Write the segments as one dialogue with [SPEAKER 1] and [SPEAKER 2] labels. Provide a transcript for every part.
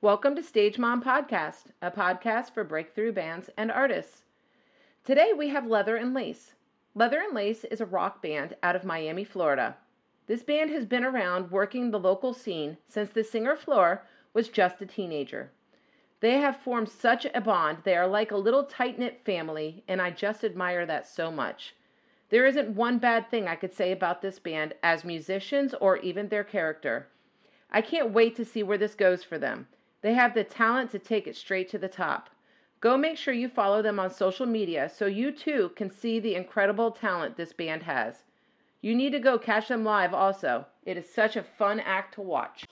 [SPEAKER 1] Welcome to Stage Mom Podcast, a podcast for breakthrough bands and artists. Today we have Leather and Lace. Leather and Lace is a rock band out of Miami, Florida. This band has been around working the local scene since the singer Floor was just a teenager. They have formed such a bond, they are like a little tight knit family, and I just admire that so much. There isn't one bad thing I could say about this band as musicians or even their character. I can't wait to see where this goes for them. They have the talent to take it straight to the top. Go make sure you follow them on social media so you too can see the incredible talent this band has. You need to go catch them live also. It is such a fun act to watch.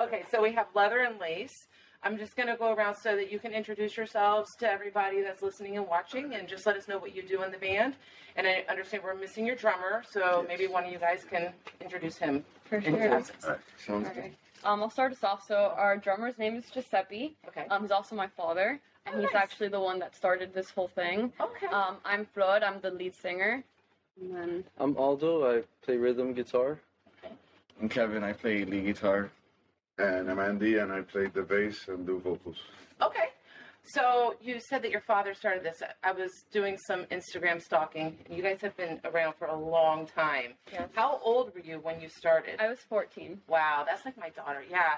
[SPEAKER 1] Okay, so we have Leather and Lace. I'm just going to go around so that you can introduce yourselves to everybody that's listening and watching and just let us know what you do in the band. And I understand we're missing your drummer, so maybe one of you guys can introduce him.
[SPEAKER 2] For
[SPEAKER 1] in
[SPEAKER 2] sure.
[SPEAKER 1] absence.
[SPEAKER 3] All right, sounds good.
[SPEAKER 2] Okay. Um, I'll start us off. So our drummer's name is Giuseppe.
[SPEAKER 1] Okay.
[SPEAKER 2] Um, he's also my father, and
[SPEAKER 1] Oh,
[SPEAKER 2] he's
[SPEAKER 1] nice.
[SPEAKER 2] actually the one that started this whole thing.
[SPEAKER 1] Okay.
[SPEAKER 2] Um, I'm Flood. I'm the lead singer. And then
[SPEAKER 4] I'm Aldo. I play rhythm guitar.
[SPEAKER 3] I'm Kevin. I play lead guitar.
[SPEAKER 5] And I'm Andy, and I play the bass and do vocals.
[SPEAKER 1] Okay. So you said that your father started this. I was doing some Instagram stalking. You guys have been around for a long time.
[SPEAKER 2] Yes.
[SPEAKER 1] How old were you when you started?
[SPEAKER 2] I was 14.
[SPEAKER 1] wow, that's like my daughter. Yeah,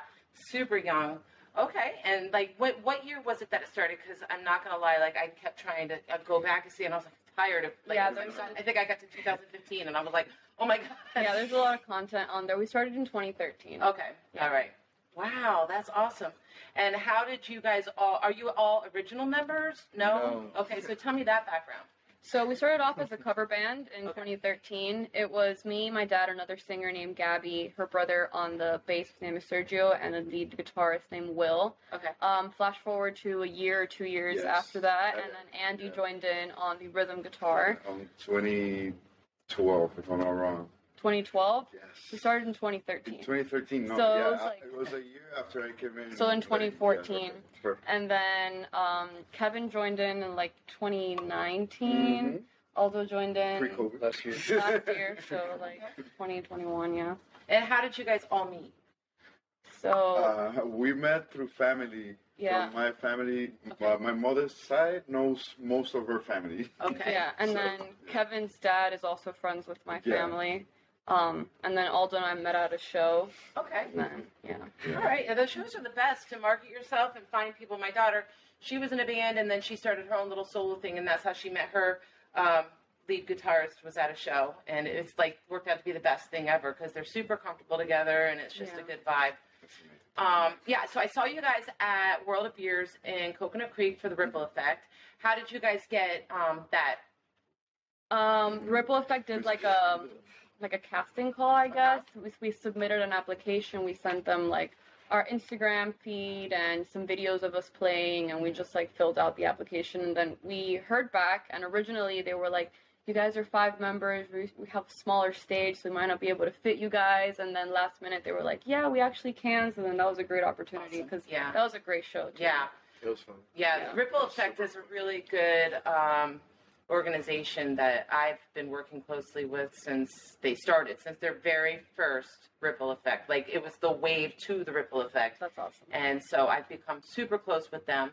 [SPEAKER 1] super young. Okay, and like, what what year was it that it started? Because I'm not gonna lie, like I kept trying to uh, go back and see, and I was like tired of. Like,
[SPEAKER 2] Yeah, there's-
[SPEAKER 1] I think I got to 2015, and I was like, oh my god.
[SPEAKER 2] Yeah, there's a lot of content on there. We started in 2013.
[SPEAKER 1] Okay. All right. Wow, that's awesome. And how did you guys all are you all original members? No?
[SPEAKER 3] No.
[SPEAKER 1] Okay, so tell me that background.
[SPEAKER 2] So we started off as a cover band in
[SPEAKER 1] Okay.
[SPEAKER 2] 2013. It was me, my dad, another singer named Gabby, her brother on the bass, his name is Sergio, and a lead guitarist named Will.
[SPEAKER 1] Okay.
[SPEAKER 2] Um, flash forward to a year or two years
[SPEAKER 5] Yes.
[SPEAKER 2] after that,
[SPEAKER 5] Okay.
[SPEAKER 2] and then Andy
[SPEAKER 5] Yeah.
[SPEAKER 2] joined in on the rhythm guitar.
[SPEAKER 5] I'm 2012, Um, if I'm not wrong.
[SPEAKER 2] 2012. We
[SPEAKER 5] Yes.
[SPEAKER 2] started in
[SPEAKER 5] In
[SPEAKER 2] 2013,
[SPEAKER 5] 2013, no,
[SPEAKER 2] So it
[SPEAKER 5] yeah,
[SPEAKER 2] was
[SPEAKER 5] I-
[SPEAKER 2] like-
[SPEAKER 5] it was a year after I came in.
[SPEAKER 2] So
[SPEAKER 5] Like,
[SPEAKER 2] in
[SPEAKER 5] yeah,
[SPEAKER 2] 2014.
[SPEAKER 5] perfect, perfect.
[SPEAKER 2] and then um, Kevin joined in in like
[SPEAKER 5] Mm-hmm.
[SPEAKER 2] 2019. Aldo joined in
[SPEAKER 5] Pre-COVID.
[SPEAKER 4] Last year.
[SPEAKER 2] last year, so like 2021, yeah.
[SPEAKER 1] And how did you guys all meet?
[SPEAKER 2] So
[SPEAKER 5] Uh, we met through family.
[SPEAKER 2] oh. yeah,
[SPEAKER 5] From my family,
[SPEAKER 1] Okay.
[SPEAKER 5] uh, my mother's side knows most of her family.
[SPEAKER 1] Okay.
[SPEAKER 2] yeah, and
[SPEAKER 5] so-
[SPEAKER 2] then Kevin's dad is also friends with my
[SPEAKER 5] Yeah.
[SPEAKER 2] family. Um, and then Aldo and I met at a show.
[SPEAKER 1] Okay.
[SPEAKER 2] And then, yeah.
[SPEAKER 1] All right. And those shows are the best to market yourself and find people. My daughter, she was in a band and then she started her own little solo thing and that's how she met her um, lead guitarist was at a show and it's like worked out to be the best thing ever because they're super comfortable together and it's just a
[SPEAKER 2] Yeah.
[SPEAKER 1] good vibe. Um, yeah, so I saw you guys at World of Beers in Coconut Creek for the Ripple
[SPEAKER 3] Mm-hmm.
[SPEAKER 1] Effect. How did you guys get um, that?
[SPEAKER 2] Um, Ripple Effect did like um, a like a casting call, I guess. We, we submitted an application. We sent them like our Instagram feed and some videos of us playing, and we just like filled out the application. And then we heard back, and originally they were like, "You guys are five members. We, we have a smaller stage, so we might not be able to fit you guys." And then last minute they were like, "Yeah, we actually can." So then that was a great opportunity
[SPEAKER 1] Awesome.
[SPEAKER 2] because
[SPEAKER 1] Yeah.
[SPEAKER 2] that was a great show. Too.
[SPEAKER 1] Yeah,
[SPEAKER 3] It was fun.
[SPEAKER 1] yeah.
[SPEAKER 2] Yeah.
[SPEAKER 1] The Ripple Effect is a really good um, organization that I've been working closely with since they started, since their very first Ripple Effect. Like it was the wave to the Ripple Effect.
[SPEAKER 2] that's awesome.
[SPEAKER 1] And so I've become super close with them.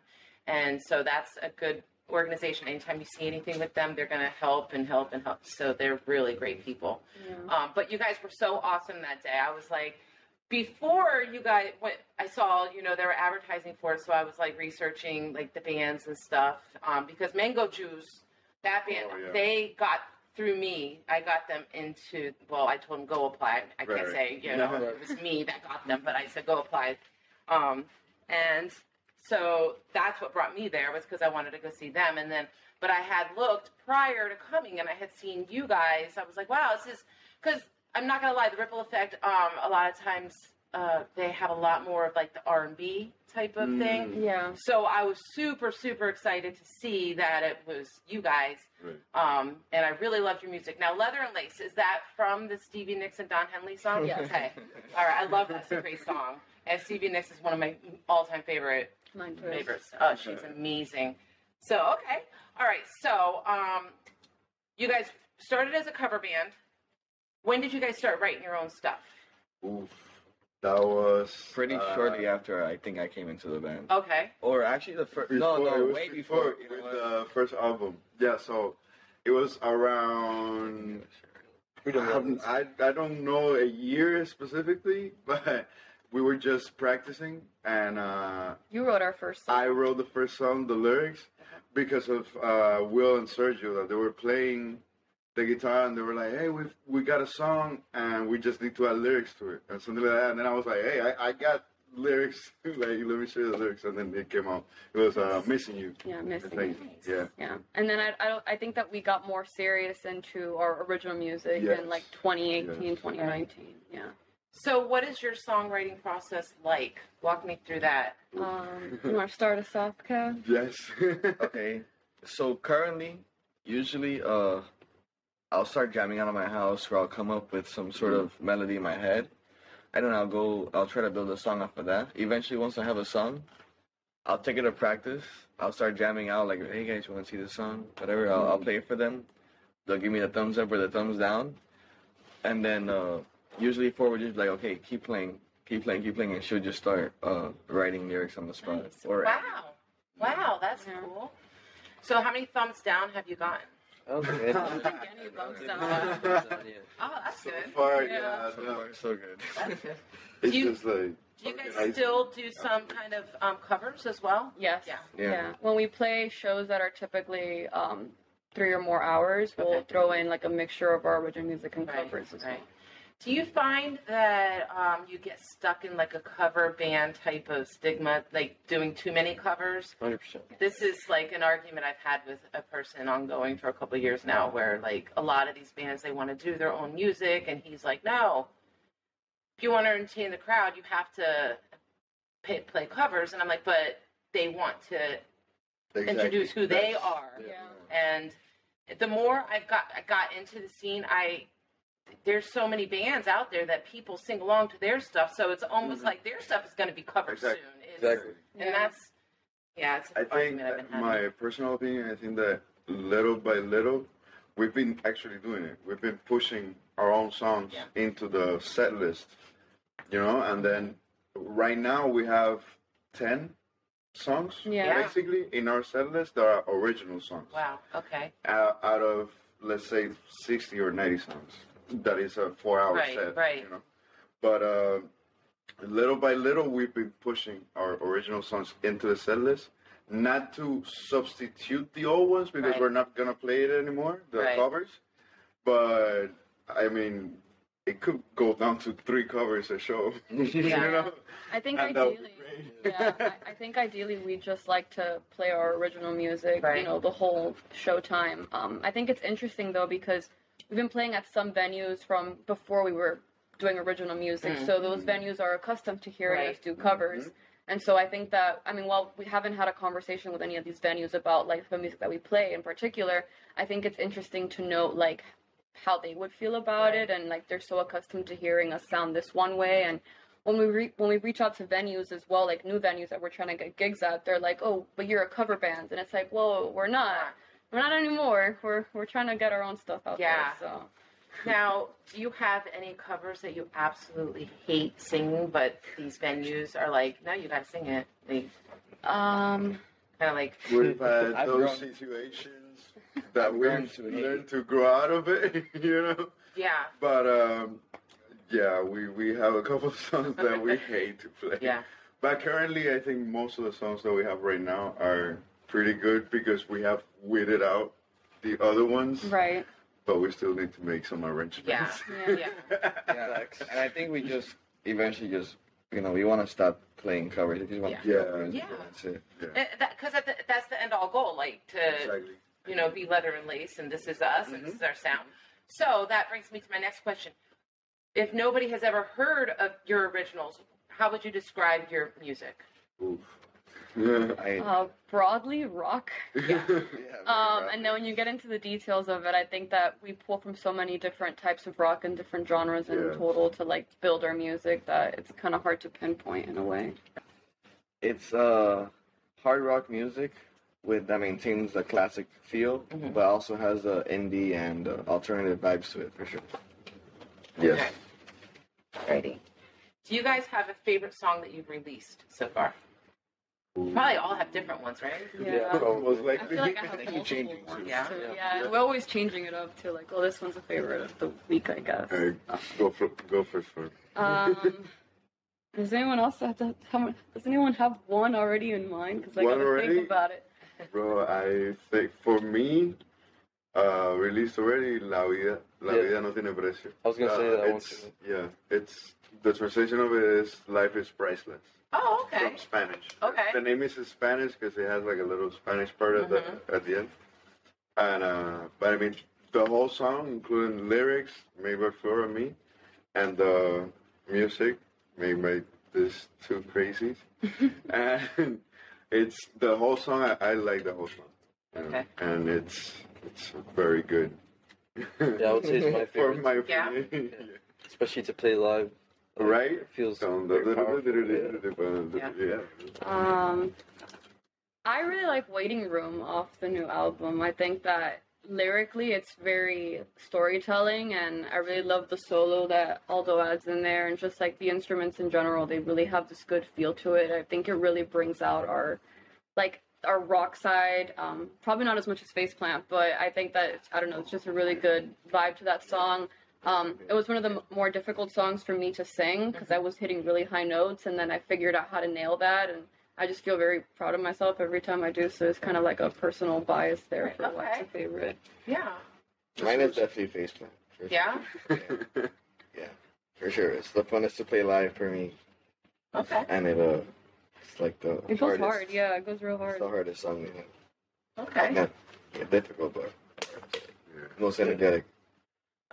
[SPEAKER 1] And so that's a good organization. Anytime you see anything with them, they're going to help and help and help. So they're really great people.
[SPEAKER 2] Yeah.
[SPEAKER 1] Um, but you guys were so awesome that day. I was like, before you guys, what I saw, you know, they were advertising for it, so I was like researching like the bands and stuff um, because Mango Juice, that band,
[SPEAKER 5] Oh, yeah.
[SPEAKER 1] they got through me. I got them into. Well, I told them go apply. I can't
[SPEAKER 5] Right.
[SPEAKER 1] say you know
[SPEAKER 4] Yeah.
[SPEAKER 1] it was me that got them, but I said go apply, um, and so that's what brought me there was because I wanted to go see them, and then But I had looked prior to coming and I had seen you guys. I was like, wow, this is because I'm not gonna lie, the ripple effect. Um, a lot of times uh, they have a lot more of like the R and B type of
[SPEAKER 2] Mm.
[SPEAKER 1] thing.
[SPEAKER 2] Yeah.
[SPEAKER 1] So I was super, super excited to see that it was you guys.
[SPEAKER 5] Right.
[SPEAKER 1] Um, and I really loved your music. Now, Leather and Lace, is that from the Stevie Nicks and Don Henley song?
[SPEAKER 2] Yes.
[SPEAKER 1] Okay. All right. I love that. It's a great song. And Stevie Nicks is one of my all time favorite
[SPEAKER 2] Mine too.
[SPEAKER 1] favorites. Oh, she's amazing. So, okay. All right. So, um, you guys started as a cover band. When did you guys start writing your own stuff?
[SPEAKER 5] Oof. That was
[SPEAKER 6] Pretty
[SPEAKER 5] uh, oh.
[SPEAKER 6] shortly after I think I came into the band.
[SPEAKER 1] Okay.
[SPEAKER 6] Or actually the first.
[SPEAKER 5] Before,
[SPEAKER 6] No,
[SPEAKER 5] it
[SPEAKER 6] no,
[SPEAKER 5] was
[SPEAKER 6] way before. you know
[SPEAKER 5] with
[SPEAKER 6] what?
[SPEAKER 5] the first album. Yeah, so it was around Um, I, I don't know a year specifically, but we were just practicing, and uh,
[SPEAKER 2] You wrote our first song.
[SPEAKER 5] I wrote the first song, the lyrics,
[SPEAKER 1] Uh-huh.
[SPEAKER 5] because of uh, Will and Sergio that they were playing the guitar, and they were like, "Hey, we we got a song, and we just need to add lyrics to it," and something like that. And then I was like, "Hey, I, I got lyrics. like, let me show you the lyrics." And then it came out. It was uh, "Missing You."
[SPEAKER 2] yeah,
[SPEAKER 5] I
[SPEAKER 2] missing.
[SPEAKER 5] think. Yeah.
[SPEAKER 2] Yeah, and then I, I, don't- I think that we got more serious into our original music
[SPEAKER 5] Yes.
[SPEAKER 2] in like 2018, 2019. Yeah.
[SPEAKER 1] So, what is your songwriting process like? Walk me through that.
[SPEAKER 2] Um, you want to start us off, Kev?
[SPEAKER 5] Yes.
[SPEAKER 6] okay. So currently, usually, uh, I'll start jamming out of my house, or I'll come up with some sort of melody in my head, and then I'll go. I'll try to build a song off of that. Eventually, once I have a song, I'll take it to practice. I'll start jamming out, like, "Hey guys, you want to see this song? Whatever." I'll, I'll play it for them. They'll give me the thumbs up or the thumbs down, and then uh, usually, four would just be like, "Okay, keep playing." Keep playing, keep playing, and she'll just start uh, writing lyrics on the spot.
[SPEAKER 2] Nice.
[SPEAKER 6] Or
[SPEAKER 1] Wow. Wow, that's
[SPEAKER 2] Yeah.
[SPEAKER 1] cool. So how many thumbs down have you gotten?
[SPEAKER 4] Okay.
[SPEAKER 2] I don't think any of them sound-
[SPEAKER 1] Oh, that's
[SPEAKER 5] so
[SPEAKER 1] good.
[SPEAKER 5] far,
[SPEAKER 2] Yeah.
[SPEAKER 5] yeah,
[SPEAKER 6] so
[SPEAKER 5] no,
[SPEAKER 6] far, so good.
[SPEAKER 1] That's good.
[SPEAKER 5] it's
[SPEAKER 1] Do you-
[SPEAKER 5] just like.
[SPEAKER 1] Do you guys
[SPEAKER 5] Okay.
[SPEAKER 1] still do some kind of um, covers as well?
[SPEAKER 2] Yes.
[SPEAKER 1] Yeah.
[SPEAKER 6] Yeah.
[SPEAKER 2] When we play shows that are typically um, three or more hours, we'll
[SPEAKER 1] Okay.
[SPEAKER 2] throw in like a mixture of our original music and
[SPEAKER 1] Right,
[SPEAKER 2] covers as
[SPEAKER 1] right. Do you find that um, you get stuck in like a cover band type of stigma, like doing too many covers?
[SPEAKER 4] Hundred percent.
[SPEAKER 1] This is like an argument I've had with a person ongoing for a couple of years now, where like a lot of these bands they want to do their own music, and he's like, no. If you want to entertain the crowd, you have to pay, play covers, and I'm like, but they want to
[SPEAKER 5] Exactly.
[SPEAKER 1] introduce who they
[SPEAKER 5] That's-
[SPEAKER 1] are.
[SPEAKER 2] Yeah.
[SPEAKER 1] and the more I've got I got into the scene, I there's so many bands out there that people sing along to their stuff, so it's almost
[SPEAKER 5] Mhm.
[SPEAKER 1] like their stuff is going to be covered
[SPEAKER 5] Exactly.
[SPEAKER 1] soon. It's-
[SPEAKER 4] Exactly.
[SPEAKER 2] Yeah.
[SPEAKER 1] And that's yeah, it's an
[SPEAKER 5] I think
[SPEAKER 1] argument I've been
[SPEAKER 5] that
[SPEAKER 1] having.
[SPEAKER 5] my personal opinion, I think that little by little, we've been actually doing it. We've been pushing our own songs
[SPEAKER 1] Yeah.
[SPEAKER 5] into the set list, you know, and then right now we have 10 songs
[SPEAKER 2] Yeah.
[SPEAKER 5] basically in our set list that are original songs
[SPEAKER 1] wow. Okay.
[SPEAKER 5] out, out of, let's say, 60 or 90 songs. That is a four hour
[SPEAKER 1] Right,
[SPEAKER 5] set,
[SPEAKER 1] right.
[SPEAKER 5] you know. But uh, little by little, we've been pushing our original songs into the set list, not to substitute the old ones because
[SPEAKER 1] Right.
[SPEAKER 5] we're not going to play it anymore, the
[SPEAKER 1] Right.
[SPEAKER 5] covers. But, I mean, it could go down to three covers a show. you
[SPEAKER 1] Yeah.
[SPEAKER 5] know?
[SPEAKER 2] I think
[SPEAKER 5] And uh, that would
[SPEAKER 2] ideally.
[SPEAKER 5] be great.
[SPEAKER 2] yeah, I, I think ideally we just like to play our original music,
[SPEAKER 1] Right.
[SPEAKER 2] you know, the whole show time. Um, I think it's interesting though because we've been playing at some venues from before we were doing original music,
[SPEAKER 1] Mm.
[SPEAKER 2] so those venues are accustomed to hearing
[SPEAKER 1] Right. Mm-hmm.
[SPEAKER 2] us do covers.
[SPEAKER 5] Mhm.
[SPEAKER 2] And so I think that I mean, while we haven't had a conversation with any of these venues about like the music that we play in particular, I think it's interesting to note like how they would feel about
[SPEAKER 1] Right.
[SPEAKER 2] it and like they're so accustomed to hearing us sound this one way and when we re- when we reach out to venues as well like new venues that we're trying to get gigs at they're like oh but you're a cover band and it's like whoa we're not we're not anymore we're we're trying to get our own stuff out
[SPEAKER 1] Yeah.
[SPEAKER 2] there so
[SPEAKER 1] Now, do you have any covers that you absolutely hate singing, but these venues are like, no, you got to sing it? They
[SPEAKER 2] um
[SPEAKER 1] kind of like,
[SPEAKER 5] We've had
[SPEAKER 4] I've
[SPEAKER 5] uh, those
[SPEAKER 4] grown-
[SPEAKER 5] situations that
[SPEAKER 4] I've
[SPEAKER 5] we've
[SPEAKER 4] grown to hate.
[SPEAKER 5] learned to grow out of it, you know?
[SPEAKER 1] yeah,
[SPEAKER 5] But um, yeah, we we have a couple of songs that we hate to play.
[SPEAKER 1] yeah,
[SPEAKER 5] But currently, I think most of the songs that we have right now are pretty good because we have weeded out the other ones,
[SPEAKER 2] right
[SPEAKER 5] but we still need to make some arrangements.
[SPEAKER 2] Yeah,
[SPEAKER 6] Yeah, and I think we just eventually just you know we want to stop playing covers. We just want
[SPEAKER 5] Yeah.
[SPEAKER 6] to
[SPEAKER 1] Yeah.
[SPEAKER 6] That's it.
[SPEAKER 1] Eh, because that, 'cause at the- that's the end all goal, like to
[SPEAKER 5] exactly. Mm-hmm.
[SPEAKER 1] you know, be leather and lace, and this is us, and this is our sound. So that brings me to my next question. If nobody has ever heard of your originals, how would you describe your music?
[SPEAKER 5] Oof. Yeah.
[SPEAKER 6] I,
[SPEAKER 2] Uh, broadly rock. Um, and then when you get into the details of it, I think that we pull from so many different types of rock and different genres in
[SPEAKER 5] Yeah.
[SPEAKER 2] total to like build our music that it's kind of hard to pinpoint in a way.
[SPEAKER 6] it's uh, hard rock music with that maintains the classic feel,
[SPEAKER 1] Mhm.
[SPEAKER 6] but also has uh, indie and uh, alternative vibes to it for sure.
[SPEAKER 5] yes.
[SPEAKER 1] Alrighty. Do you guys have a favorite song that you've released so far?
[SPEAKER 5] Ooh.
[SPEAKER 1] Probably all have different ones, right?
[SPEAKER 2] Yeah.
[SPEAKER 4] Yeah.
[SPEAKER 5] Most
[SPEAKER 2] uh, I
[SPEAKER 5] likely.
[SPEAKER 2] feel like I have
[SPEAKER 6] They keep
[SPEAKER 2] multiple
[SPEAKER 6] changing,
[SPEAKER 2] ones.
[SPEAKER 1] yeah.
[SPEAKER 2] too.
[SPEAKER 4] Yeah.
[SPEAKER 2] yeah. We're always changing it up too. Like, oh, this one's a favorite of the week, I guess.
[SPEAKER 5] Hey, go for go for for.
[SPEAKER 2] Um, does anyone else have to have, Does anyone have one already in mind? Because I
[SPEAKER 5] One
[SPEAKER 2] gotta
[SPEAKER 5] already?
[SPEAKER 2] think about it.
[SPEAKER 5] Bro, I think for me, uh, released already La Vida. La
[SPEAKER 4] Yeah.
[SPEAKER 5] Vida no tiene precio.
[SPEAKER 4] I was gonna say
[SPEAKER 5] Uh,
[SPEAKER 4] that one.
[SPEAKER 5] it's, Yeah, it's the translation of it is life is priceless
[SPEAKER 1] Oh, okay.
[SPEAKER 5] from Spanish.
[SPEAKER 1] Okay.
[SPEAKER 5] The name is in Spanish because it has like a little Spanish part at
[SPEAKER 1] Mm-hmm.
[SPEAKER 5] the at the end. And uh, but I mean the whole song, including lyrics made by Flora and me, and the music made by these two crazies, and it's the whole song. I, I like the whole song. And,
[SPEAKER 1] Okay.
[SPEAKER 5] And it's it's very good.
[SPEAKER 4] Yeah, I would say it's my
[SPEAKER 5] For
[SPEAKER 4] favorite,
[SPEAKER 5] my
[SPEAKER 1] Yeah.
[SPEAKER 5] opinion.
[SPEAKER 4] especially to play live.
[SPEAKER 5] Right?
[SPEAKER 4] It feels very powerful, yeah.
[SPEAKER 5] Yeah.
[SPEAKER 2] Um, I really like Waiting Room off the new album. I think that lyrically it's very storytelling, and I really love the solo that Aldo adds in there, and just like the instruments in general, they really have this good feel to it. I think it really brings out our like our rock side. Um, probably not as much as Faceplant, but I think that I don't know. It's just a really good vibe to that song. Um, it was one of the m- more difficult songs for me to sing because I was hitting really high notes, and then I figured out how to nail that, and I just feel very proud of myself every time I do. So it's kind of like a personal bias there for what's a
[SPEAKER 1] Okay.
[SPEAKER 2] favorite.
[SPEAKER 1] Yeah.
[SPEAKER 6] Mine is definitely Faceplant. for sure.
[SPEAKER 1] Yeah.
[SPEAKER 6] for sure. It's the funnest to play live for me,
[SPEAKER 1] Okay.
[SPEAKER 6] and it uh, it's like the
[SPEAKER 2] It goes
[SPEAKER 6] hardest.
[SPEAKER 2] hard, yeah, it goes real
[SPEAKER 6] It's
[SPEAKER 2] hard.
[SPEAKER 6] the hardest song. Yeah.
[SPEAKER 1] Okay.
[SPEAKER 6] Not yeah, difficult, but most energetic.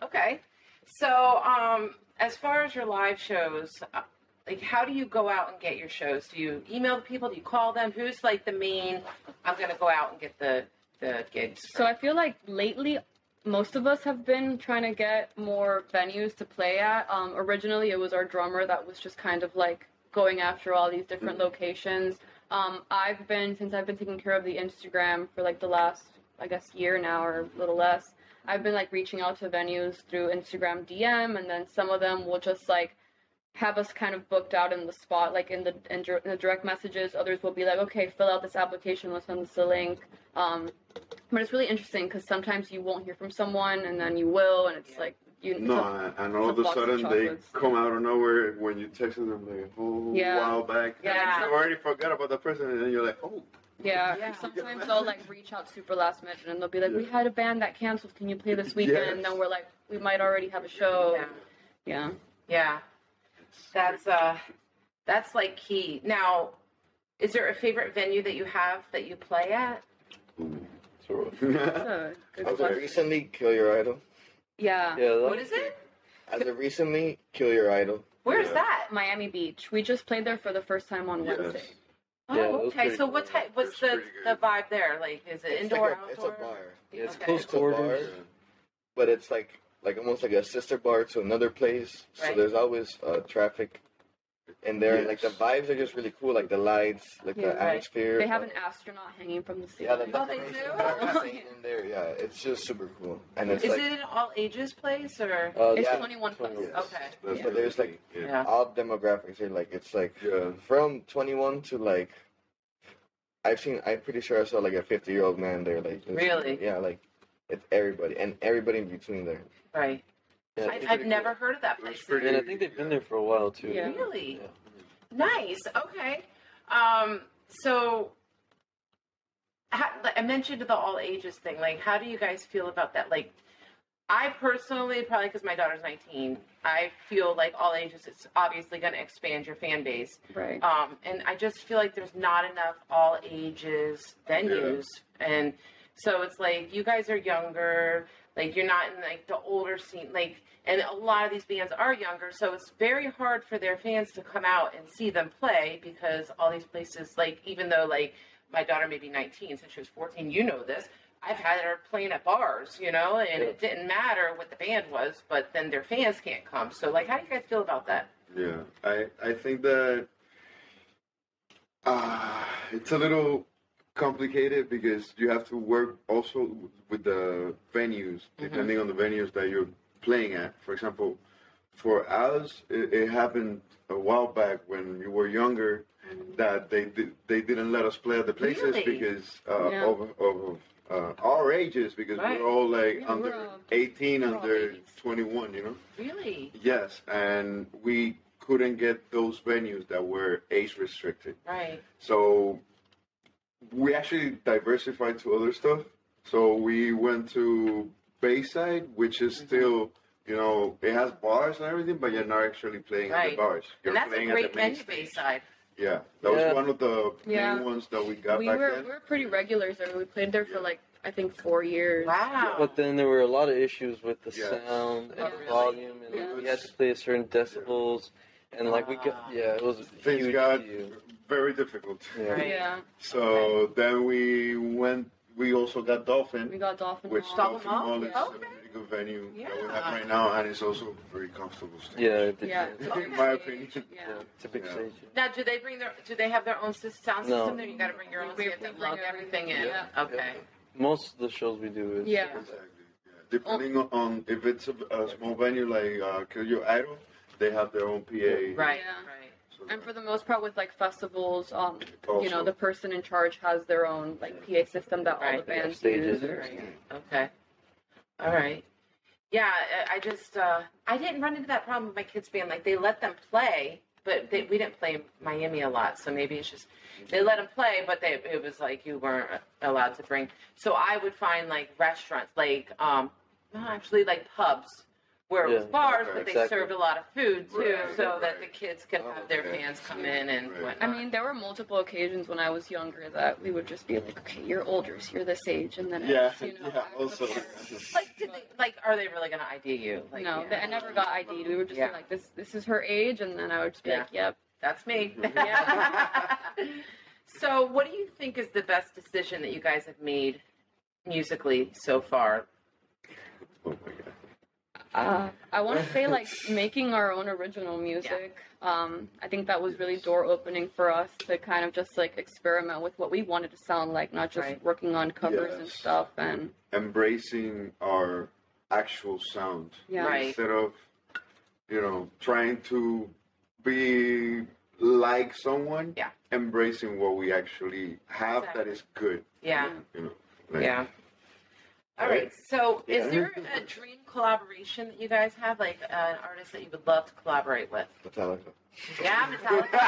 [SPEAKER 1] Okay. So, um, as far as your live shows, uh, like, how do you go out and get your shows? Do you email the people? Do you call them? Who's like the main? I'm gonna go out and get the the gigs.
[SPEAKER 2] So I feel like lately, most of us have been trying to get more venues to play at. Um, originally, it was our drummer that was just kind of like going after all these different locations. Um, I've been since I've been taking care of the Instagram for like the last, I guess, year now or a little less. I've been like reaching out to venues through Instagram DM, and then some of them will just like have us kind of booked out in the spot, like in the in, dir- in the direct messages. Others will be like, okay, fill out this application, we'll send us the link. Um, but it's really interesting because sometimes you won't hear from someone, and then you will, and it's
[SPEAKER 1] Yeah.
[SPEAKER 2] like you. it's a-
[SPEAKER 5] No, and all of
[SPEAKER 2] it's a
[SPEAKER 5] a
[SPEAKER 2] box of
[SPEAKER 5] sudden they
[SPEAKER 2] chocolates.
[SPEAKER 5] come out of nowhere when you texted them like a whole
[SPEAKER 2] Yeah.
[SPEAKER 5] while back.
[SPEAKER 2] Yeah.
[SPEAKER 5] You already forgot about the person and then you're like, oh.
[SPEAKER 2] Yeah.
[SPEAKER 1] Yeah.
[SPEAKER 2] Sometimes they'll like reach out super last minute and they'll be like, "We had a band that canceled. Can you play this weekend?" And then
[SPEAKER 5] Yes.
[SPEAKER 2] we're like, "We might already have a show."
[SPEAKER 1] Yeah.
[SPEAKER 2] Yeah.
[SPEAKER 1] Yeah. That's uh, that's like key. Now, is there a favorite venue that you have that you play at?
[SPEAKER 4] So,
[SPEAKER 2] That's a good
[SPEAKER 5] Okay.
[SPEAKER 6] As of
[SPEAKER 2] question.
[SPEAKER 6] recently, Kill Your Idol.
[SPEAKER 2] Yeah.
[SPEAKER 4] yeah, that,
[SPEAKER 1] What is it?
[SPEAKER 6] As of recently, Kill Your Idol.
[SPEAKER 1] Where's
[SPEAKER 5] Yeah.
[SPEAKER 1] that?
[SPEAKER 2] Miami Beach. We just played there for the first time on
[SPEAKER 5] Yes.
[SPEAKER 2] Wednesday.
[SPEAKER 1] Oh,
[SPEAKER 4] Yeah, it was
[SPEAKER 1] okay.
[SPEAKER 4] pretty
[SPEAKER 1] So
[SPEAKER 4] cool.
[SPEAKER 1] what type? What's
[SPEAKER 5] It's
[SPEAKER 1] the
[SPEAKER 5] pretty good.
[SPEAKER 1] the vibe there? Like, is it
[SPEAKER 6] It's
[SPEAKER 1] indoor,
[SPEAKER 6] like a, it's a
[SPEAKER 1] outdoor?
[SPEAKER 6] bar,
[SPEAKER 4] yeah, it's
[SPEAKER 1] Okay.
[SPEAKER 4] close
[SPEAKER 6] It's a bar.
[SPEAKER 4] quarters.
[SPEAKER 6] but it's like like almost like a sister bar to another place.
[SPEAKER 1] Right.
[SPEAKER 6] So there's always uh, traffic in there, and like the
[SPEAKER 5] Yes.
[SPEAKER 6] vibes are just really cool. Like the lights, like
[SPEAKER 2] Yeah,
[SPEAKER 6] the
[SPEAKER 1] right.
[SPEAKER 6] atmosphere.
[SPEAKER 2] They have an astronaut hanging from the
[SPEAKER 6] yeah, the
[SPEAKER 2] ceiling.
[SPEAKER 1] Oh, they
[SPEAKER 6] decorations
[SPEAKER 1] do?
[SPEAKER 6] are happening
[SPEAKER 2] Yeah.
[SPEAKER 6] in there. Yeah, it's just super cool, and it's
[SPEAKER 1] Is
[SPEAKER 6] like
[SPEAKER 1] it an all ages place or?
[SPEAKER 4] Uh,
[SPEAKER 2] It's
[SPEAKER 6] yeah.
[SPEAKER 2] 21 plus.
[SPEAKER 1] Okay.
[SPEAKER 4] Yes.
[SPEAKER 5] That's
[SPEAKER 6] But there's,
[SPEAKER 5] really-
[SPEAKER 6] like-
[SPEAKER 5] yeah.
[SPEAKER 1] Yeah.
[SPEAKER 6] all demographics here. Like it's like
[SPEAKER 5] Yeah.
[SPEAKER 6] from 21 to like I've seen. I'm pretty sure I saw like a 50 year old man there. Like it's-
[SPEAKER 1] Really?
[SPEAKER 6] Yeah, like it's everybody and everybody in between there.
[SPEAKER 1] Right.
[SPEAKER 4] Yeah,
[SPEAKER 1] I,
[SPEAKER 4] it's
[SPEAKER 1] I've
[SPEAKER 4] pretty
[SPEAKER 1] never heard of that
[SPEAKER 5] It was
[SPEAKER 1] place.
[SPEAKER 5] pretty-
[SPEAKER 4] cool. And I think they've been there for a while too.
[SPEAKER 2] Yeah.
[SPEAKER 1] Really?
[SPEAKER 4] Yeah.
[SPEAKER 1] Nice. Okay. Um, so how, like, I mentioned the all ages thing. Like, how do you guys feel about that? Like, I personally, probably because my daughter's 19, I feel like all ages is obviously going to expand your fan base.
[SPEAKER 2] Right.
[SPEAKER 1] Um, and I just feel like there's not enough all ages venues. And So it's like you guys are younger, like you're not in like the older scene, like and a lot of these bands are younger, so it's very hard for their fans to come out and see them play because all these places, like even though like my daughter may be 19 since she was 14, you know this. I've had her playing at bars, you know, and it didn't matter what the band was, but then their fans can't come. So like, how do you guys feel about that?
[SPEAKER 5] Yeah, I I think that uh, it's a little complicated because you have to work also with the venues,
[SPEAKER 2] Mm-hmm.
[SPEAKER 5] depending on the venues that you're playing at. For example, for us, it, it happened a while back when you were younger
[SPEAKER 2] Mm-hmm.
[SPEAKER 5] that they di- they didn't let us play at the places
[SPEAKER 1] Really?
[SPEAKER 5] because uh,
[SPEAKER 2] Yeah.
[SPEAKER 5] of of uh, our ages because
[SPEAKER 1] Right.
[SPEAKER 5] we're all like
[SPEAKER 2] Yeah,
[SPEAKER 5] under
[SPEAKER 2] we're all-
[SPEAKER 5] 18,
[SPEAKER 2] we're all
[SPEAKER 5] under
[SPEAKER 2] babies.
[SPEAKER 5] 21, you know.
[SPEAKER 1] Really?
[SPEAKER 5] Yes, and we couldn't get those venues that were age restricted.
[SPEAKER 1] Right.
[SPEAKER 5] So we actually diversified to other stuff. So we went to Bayside, which
[SPEAKER 1] Mm-hmm.
[SPEAKER 5] is still, you know, it has bars and everything, but you're not actually playing at
[SPEAKER 1] Right.
[SPEAKER 5] the bars. You're
[SPEAKER 1] and that's a
[SPEAKER 5] playing
[SPEAKER 1] great
[SPEAKER 5] main
[SPEAKER 1] venue,
[SPEAKER 5] stage.
[SPEAKER 1] Bayside.
[SPEAKER 5] Yeah, that
[SPEAKER 4] Yeah.
[SPEAKER 5] was one of the
[SPEAKER 2] Yeah.
[SPEAKER 5] main ones that we got
[SPEAKER 2] we
[SPEAKER 5] back
[SPEAKER 2] were
[SPEAKER 5] then.
[SPEAKER 2] we were pretty regulars there. We played there for like I think four years.
[SPEAKER 1] Wow.
[SPEAKER 4] But then there were a lot of issues with the
[SPEAKER 5] Yes.
[SPEAKER 4] sound and
[SPEAKER 2] Oh,
[SPEAKER 4] the
[SPEAKER 2] really?
[SPEAKER 4] volume, and like, we had to play at certain decibels, and like we
[SPEAKER 1] Ah.
[SPEAKER 4] got yeah, it was a
[SPEAKER 5] Things
[SPEAKER 4] huge
[SPEAKER 5] got
[SPEAKER 4] deal.
[SPEAKER 5] very difficult.
[SPEAKER 4] Yeah.
[SPEAKER 1] Right.
[SPEAKER 2] Yeah,
[SPEAKER 5] So then we went, we also got Dolphin.
[SPEAKER 2] we got dolphin.
[SPEAKER 5] which
[SPEAKER 2] Hall.
[SPEAKER 1] Dolphin
[SPEAKER 5] Dolphin
[SPEAKER 1] Mall?
[SPEAKER 5] Mall is
[SPEAKER 1] Yeah.
[SPEAKER 5] a really good venue that we have
[SPEAKER 1] Yeah.
[SPEAKER 5] right now, and it's also a very comfortable stage.
[SPEAKER 4] Yeah, it did-
[SPEAKER 2] Yeah,
[SPEAKER 4] yeah,
[SPEAKER 2] it's a big
[SPEAKER 5] In my
[SPEAKER 2] stage.
[SPEAKER 5] opinion.
[SPEAKER 2] Yeah.
[SPEAKER 4] it's a big
[SPEAKER 5] Yeah.
[SPEAKER 4] stage.
[SPEAKER 1] Now, do they bring their? Do they have their own sys- sound
[SPEAKER 4] No.
[SPEAKER 1] system? Then you got to bring your own.
[SPEAKER 2] We-
[SPEAKER 1] so you
[SPEAKER 2] we
[SPEAKER 1] have to
[SPEAKER 2] bring
[SPEAKER 1] plug everything in.
[SPEAKER 2] everything,
[SPEAKER 4] yeah.
[SPEAKER 1] Okay.
[SPEAKER 4] Most of the shows we do is
[SPEAKER 2] Yeah.
[SPEAKER 5] Exactly. Yeah. Depending on if it's a, a small venue like uh, Kill Your Idol, they have their own PA.
[SPEAKER 1] Right.
[SPEAKER 2] Yeah.
[SPEAKER 1] Right.
[SPEAKER 5] So
[SPEAKER 2] And for the most part, with like festivals, um, you know,
[SPEAKER 5] Also.
[SPEAKER 2] the person in charge has their own like PA system that all the
[SPEAKER 1] Right.
[SPEAKER 4] Yeah,
[SPEAKER 2] bands
[SPEAKER 4] stages.
[SPEAKER 2] use.
[SPEAKER 4] and
[SPEAKER 1] Right. Okay. All right. Yeah, I- I just uh, I didn't run into that problem with my kids' band. Like they let them play, but they, we didn't play in Miami a lot, so maybe it's just they let them play, but they it was like you weren't allowed to bring. So I would find like restaurants, like um, no, actually like pubs where it was
[SPEAKER 4] Yeah.
[SPEAKER 1] bars,
[SPEAKER 5] Okay.
[SPEAKER 1] but they
[SPEAKER 4] Exactly.
[SPEAKER 1] served a lot of food too,
[SPEAKER 5] Right,
[SPEAKER 1] so that
[SPEAKER 5] right.
[SPEAKER 1] the kids could
[SPEAKER 5] Oh,
[SPEAKER 1] have their
[SPEAKER 5] okay.
[SPEAKER 1] fans come in and
[SPEAKER 5] Right.
[SPEAKER 1] whatnot.
[SPEAKER 2] I mean, there were multiple occasions when I was younger that we would just be like, okay, you're older, so you're this age, and then
[SPEAKER 5] yeah,
[SPEAKER 2] it's, you know,
[SPEAKER 5] yeah,
[SPEAKER 2] I-
[SPEAKER 5] also.
[SPEAKER 1] like did they, like are they really gonna ID you? Like,
[SPEAKER 2] no,
[SPEAKER 1] yeah.
[SPEAKER 2] I never got ID'd. We would just
[SPEAKER 1] Yeah.
[SPEAKER 2] be like, this, this is her age, and then I would just be like, yep.
[SPEAKER 1] That's me.
[SPEAKER 2] Mm-hmm. Yeah.
[SPEAKER 1] so, what do you think is the best decision that you guys have made musically so far?
[SPEAKER 5] Oh my God.
[SPEAKER 2] Uh, I want to say like making our own original music. Um, I think that was really door opening for us to kind of just like experiment with what we wanted to sound like, not just
[SPEAKER 1] Right.
[SPEAKER 2] working on covers and
[SPEAKER 5] Yes.
[SPEAKER 2] stuff. And
[SPEAKER 5] Embracing our actual sound
[SPEAKER 2] yeah,
[SPEAKER 1] Right.
[SPEAKER 5] instead of, you know, trying to be like someone.
[SPEAKER 1] Yeah.
[SPEAKER 5] Embracing what we actually have that
[SPEAKER 1] Exactly.
[SPEAKER 5] is good.
[SPEAKER 1] Yeah,
[SPEAKER 5] You know. like-
[SPEAKER 1] yeah. All right. So,
[SPEAKER 5] Yeah.
[SPEAKER 1] is there a dream collaboration that you guys have, like an artist that you would love to collaborate with?
[SPEAKER 6] Metallica.
[SPEAKER 1] Yeah, Metallica.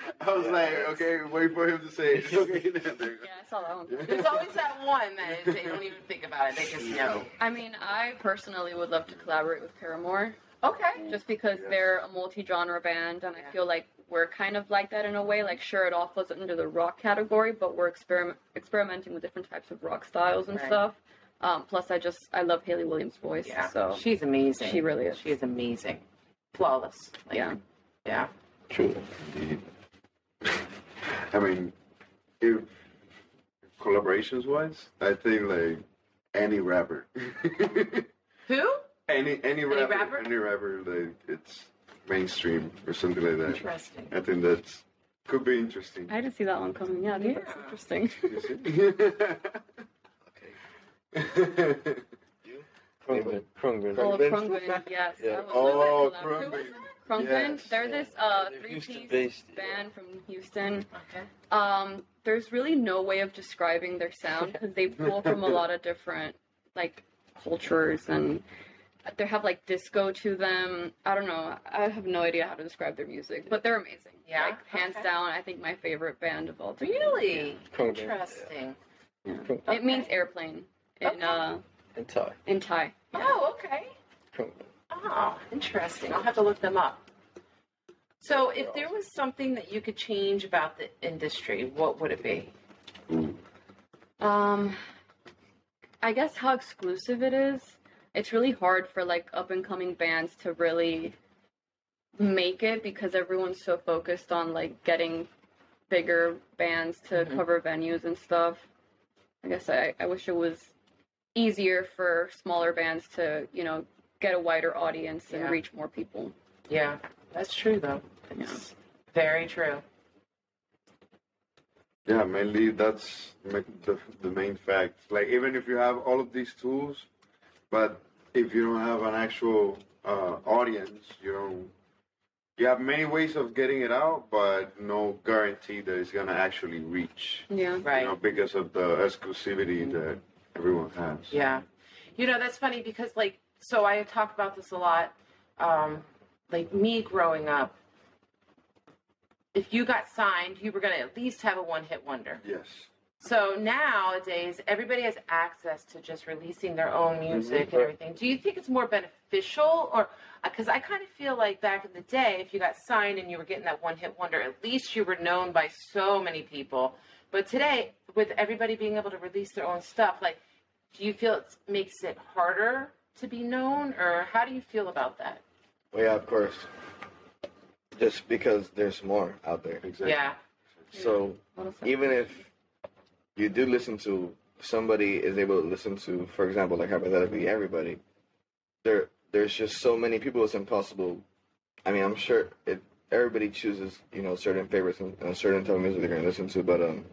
[SPEAKER 5] I was like, okay, wait for him to say it. Okay, there you
[SPEAKER 2] yeah, I saw that one.
[SPEAKER 5] go.
[SPEAKER 1] There's always that one that they don't even think about it; they just know.
[SPEAKER 2] I mean, I personally would love to collaborate with Paramore
[SPEAKER 1] Okay.
[SPEAKER 2] just because
[SPEAKER 5] Yes.
[SPEAKER 2] they're a multi-genre band, and
[SPEAKER 1] Yeah.
[SPEAKER 2] I feel like we're kind of like that in a way. Like, sure, it all falls under the rock category, but we're experiment experimenting with different types of rock styles and
[SPEAKER 1] Right.
[SPEAKER 2] stuff. Um, plus, I just I love Haley Williams' voice,
[SPEAKER 1] Yeah.
[SPEAKER 2] so
[SPEAKER 1] She's amazing.
[SPEAKER 2] She really is.
[SPEAKER 1] She is amazing. Flawless. Like,
[SPEAKER 2] Yeah.
[SPEAKER 1] Yeah.
[SPEAKER 4] True.
[SPEAKER 5] Indeed. I mean, if collaborations wise, I think like any rapper,
[SPEAKER 1] Who?
[SPEAKER 5] any any rapper,
[SPEAKER 1] rapper?
[SPEAKER 5] any rapper, like it's mainstream or something like that.
[SPEAKER 1] Interesting.
[SPEAKER 5] I think that's could be interesting.
[SPEAKER 2] I didn't see that one coming. Yeah, I think that's
[SPEAKER 1] Yeah.
[SPEAKER 2] interesting.
[SPEAKER 5] You see?
[SPEAKER 4] Krungren. Krungren.
[SPEAKER 2] oh,
[SPEAKER 5] Krungben?
[SPEAKER 2] Krungben, yes.
[SPEAKER 4] Yeah.
[SPEAKER 2] that was-
[SPEAKER 5] oh,
[SPEAKER 2] that was a collab.
[SPEAKER 5] Krungben.
[SPEAKER 2] Krungben,
[SPEAKER 5] Yes.
[SPEAKER 2] they're this uh,
[SPEAKER 4] They're
[SPEAKER 2] three-piece
[SPEAKER 4] Houston-based, yeah.
[SPEAKER 2] band from Houston.
[SPEAKER 1] Okay.
[SPEAKER 2] Um, there's really no way of describing their sound because they pull from a lot of different like cultures and they have like disco to them. I don't know. I have no idea how to describe their music, but they're amazing.
[SPEAKER 1] Yeah?
[SPEAKER 2] like hands
[SPEAKER 1] Okay.
[SPEAKER 2] down, I think my favorite band of all time.
[SPEAKER 1] Really
[SPEAKER 4] Krungren.
[SPEAKER 1] interesting.
[SPEAKER 4] Yeah. Krungren.
[SPEAKER 1] Okay.
[SPEAKER 2] It means airplane in
[SPEAKER 1] Okay.
[SPEAKER 2] uh
[SPEAKER 4] And Thai.
[SPEAKER 2] in Thai.
[SPEAKER 1] Oh, okay.
[SPEAKER 4] Krungren.
[SPEAKER 1] Oh, interesting. I'll have to look them up. So, if there was something that you could change about the industry, what would it be?
[SPEAKER 2] Um, I guess how exclusive it is. It's really hard for like up and coming bands to really make it because everyone's so focused on like getting bigger bands to
[SPEAKER 6] Mhm.
[SPEAKER 2] cover venues and stuff. I guess I, I wish it was easier for smaller bands to, you know, get a wider audience
[SPEAKER 1] Yeah.
[SPEAKER 2] and reach more people.
[SPEAKER 1] Yeah, that's true though. It's very true.
[SPEAKER 5] Yeah, mainly that's ma- the, the main fact. Like, even if you have all of these tools, but if you don't have an actual uh, audience, you don't. You have many ways of getting it out, but no guarantee that it's gonna actually reach.
[SPEAKER 2] Yeah.
[SPEAKER 5] You
[SPEAKER 1] Right.
[SPEAKER 5] know, because of the exclusivity that everyone has.
[SPEAKER 1] Yeah. You know, that's funny because, like, so I talk about this a lot. Um, like, me growing up, if you got signed, you were going to at least have a one hit wonder.
[SPEAKER 5] Yes.
[SPEAKER 1] So nowadays, everybody has access to just releasing their own music and everything. Do you think it's more beneficial, or because I kind of feel like back in the day, if you got signed and you were getting that one hit wonder, at least you were known by so many people. But today, with everybody being able to release their own stuff, like, do you feel it makes it harder to be known, or how do you feel about that?
[SPEAKER 6] Well, yeah, of course. Just because there's more out there.
[SPEAKER 5] Exactly.
[SPEAKER 1] Yeah,
[SPEAKER 6] So even if you do listen to somebody is able to listen to, for example, like hypothetically everybody, there there's just so many people. It's impossible. I mean, I'm sure it. Everybody chooses, you know, certain favorites and a certain type of music they're gonna listen to, but um,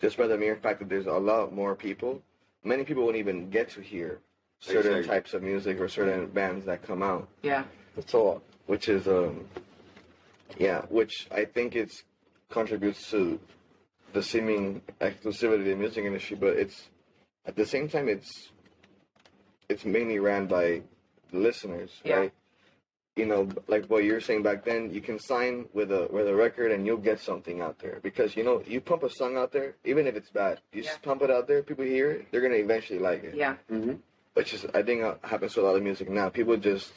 [SPEAKER 6] just by the mere fact that there's a lot more people, many people won't even get to hear certain
[SPEAKER 5] Exactly.
[SPEAKER 6] types of music or certain bands that come out.
[SPEAKER 1] yeah,
[SPEAKER 6] So, which is um, yeah, which I think it's contributes to the seeming exclusivity of the music industry, but it's at the same time it's it's mainly ran by the listeners,
[SPEAKER 1] Yeah.
[SPEAKER 6] right? You know, like what you were saying back then, you can sign with a with a record and you'll get something out there because you know you pump a song out there, even if it's bad, you just pump it out there, people hear it, they're gonna eventually like it
[SPEAKER 1] yeah,
[SPEAKER 5] Mm-hmm.
[SPEAKER 6] which is I think uh, happens to a lot of music now. People just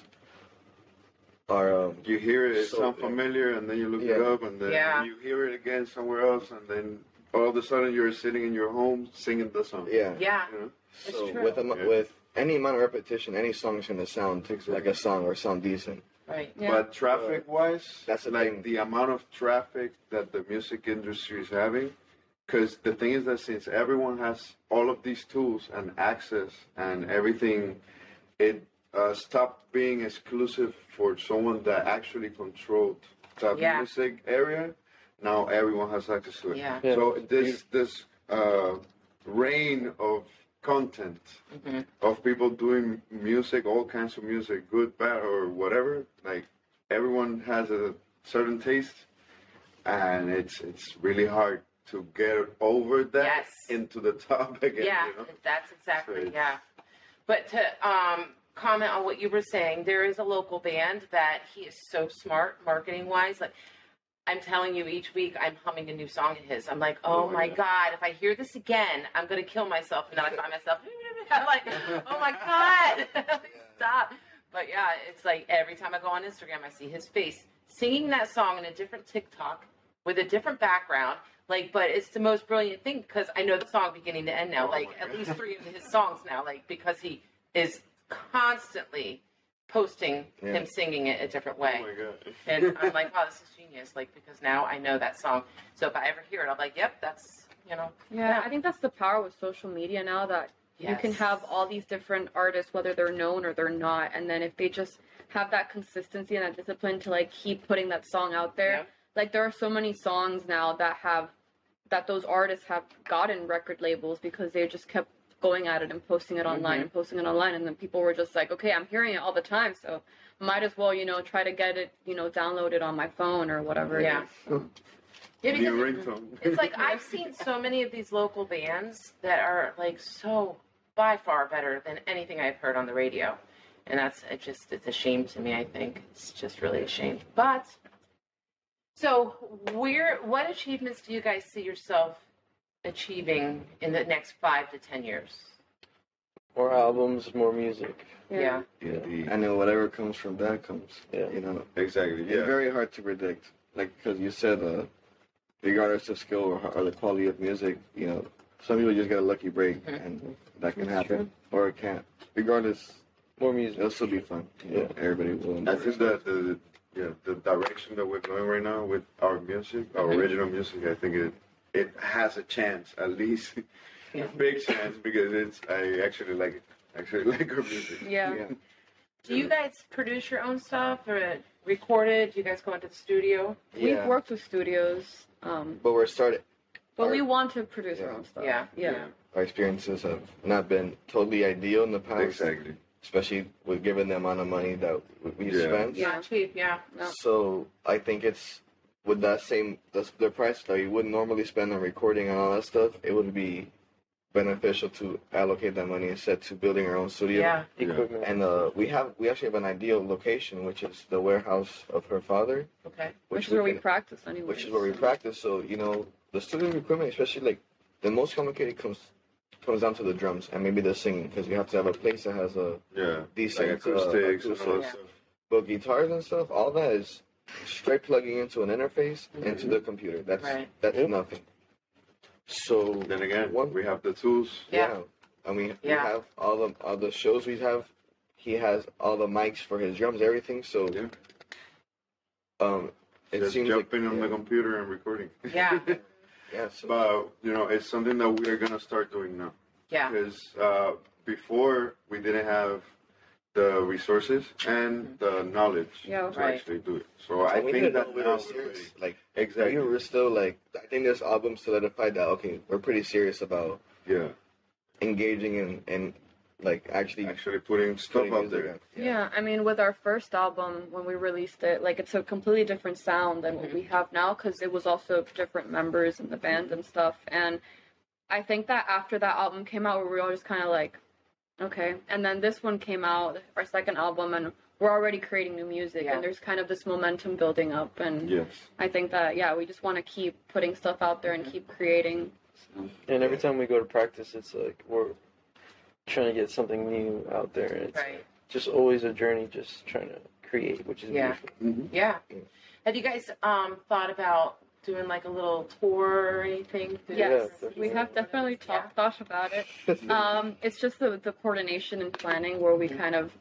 [SPEAKER 6] are um,
[SPEAKER 5] You hear it, it
[SPEAKER 6] So-
[SPEAKER 5] sounds familiar, and then you look it
[SPEAKER 6] Yeah.
[SPEAKER 5] up, and then
[SPEAKER 1] Yeah.
[SPEAKER 5] you hear it again somewhere else, and then all of a sudden you're sitting in your home singing the song.
[SPEAKER 6] yeah.
[SPEAKER 1] yeah,
[SPEAKER 5] You know?
[SPEAKER 1] It's
[SPEAKER 6] So
[SPEAKER 1] true.
[SPEAKER 6] with a,
[SPEAKER 5] Yeah.
[SPEAKER 6] with any amount of repetition, any song's gonna sound like a song or sound decent.
[SPEAKER 1] right,
[SPEAKER 2] Yeah.
[SPEAKER 5] But traffic wise,
[SPEAKER 6] That's the
[SPEAKER 5] like
[SPEAKER 6] thing.
[SPEAKER 5] the amount of traffic that the music industry is having. Because the thing is that since everyone has all of these tools and access and everything, it uh, stopped being exclusive for someone that actually controlled that
[SPEAKER 1] Yeah.
[SPEAKER 5] music area. Now everyone has access to it.
[SPEAKER 1] yeah,
[SPEAKER 4] Yeah.
[SPEAKER 5] So this this uh, reign of content
[SPEAKER 1] Mhm.
[SPEAKER 5] of people doing music, all kinds of music, good, bad, or whatever. Like everyone has a certain taste, and it's it's really hard to get over that
[SPEAKER 1] Yes.
[SPEAKER 5] into the top again.
[SPEAKER 1] yeah,
[SPEAKER 5] You know?
[SPEAKER 1] that's exactly
[SPEAKER 5] it's-
[SPEAKER 1] yeah. But to um, comment on what you were saying, there is a local band that he is so smart marketing wise. Like I'm telling you, each week I'm humming a new song of his. I'm like, oh,
[SPEAKER 5] Oh,
[SPEAKER 1] my
[SPEAKER 5] yeah.
[SPEAKER 1] god, if I hear this again, I'm gonna kill myself. And then I find myself I'm like, oh my god, stop. But yeah, it's like every time I go on Instagram, I see his face singing that song in a different TikTok with a different background. Like, but it's the most brilliant thing because I know the song beginning to end now.
[SPEAKER 5] Oh,
[SPEAKER 1] like,
[SPEAKER 5] my
[SPEAKER 1] at
[SPEAKER 5] God.
[SPEAKER 1] least three of his songs now. Like, because he is constantly posting
[SPEAKER 6] Yeah.
[SPEAKER 1] him singing it a different way.
[SPEAKER 5] Oh my god.
[SPEAKER 1] and I'm like, wow, this is genius. Like, because now I know that song. So if I ever hear it, I'm like, yep, that's, you know,
[SPEAKER 2] Yeah, I think that's the power with social media now that you can
[SPEAKER 1] yes.
[SPEAKER 2] have all these different artists, whether they're known or they're not, and then if they just have that consistency and that discipline to like keep putting that song out there,
[SPEAKER 1] Yeah.
[SPEAKER 2] like there are so many songs now that have that those artists have gotten record labels because they just kept going at it and posting
[SPEAKER 1] Mm-hmm.
[SPEAKER 2] it online and posting it online, and then people were just like, okay, I'm hearing it all the time, so might as well you know try to get it you know downloaded on my phone or whatever. it
[SPEAKER 1] Yeah.
[SPEAKER 2] is.
[SPEAKER 1] Yeah, because
[SPEAKER 5] New
[SPEAKER 1] it-
[SPEAKER 5] ringtone.
[SPEAKER 1] It's like I've seen so many of these local bands that are like so by far better than anything I've heard on the radio. And that's it just it's a shame to me, I think. It's just really a shame. But so where what achievements do you guys see yourself achieving in the next five to ten years?
[SPEAKER 4] More albums, more music.
[SPEAKER 1] Yeah.
[SPEAKER 5] Indeed.
[SPEAKER 6] And then whatever comes from that comes.
[SPEAKER 4] Yeah.
[SPEAKER 6] You know,
[SPEAKER 5] Exactly.
[SPEAKER 6] it's
[SPEAKER 5] Yeah.
[SPEAKER 6] very hard to predict. Like because you said, uh, regardless of skill or, or the quality of music, you know, Some people just get a lucky break, and that can happen, or it can't. Regardless,
[SPEAKER 4] More music.
[SPEAKER 6] it'll still be fun. Yeah, everybody will.
[SPEAKER 5] I
[SPEAKER 6] enjoy it.
[SPEAKER 5] think that the yeah, the direction that we're going right now with our music, our
[SPEAKER 1] Mm-hmm.
[SPEAKER 5] original music, I think it it has a chance, at least a big chance, because it's I actually like it. Actually like our music.
[SPEAKER 2] Yeah.
[SPEAKER 6] Yeah.
[SPEAKER 1] Do you guys produce your own stuff or record it? Do you guys go into the studio?
[SPEAKER 6] Yeah.
[SPEAKER 2] We've worked with studios, um,
[SPEAKER 6] But we're starting.
[SPEAKER 2] but we
[SPEAKER 6] Our-
[SPEAKER 2] want to produce our
[SPEAKER 6] Yeah.
[SPEAKER 2] own stuff.
[SPEAKER 1] Yeah.
[SPEAKER 2] Yeah.
[SPEAKER 6] Our experiences have not been totally ideal in the past,
[SPEAKER 5] Exactly.
[SPEAKER 6] especially with given the amount of money that we- we
[SPEAKER 5] Yeah.
[SPEAKER 6] spent.
[SPEAKER 1] It's
[SPEAKER 2] Yeah.
[SPEAKER 1] Not cheap, yeah.
[SPEAKER 2] No.
[SPEAKER 6] So I think it's with that same the, the price that you would normally spend on recording and all that stuff, it would be beneficial to allocate that money instead to building our own studio.
[SPEAKER 1] Yeah.
[SPEAKER 4] Equipment.
[SPEAKER 6] And uh, we have we actually have an ideal location, which is the warehouse of her father,
[SPEAKER 1] Okay.
[SPEAKER 2] Which, is
[SPEAKER 6] we
[SPEAKER 2] where we
[SPEAKER 6] can-
[SPEAKER 2] practice anyway.
[SPEAKER 6] which is where we
[SPEAKER 2] so.
[SPEAKER 6] practice. So you know the studio equipment, especially like the most complicated comes comes down to the drums and maybe the singing because you have to have a place that has a
[SPEAKER 5] Yeah. Like
[SPEAKER 6] decent uh,
[SPEAKER 5] acoustics and all that
[SPEAKER 6] acoustics.
[SPEAKER 5] stuff.
[SPEAKER 6] but guitars and stuff, all that is straight plugging into an interface into the computer. That's
[SPEAKER 1] Right.
[SPEAKER 6] that's nothing. So
[SPEAKER 5] Then again,
[SPEAKER 6] one,
[SPEAKER 5] we have the tools.
[SPEAKER 1] Yeah.
[SPEAKER 6] I mean, we
[SPEAKER 1] Yeah.
[SPEAKER 6] have all the all the shows we have. He has all the mics for his drums, everything. So,
[SPEAKER 5] Yeah.
[SPEAKER 6] um, it
[SPEAKER 5] just
[SPEAKER 6] seems like,
[SPEAKER 5] jumping on
[SPEAKER 6] yeah,
[SPEAKER 5] the computer and recording.
[SPEAKER 1] Yeah.
[SPEAKER 6] yeah, so-
[SPEAKER 5] But you know, it's something that we are gonna start doing now.
[SPEAKER 1] Yeah.
[SPEAKER 5] Because uh, before we didn't have the resources and the knowledge
[SPEAKER 2] Yeah.
[SPEAKER 5] to
[SPEAKER 1] Mm-hmm. Right.
[SPEAKER 5] actually do it. So I
[SPEAKER 6] And we
[SPEAKER 5] think
[SPEAKER 6] didn't
[SPEAKER 5] that
[SPEAKER 6] know we
[SPEAKER 5] now
[SPEAKER 6] were
[SPEAKER 5] we're ready.
[SPEAKER 6] serious. Like
[SPEAKER 5] Exactly.
[SPEAKER 6] we were still like I think this album solidified that okay, we're pretty serious about
[SPEAKER 5] Yeah.
[SPEAKER 6] engaging and and like actually
[SPEAKER 5] Actually putting stuff
[SPEAKER 6] putting
[SPEAKER 5] out
[SPEAKER 6] music
[SPEAKER 5] there.
[SPEAKER 6] out.
[SPEAKER 2] Yeah. I mean, with our first album when we released it, like it's a completely different sound than what we have now because it was also different members in the band and stuff. And I think that after that album came out, we were all just kind of like, okay. And then this one came out, our second album, and we're already creating new music.
[SPEAKER 1] Yeah.
[SPEAKER 2] And there's kind of this momentum building up. And
[SPEAKER 5] Yes.
[SPEAKER 2] I think that yeah, we just want to keep putting stuff out there and keep creating.
[SPEAKER 4] And every time we go to practice, it's like we're trying to get something new out there. And it's
[SPEAKER 1] Right.
[SPEAKER 4] just always a journey, just trying to create, which is
[SPEAKER 1] Yeah.
[SPEAKER 4] beautiful.
[SPEAKER 1] Yeah. Have you guys um thought about doing like a little tour or anything? through
[SPEAKER 2] Yes,
[SPEAKER 1] this?
[SPEAKER 2] we have definitely talked thought about it.
[SPEAKER 4] That's-
[SPEAKER 2] Um, it's just the, the coordination and planning where we
[SPEAKER 1] Mm-hmm.
[SPEAKER 2] kind of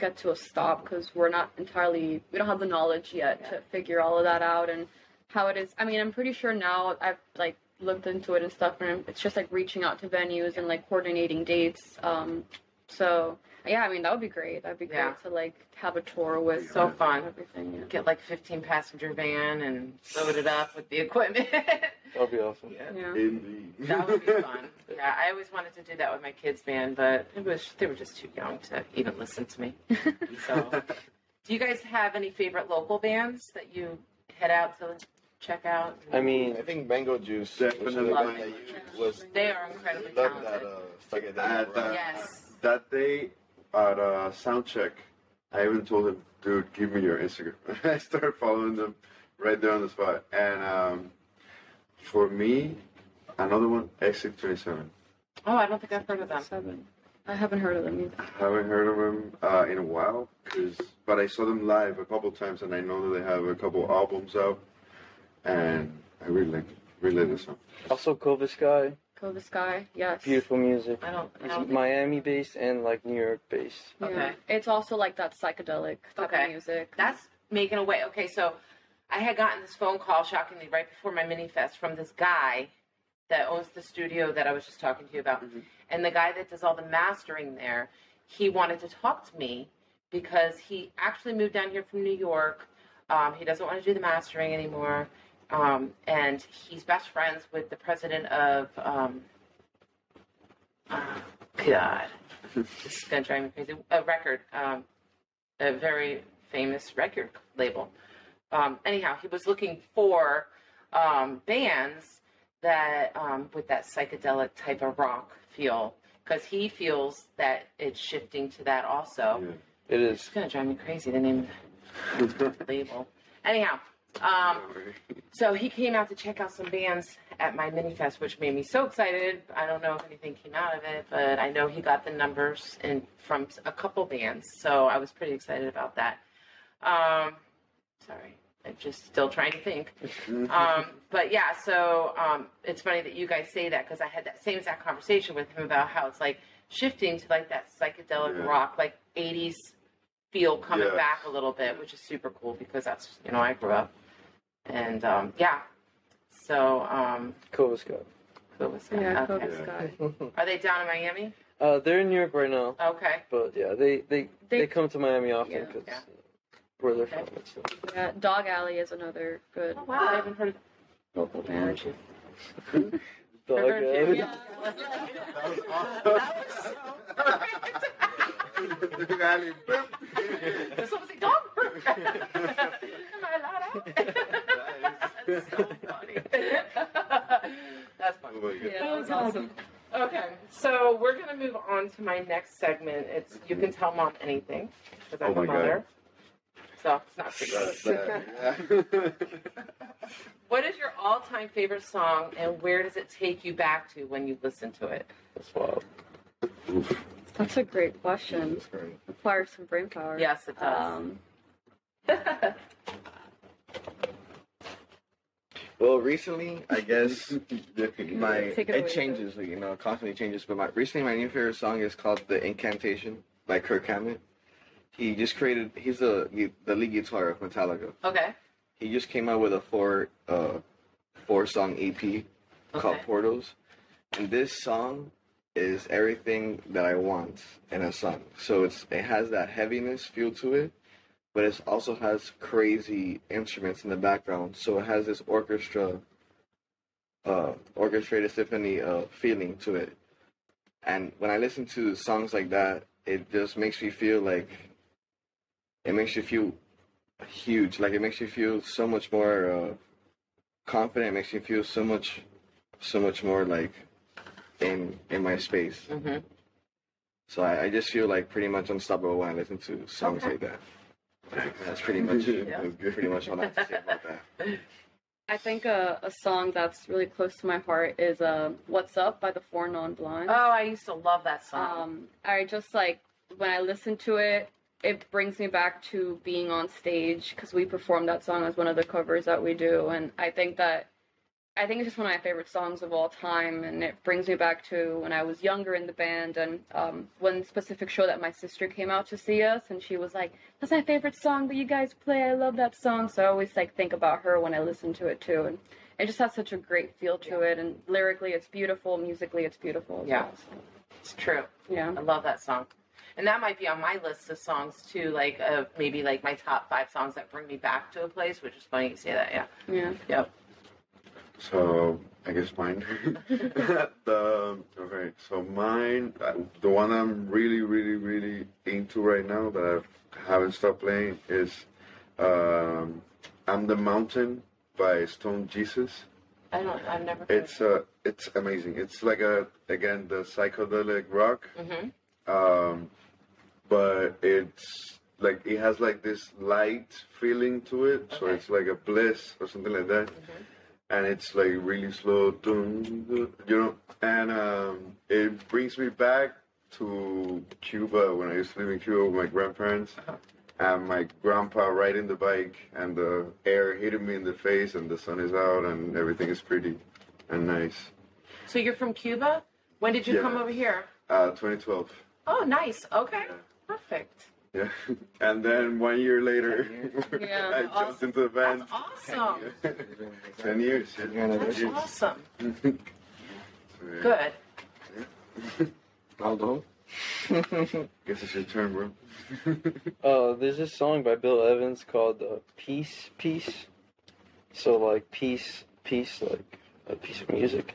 [SPEAKER 2] get to a stop because we're not entirely we don't have the knowledge yet to figure all of that out and how it is. I mean, I'm pretty sure now I've like looked into it and stuff, and it's just like reaching out to venues and like coordinating dates. Um, so yeah, I mean that would be great. That'd be great
[SPEAKER 1] Yeah.
[SPEAKER 2] to like have a tour with
[SPEAKER 1] So
[SPEAKER 2] with
[SPEAKER 1] fun.
[SPEAKER 2] everything. Yeah.
[SPEAKER 1] Get like a 15 passenger van and load it up with the equipment.
[SPEAKER 4] That would be awesome.
[SPEAKER 1] yeah.
[SPEAKER 5] Indeed.
[SPEAKER 1] That would be fun. Yeah, I always wanted to do that with my kids' band, but it was they were just too young to even listen to me. So, do you guys have any favorite local bands that you head out to check out?
[SPEAKER 4] I mean,
[SPEAKER 6] I think Mango Juice
[SPEAKER 5] Definitely
[SPEAKER 6] was,
[SPEAKER 1] Mango
[SPEAKER 2] Juice.
[SPEAKER 6] was
[SPEAKER 1] they are incredibly
[SPEAKER 6] love that
[SPEAKER 1] talented.
[SPEAKER 6] uh, psychedelic
[SPEAKER 5] Add
[SPEAKER 6] rock.
[SPEAKER 5] that.
[SPEAKER 1] yes.
[SPEAKER 5] That day at uh, sound check, I even told him, "Dude, give me your Instagram." I started following them right there on the spot. And um, for me, another one, Exit Twenty Seven.
[SPEAKER 1] Oh, I don't think I've heard of them.
[SPEAKER 2] Seven. I haven't heard of them either.
[SPEAKER 5] I haven't heard of them uh, in a while, 'cause- but I saw them live a couple times, and I know that they have a couple albums out, and I really like really like the song.
[SPEAKER 4] also Cova Sky,
[SPEAKER 2] Go the sky. Yes.
[SPEAKER 4] beautiful music.
[SPEAKER 1] I don't. I
[SPEAKER 4] It's
[SPEAKER 1] don't think-
[SPEAKER 4] Miami based and like New York based.
[SPEAKER 2] Yeah.
[SPEAKER 1] Okay.
[SPEAKER 2] It's also like that psychedelic type
[SPEAKER 1] Okay.
[SPEAKER 2] of music.
[SPEAKER 1] that's making a way. Okay, so I had gotten this phone call shockingly right before my mini fest from this guy that owns the studio that I was just talking to you about. And the guy that does all the mastering there, he wanted to talk to me because he actually moved down here from New York. Um, he doesn't want to do the mastering anymore. Um, and he's best friends with the president of, um, oh, God, this is going to drive me crazy, a record, um, a very famous record label. Um, anyhow, he was looking for um, bands that um, with that psychedelic type of rock feel because he feels that it's shifting to that also.
[SPEAKER 5] Yeah.
[SPEAKER 4] It
[SPEAKER 1] It's
[SPEAKER 4] is.
[SPEAKER 1] gonna drive me crazy the name of the label. Anyhow, um, so he came out to check out some bands at my mini fest, which made me so excited. I don't know if anything came out of it, but I know he got the numbers in from a couple bands, so I was pretty excited about that. Um, sorry, I'm just still trying to think. Um, but yeah, so um, it's funny that you guys say that because I had that same exact conversation with him about how it's like shifting to like that psychedelic
[SPEAKER 5] Yeah.
[SPEAKER 1] rock, like 80s feel coming
[SPEAKER 5] Yes.
[SPEAKER 1] back a little bit, which is super cool because that's, you know, I grew up. And um, yeah, so um,
[SPEAKER 4] Cool, Scott.
[SPEAKER 1] who was that?
[SPEAKER 2] Yeah,
[SPEAKER 1] okay.
[SPEAKER 2] Coke Scott.
[SPEAKER 1] Are they down in Miami?
[SPEAKER 4] Uh, they're in New York right now,
[SPEAKER 1] Okay.
[SPEAKER 4] but yeah, they they, they,
[SPEAKER 2] They-
[SPEAKER 4] come to Miami often
[SPEAKER 2] Yeah,
[SPEAKER 4] because
[SPEAKER 1] yeah.
[SPEAKER 4] where they're
[SPEAKER 1] Okay.
[SPEAKER 4] from. It's
[SPEAKER 2] Yeah, Dog Alley is another good
[SPEAKER 1] Oh, wow. I haven't heard of
[SPEAKER 2] local band.
[SPEAKER 4] dog
[SPEAKER 1] heard you,
[SPEAKER 4] alley.
[SPEAKER 2] Yeah.
[SPEAKER 5] That was awesome. Big alley, boop.
[SPEAKER 1] This one was a dog burp. Am I allowed out? That's so funny. That's funny.
[SPEAKER 5] Oh my God.
[SPEAKER 2] Yeah, that was awesome.
[SPEAKER 1] Okay, so we're gonna move on to my next segment. It's you can tell mom anything because I'm
[SPEAKER 5] Oh
[SPEAKER 1] a
[SPEAKER 5] my God.
[SPEAKER 1] mother. So it's not
[SPEAKER 5] That's
[SPEAKER 1] secret.
[SPEAKER 5] that, yeah.
[SPEAKER 1] What is your all-time favorite song, and where does it take you back to when you listen to it?
[SPEAKER 4] That's wild.
[SPEAKER 2] That's a great question.
[SPEAKER 5] That's great.
[SPEAKER 2] Requires some brain power.
[SPEAKER 1] Yes, it does.
[SPEAKER 2] Um,
[SPEAKER 6] Well, recently, I guess my
[SPEAKER 2] Take
[SPEAKER 6] it,
[SPEAKER 2] it away,
[SPEAKER 6] changes, like, you know, it constantly changes. But my recently, my new favorite song is called "The Incantation" by Kirk Hammett. He just created. He's the gu- the lead guitar of Metallica.
[SPEAKER 1] okay.
[SPEAKER 6] He just came out with a four uh four song EP called
[SPEAKER 1] Okay.
[SPEAKER 6] Portals, and this song is everything that I want in a song. So it's it has that heaviness feel to it, but it also has crazy instruments in the background. So it has this orchestra, uh, orchestrated symphony uh, feeling to it. And when I listen to songs like that, it just makes me feel like it makes you feel huge. Like it makes you feel so much more uh, confident. It makes you feel so much, so much more like in in my space.
[SPEAKER 1] Mhm.
[SPEAKER 6] So I, I just feel like pretty much unstoppable when I listen to songs
[SPEAKER 1] Okay.
[SPEAKER 6] like that. That's pretty much
[SPEAKER 5] Yeah.
[SPEAKER 6] pretty much all I have to say about that.
[SPEAKER 2] I think a, a song that's really close to my heart is uh, "What's Up" by the Four Non Blondes.
[SPEAKER 1] Oh, I used to love that song.
[SPEAKER 2] um, I just like when I listen to it, it brings me back to being on stage because we perform that song as one of the covers that we do, and I think that I think it's just one of my favorite songs of all time, and it brings me back to when I was younger in the band and um, one specific show that my sister came out to see us, and she was like, "That's my favorite song that you guys play. I love that song." So I always like think about her when I listen to it too, and it just has such a great feel to it, and lyrically it's beautiful, musically it's beautiful. as
[SPEAKER 1] Yeah.
[SPEAKER 2] well, so,
[SPEAKER 1] it's true.
[SPEAKER 2] yeah.
[SPEAKER 1] I love that song. And that might be on my list of songs too, like uh, maybe like my top five songs that bring me back to a place, which is funny you say that, yeah.
[SPEAKER 2] Yeah.
[SPEAKER 5] So I guess mine. the, okay, so mine, uh, the one I'm really, really, really into right now that I haven't stopped playing is um, "I'm the Mountain" by Stone Jesus.
[SPEAKER 1] I don't, I've never heard
[SPEAKER 5] It's uh, it's amazing. It's like a again the psychedelic rock,
[SPEAKER 1] Mhm.
[SPEAKER 5] um, but it's like it has like this light feeling to it. So
[SPEAKER 1] Okay.
[SPEAKER 5] it's like a bliss or something like that, and it's like really slow, dun, dun, you know. And um, it brings me back to Cuba when I used to live in Cuba with my grandparents. And my grandpa riding the bike, and the air hitting me in the face, and the sun is out, and everything is pretty and nice.
[SPEAKER 1] So you're from Cuba? When did you
[SPEAKER 5] Yeah.
[SPEAKER 1] come over here?
[SPEAKER 5] Uh, 2012.
[SPEAKER 1] Oh, nice. Okay. Perfect.
[SPEAKER 5] Yeah. And then one year later,
[SPEAKER 2] Yeah,
[SPEAKER 5] I jumped
[SPEAKER 1] awesome.
[SPEAKER 5] into the band.
[SPEAKER 1] That's awesome.
[SPEAKER 5] 10 years.
[SPEAKER 1] That's
[SPEAKER 5] Yes.
[SPEAKER 1] awesome.
[SPEAKER 5] Yeah.
[SPEAKER 1] Good.
[SPEAKER 6] Although
[SPEAKER 5] Guess it's your turn, bro.
[SPEAKER 4] Uh, there's this song by Bill Evans called uh, "Peace, Peace." So like peace, peace, like a piece of music.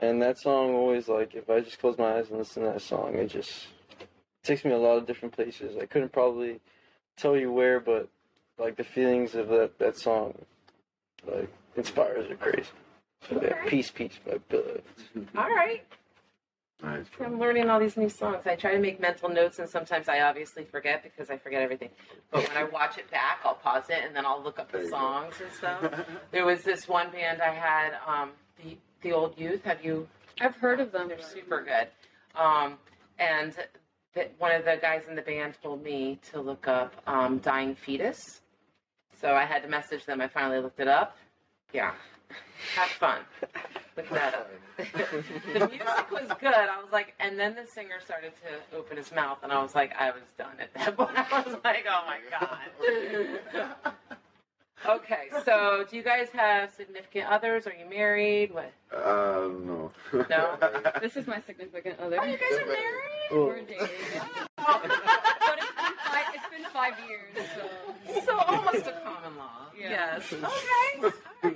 [SPEAKER 4] And that song always like if I just close my eyes and listen to that song, it just takes me a lot of different places. I couldn't probably tell you where, but like the feelings of that that song, like inspires are crazy. So yeah,
[SPEAKER 1] Okay.
[SPEAKER 4] "Peace, Peace" by Bill Evans.
[SPEAKER 1] All right.
[SPEAKER 5] Nice. bro.
[SPEAKER 1] I'm learning all these new songs. I try to make mental notes, and sometimes I obviously forget because I forget everything. But when I watch it back, I'll pause it and then I'll look up
[SPEAKER 5] There
[SPEAKER 1] the
[SPEAKER 5] you go.
[SPEAKER 1] songs and stuff. There was this one band I had, um, the the Old Youth. Have you
[SPEAKER 2] I've heard of them.
[SPEAKER 1] They're super good. Um, and th- one of the guys in the band told me to look up um, Dying Fetus. So I had to message them. I finally looked it up. Yeah. Have fun. Look that up. the music was good. I was like, and then the singer started to open his mouth, and I was like, I was done at that point. I was like, oh my god. okay, so do you guys have significant others? Are you married? What?
[SPEAKER 5] Uh, no.
[SPEAKER 1] No?
[SPEAKER 2] This is my significant other.
[SPEAKER 1] Oh, you guys are married?
[SPEAKER 2] We're
[SPEAKER 4] Well,
[SPEAKER 2] dating. but it's been, five, it's been five years, so.
[SPEAKER 1] So almost a common law.
[SPEAKER 2] Yeah.
[SPEAKER 1] Yes. Okay. they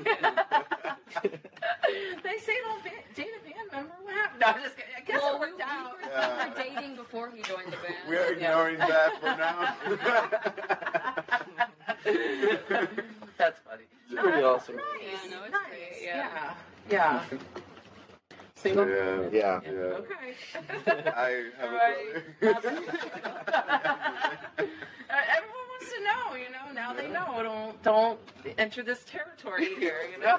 [SPEAKER 1] say don't ba- date a band member. What happened? No, I'm just kidding. I guess
[SPEAKER 2] Well,
[SPEAKER 1] it
[SPEAKER 2] we,
[SPEAKER 1] worked
[SPEAKER 2] we
[SPEAKER 1] out.
[SPEAKER 2] were,
[SPEAKER 5] Yeah.
[SPEAKER 2] we were dating before he joined the band.
[SPEAKER 5] we are ignoring that for now.
[SPEAKER 1] That's funny.
[SPEAKER 4] It's pretty awesome.
[SPEAKER 1] Nice.
[SPEAKER 2] Yeah, no, it's
[SPEAKER 1] nice.
[SPEAKER 2] great,
[SPEAKER 1] Yeah.
[SPEAKER 2] yeah.
[SPEAKER 1] Yeah. Single.
[SPEAKER 5] yeah.
[SPEAKER 4] Yeah.
[SPEAKER 5] Yeah.
[SPEAKER 1] Okay.
[SPEAKER 5] I have a
[SPEAKER 1] Everyone
[SPEAKER 5] brother.
[SPEAKER 1] Uh, wants to know, you know. Now they know. Don't don't enter this territory here, you know.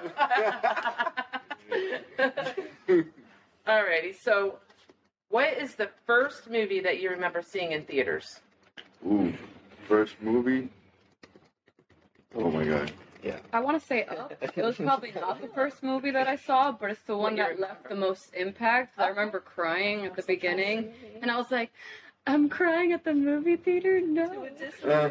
[SPEAKER 1] Alrighty. So, what is the first movie that you remember seeing in theaters?
[SPEAKER 5] Ooh, first movie. Oh my god.
[SPEAKER 2] I want to say Up. It was probably not the first movie that I saw, but it's the one
[SPEAKER 1] What do you
[SPEAKER 2] that left the most impact. I remember crying at the beginning, and I was like, I'm crying at the movie theater? No. Yeah.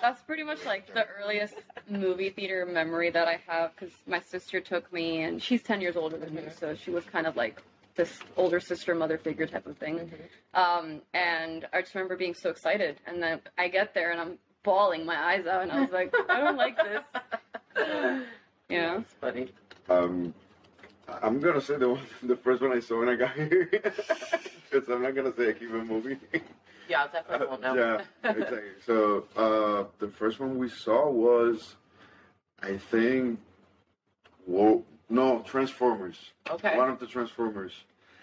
[SPEAKER 2] That's pretty much like the earliest movie theater memory that I have because my sister took me, and she's 10 years older than me,
[SPEAKER 1] Mm-hmm.
[SPEAKER 2] so she was kind of like this older sister mother figure type of thing.
[SPEAKER 1] Mm-hmm.
[SPEAKER 2] Um, and I just remember being so excited. And then I get there and I'm bawling my eyes out, and I was like, I don't like this. Yeah.
[SPEAKER 1] That's funny.
[SPEAKER 5] Um, I'm gonna say the one, the first one I saw when I got here, because I'm not gonna say I keep a movie.
[SPEAKER 1] Yeah, I definitely won't know.
[SPEAKER 5] yeah, exactly. So uh, the first one we saw was, I think, whoa, no, Transformers.
[SPEAKER 1] okay.
[SPEAKER 5] One of the Transformers.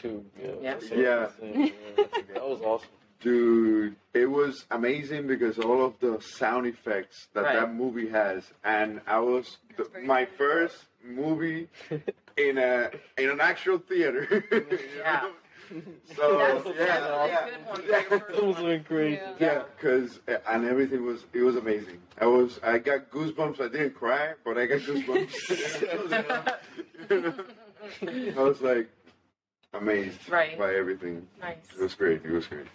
[SPEAKER 4] Dude,
[SPEAKER 1] Yeah.
[SPEAKER 4] yeah. so-
[SPEAKER 5] Yeah.
[SPEAKER 4] That was awesome.
[SPEAKER 5] Dude, it was amazing because all of the sound effects that
[SPEAKER 1] Right.
[SPEAKER 5] that movie has, and I was the,
[SPEAKER 2] That's very
[SPEAKER 5] my
[SPEAKER 2] good.
[SPEAKER 5] first movie in a in an actual theater. you
[SPEAKER 1] Yeah.
[SPEAKER 5] know? So
[SPEAKER 1] That's,
[SPEAKER 5] yeah,
[SPEAKER 1] that's
[SPEAKER 5] yeah,
[SPEAKER 1] a good one.
[SPEAKER 5] yeah.
[SPEAKER 1] for your first
[SPEAKER 4] That was
[SPEAKER 1] one.
[SPEAKER 4] doing crazy.
[SPEAKER 2] Yeah.
[SPEAKER 5] Yeah, cause uh, and everything was it was amazing. I was I got goosebumps. I didn't cry, but I got goosebumps. I was like amazed
[SPEAKER 1] Right.
[SPEAKER 5] by everything.
[SPEAKER 1] Nice.
[SPEAKER 5] It was great. It was great.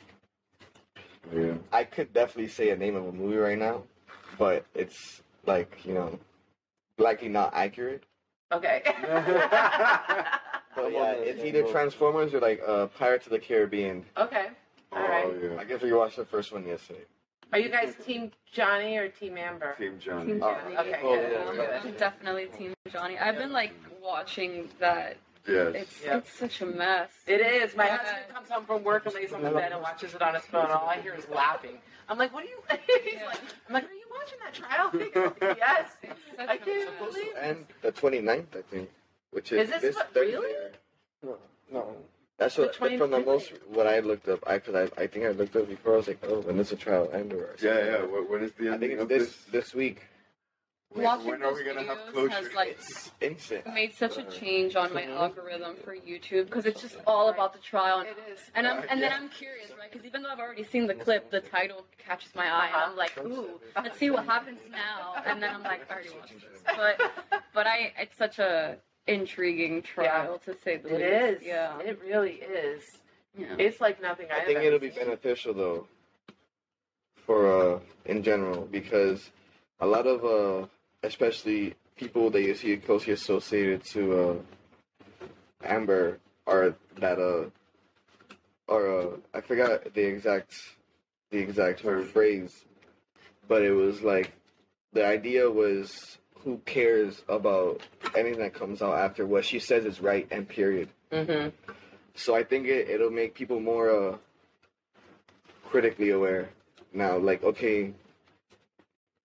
[SPEAKER 5] Yeah.
[SPEAKER 6] I could definitely say a name of a movie right now, but it's like you know, likely not accurate.
[SPEAKER 1] Okay.
[SPEAKER 6] But
[SPEAKER 4] I'm
[SPEAKER 6] yeah,
[SPEAKER 4] on the
[SPEAKER 6] it's
[SPEAKER 4] same
[SPEAKER 6] either
[SPEAKER 4] boat.
[SPEAKER 6] Transformers or like uh, Pirates of the Caribbean.
[SPEAKER 1] okay. All right.
[SPEAKER 5] Oh yeah.
[SPEAKER 6] I guess we watched the first one yesterday.
[SPEAKER 1] Are you guys Team Johnny or Team Amber?
[SPEAKER 5] Team John.
[SPEAKER 2] Team
[SPEAKER 6] Oh,
[SPEAKER 2] Johnny.
[SPEAKER 1] okay,
[SPEAKER 6] Oh,
[SPEAKER 1] good,
[SPEAKER 6] yeah,
[SPEAKER 1] good.
[SPEAKER 2] I'm definitely Team Johnny. I've been like watching that.
[SPEAKER 5] Yes.
[SPEAKER 2] It's
[SPEAKER 1] Yep.
[SPEAKER 2] it's such a mess.
[SPEAKER 1] It is. My
[SPEAKER 2] Yeah.
[SPEAKER 1] husband comes home from work and lays on the bed and watches it on his phone. All I hear is laughing. I'm like, what are you? He's
[SPEAKER 2] Yeah.
[SPEAKER 1] like, I'm like, are you watching that trial? He's like, yes.
[SPEAKER 2] It's such
[SPEAKER 1] I
[SPEAKER 2] a
[SPEAKER 1] can't
[SPEAKER 2] mess.
[SPEAKER 1] believe. it."
[SPEAKER 6] And the 29th, I think, which is,
[SPEAKER 1] Is this what-
[SPEAKER 6] Thursday.
[SPEAKER 1] really?
[SPEAKER 6] No. That's
[SPEAKER 1] The
[SPEAKER 6] what from the
[SPEAKER 1] 29th?
[SPEAKER 6] most what I looked up. I cause I, I think I looked up before. I was like, oh, when is the trial end or something.
[SPEAKER 5] Yeah, yeah. When when is the
[SPEAKER 6] I
[SPEAKER 5] ending
[SPEAKER 6] think it's
[SPEAKER 5] of
[SPEAKER 6] this
[SPEAKER 5] this?
[SPEAKER 6] this week.
[SPEAKER 5] When,
[SPEAKER 2] Watching
[SPEAKER 5] when are we
[SPEAKER 2] those
[SPEAKER 5] gonna have
[SPEAKER 2] videos
[SPEAKER 5] closure?
[SPEAKER 2] has, like,
[SPEAKER 6] It's Uh-huh. instant.
[SPEAKER 2] made such a change on my algorithm for YouTube because it's just all about the trial and
[SPEAKER 1] It is.
[SPEAKER 2] and, I'm, and then I'm curious, right? Because even though I've already seen the clip, the title catches my eye, and I'm like, "Ooh, let's see what happens now." And then I'm like, "I already watched this," but but I it's such a intriguing trial to say the
[SPEAKER 1] It
[SPEAKER 2] least.
[SPEAKER 1] is.
[SPEAKER 2] Yeah.
[SPEAKER 1] It really is.
[SPEAKER 2] yeah.
[SPEAKER 1] It's like nothing
[SPEAKER 6] I
[SPEAKER 1] I've
[SPEAKER 6] think
[SPEAKER 1] ever
[SPEAKER 6] it'll be
[SPEAKER 1] seen.
[SPEAKER 6] beneficial though for uh in general because a lot of uh especially people that you see closely associated to uh Amber are that uh or uh I forgot the exact the exact phrase but it was like the idea was who cares about anything that comes out after what she says is right and period
[SPEAKER 1] Mhm.
[SPEAKER 6] so I think it, it'll make people more uh, critically aware now. Like, okay,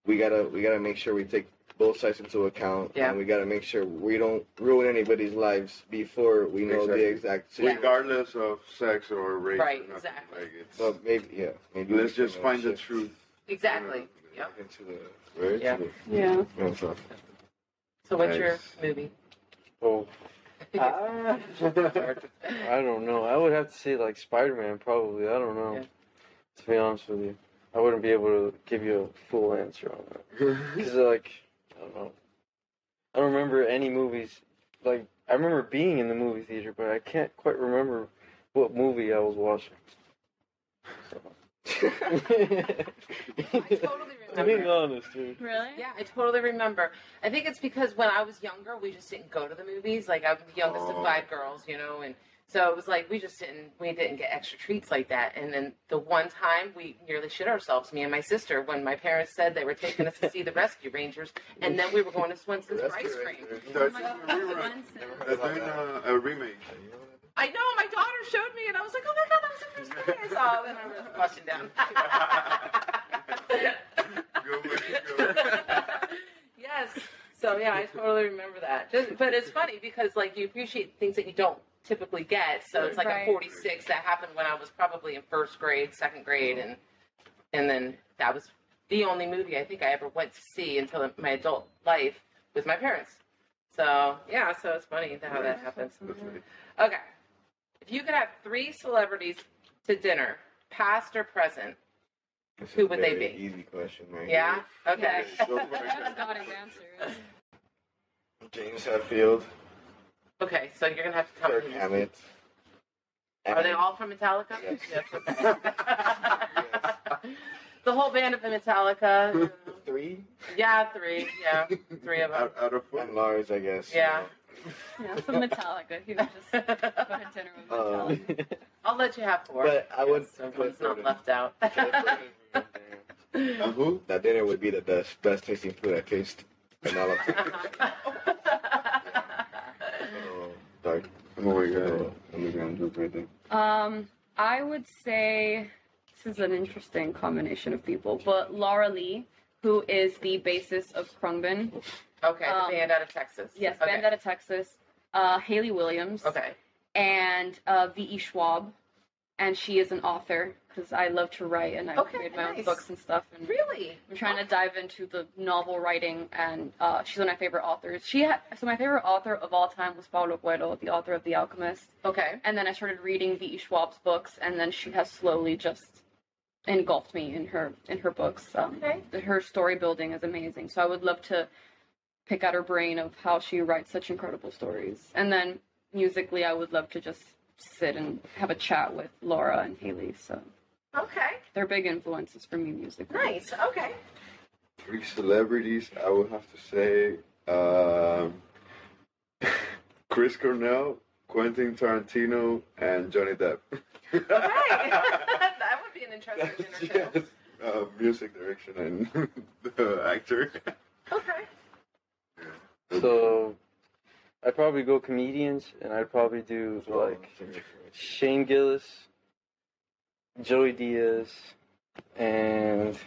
[SPEAKER 6] we gotta we gotta make sure we take both sides into account,
[SPEAKER 1] Yeah.
[SPEAKER 6] and we gotta make sure we don't ruin anybody's lives before we know
[SPEAKER 5] Exactly.
[SPEAKER 6] the exact.
[SPEAKER 1] Yeah.
[SPEAKER 6] situation.
[SPEAKER 5] regardless of sex or race.
[SPEAKER 1] Right,
[SPEAKER 5] or nothing.
[SPEAKER 1] exactly.
[SPEAKER 5] Like it's,
[SPEAKER 6] But maybe, yeah. Maybe
[SPEAKER 5] let's just find the
[SPEAKER 6] shift
[SPEAKER 5] truth.
[SPEAKER 1] Exactly. Yep.
[SPEAKER 6] Into the right.
[SPEAKER 1] Yeah.
[SPEAKER 6] To
[SPEAKER 2] yeah.
[SPEAKER 6] the, and so-
[SPEAKER 1] So what's your
[SPEAKER 5] Nice.
[SPEAKER 1] movie?
[SPEAKER 4] Oh,
[SPEAKER 6] Uh,
[SPEAKER 5] Ah.
[SPEAKER 4] I don't know. I would have to say like Spider Man probably. I don't know.
[SPEAKER 1] Yeah.
[SPEAKER 4] To be honest with you, I wouldn't be able to give you a full answer on that. Because, like, I don't know. I don't remember any movies. Like, I remember being in the movie theater, but I can't quite remember what movie I was watching.
[SPEAKER 1] I totally
[SPEAKER 4] Being
[SPEAKER 1] remember.
[SPEAKER 4] honest, dude.
[SPEAKER 2] Really?
[SPEAKER 1] Yeah, I totally remember. I think it's because when I was younger, we just didn't go to the movies. Like I'm the youngest
[SPEAKER 5] Oh.
[SPEAKER 1] of five girls, you know, and so it was like we just didn't we didn't get extra treats like that. And then the one time we nearly shit ourselves, me and my sister, when my parents said they were taking us to see the Rescue Rangers, and then we were going to Swenson's for ice cream.
[SPEAKER 2] Oh
[SPEAKER 5] That's
[SPEAKER 7] my
[SPEAKER 5] doing
[SPEAKER 7] God,
[SPEAKER 5] a
[SPEAKER 7] that's
[SPEAKER 5] rerun.
[SPEAKER 7] Bunsen.
[SPEAKER 5] They're doing a, uh, a remake.
[SPEAKER 1] I know my daughter showed me, and I was like, oh my god, that was the first thing I saw. Oh, And I was flushing down.
[SPEAKER 5] Good way to go.
[SPEAKER 1] yes. So yeah, I totally remember that. Just, but it's funny because like you appreciate things that you don't typically get. So it's like
[SPEAKER 2] Right.
[SPEAKER 1] a 46 that happened when I was probably in first grade, second grade, and and then that was the only movie I think I ever went to see until my adult life with my parents. So yeah, so it's funny how that happens. Okay, if you could have three celebrities to dinner, past or present,
[SPEAKER 6] This is
[SPEAKER 1] Who would
[SPEAKER 6] a
[SPEAKER 1] they
[SPEAKER 6] very
[SPEAKER 1] be?
[SPEAKER 6] Easy question, right?
[SPEAKER 1] yeah, okay,
[SPEAKER 5] Yeah, so far,
[SPEAKER 7] That's a goddamn answer.
[SPEAKER 6] James Hetfield,
[SPEAKER 1] okay. So you're gonna have to tell me.
[SPEAKER 6] Kirk
[SPEAKER 1] who you
[SPEAKER 6] Hammett.
[SPEAKER 1] Are they all from Metallica?
[SPEAKER 6] Yes.
[SPEAKER 1] okay. the whole band of Metallica. you know.
[SPEAKER 6] three?
[SPEAKER 1] Yeah, three. Yeah, three of them.
[SPEAKER 5] out, out of four.
[SPEAKER 6] And Lars, I guess.
[SPEAKER 1] Yeah.
[SPEAKER 7] Yeah, from Metallica. He was just go to dinner with
[SPEAKER 6] Uh,
[SPEAKER 7] Metallica.
[SPEAKER 1] I'll let you have four.
[SPEAKER 6] But I would.
[SPEAKER 1] So one's not left out.
[SPEAKER 5] And who?
[SPEAKER 6] That dinner would be the best, best tasting food I taste in all of Oh, dark.
[SPEAKER 5] Oh my god.
[SPEAKER 6] underground group right there.
[SPEAKER 2] Um, I would say this is an interesting combination of people, but Laura Lee, who is the basis of Krungbin,
[SPEAKER 1] okay,
[SPEAKER 2] Um,
[SPEAKER 1] the band out of Texas.
[SPEAKER 2] yes,
[SPEAKER 1] okay.
[SPEAKER 2] band out of Texas, uh, Haley Williams,
[SPEAKER 1] Okay.
[SPEAKER 2] and uh, V.E. Schwab, and she is an author because I love to write and I
[SPEAKER 1] Okay,
[SPEAKER 2] read my own
[SPEAKER 1] nice.
[SPEAKER 2] books and stuff. And
[SPEAKER 1] Really?
[SPEAKER 2] I'm trying to dive into the novel writing, and uh, she's one of my favorite authors. She ha- so my favorite author of all time was Paulo Coelho, the author of The Alchemist.
[SPEAKER 1] Okay.
[SPEAKER 2] and then I started reading V. E. Schwab's books, and then she has slowly just engulfed me in her in her books. Um,
[SPEAKER 1] Okay.
[SPEAKER 2] Her story building is amazing, so I would love to pick out her brain of how she writes such incredible stories. And then musically, I would love to just sit and have a chat with Laura and Haley. So
[SPEAKER 1] Okay.
[SPEAKER 2] they're big influences for me musically.
[SPEAKER 1] Nice. Okay.
[SPEAKER 5] Three celebrities, I would have to say um, Chris Cornell, Quentin Tarantino, and Johnny Depp.
[SPEAKER 1] Okay. that would be an interesting dinner too.
[SPEAKER 5] Yes. Uh, music direction and uh, actor.
[SPEAKER 1] Okay.
[SPEAKER 4] So, I'd probably go comedians, and I'd probably do, like,
[SPEAKER 6] Oh,
[SPEAKER 4] Shane Gillis, Joey Diaz, and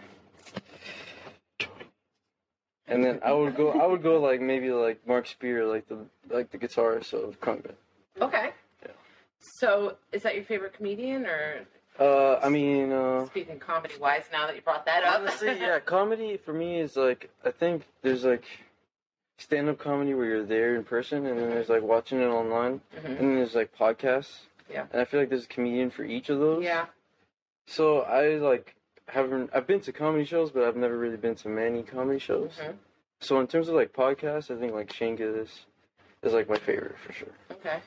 [SPEAKER 4] and then I would go I would go like maybe like Mark Spear like the like the guitarist of Crumbin.
[SPEAKER 1] Okay.
[SPEAKER 4] Yeah.
[SPEAKER 1] So, is that your favorite comedian, or
[SPEAKER 4] Uh, I mean, uh,
[SPEAKER 1] speaking comedy wise, now that you brought that up?
[SPEAKER 4] honestly, yeah, comedy for me is like I think there's like stand up comedy where you're there in person, and then there's like watching it online,
[SPEAKER 1] Mhm.
[SPEAKER 4] and then there's like podcasts.
[SPEAKER 1] Yeah.
[SPEAKER 4] and I feel like there's a comedian for each of those.
[SPEAKER 1] Yeah.
[SPEAKER 4] So I like haven't I've been to comedy shows, but I've never really been to many comedy shows.
[SPEAKER 1] Mhm.
[SPEAKER 4] So in terms of like podcasts, I think like Shane Gillis is like my favorite for sure.
[SPEAKER 1] Okay.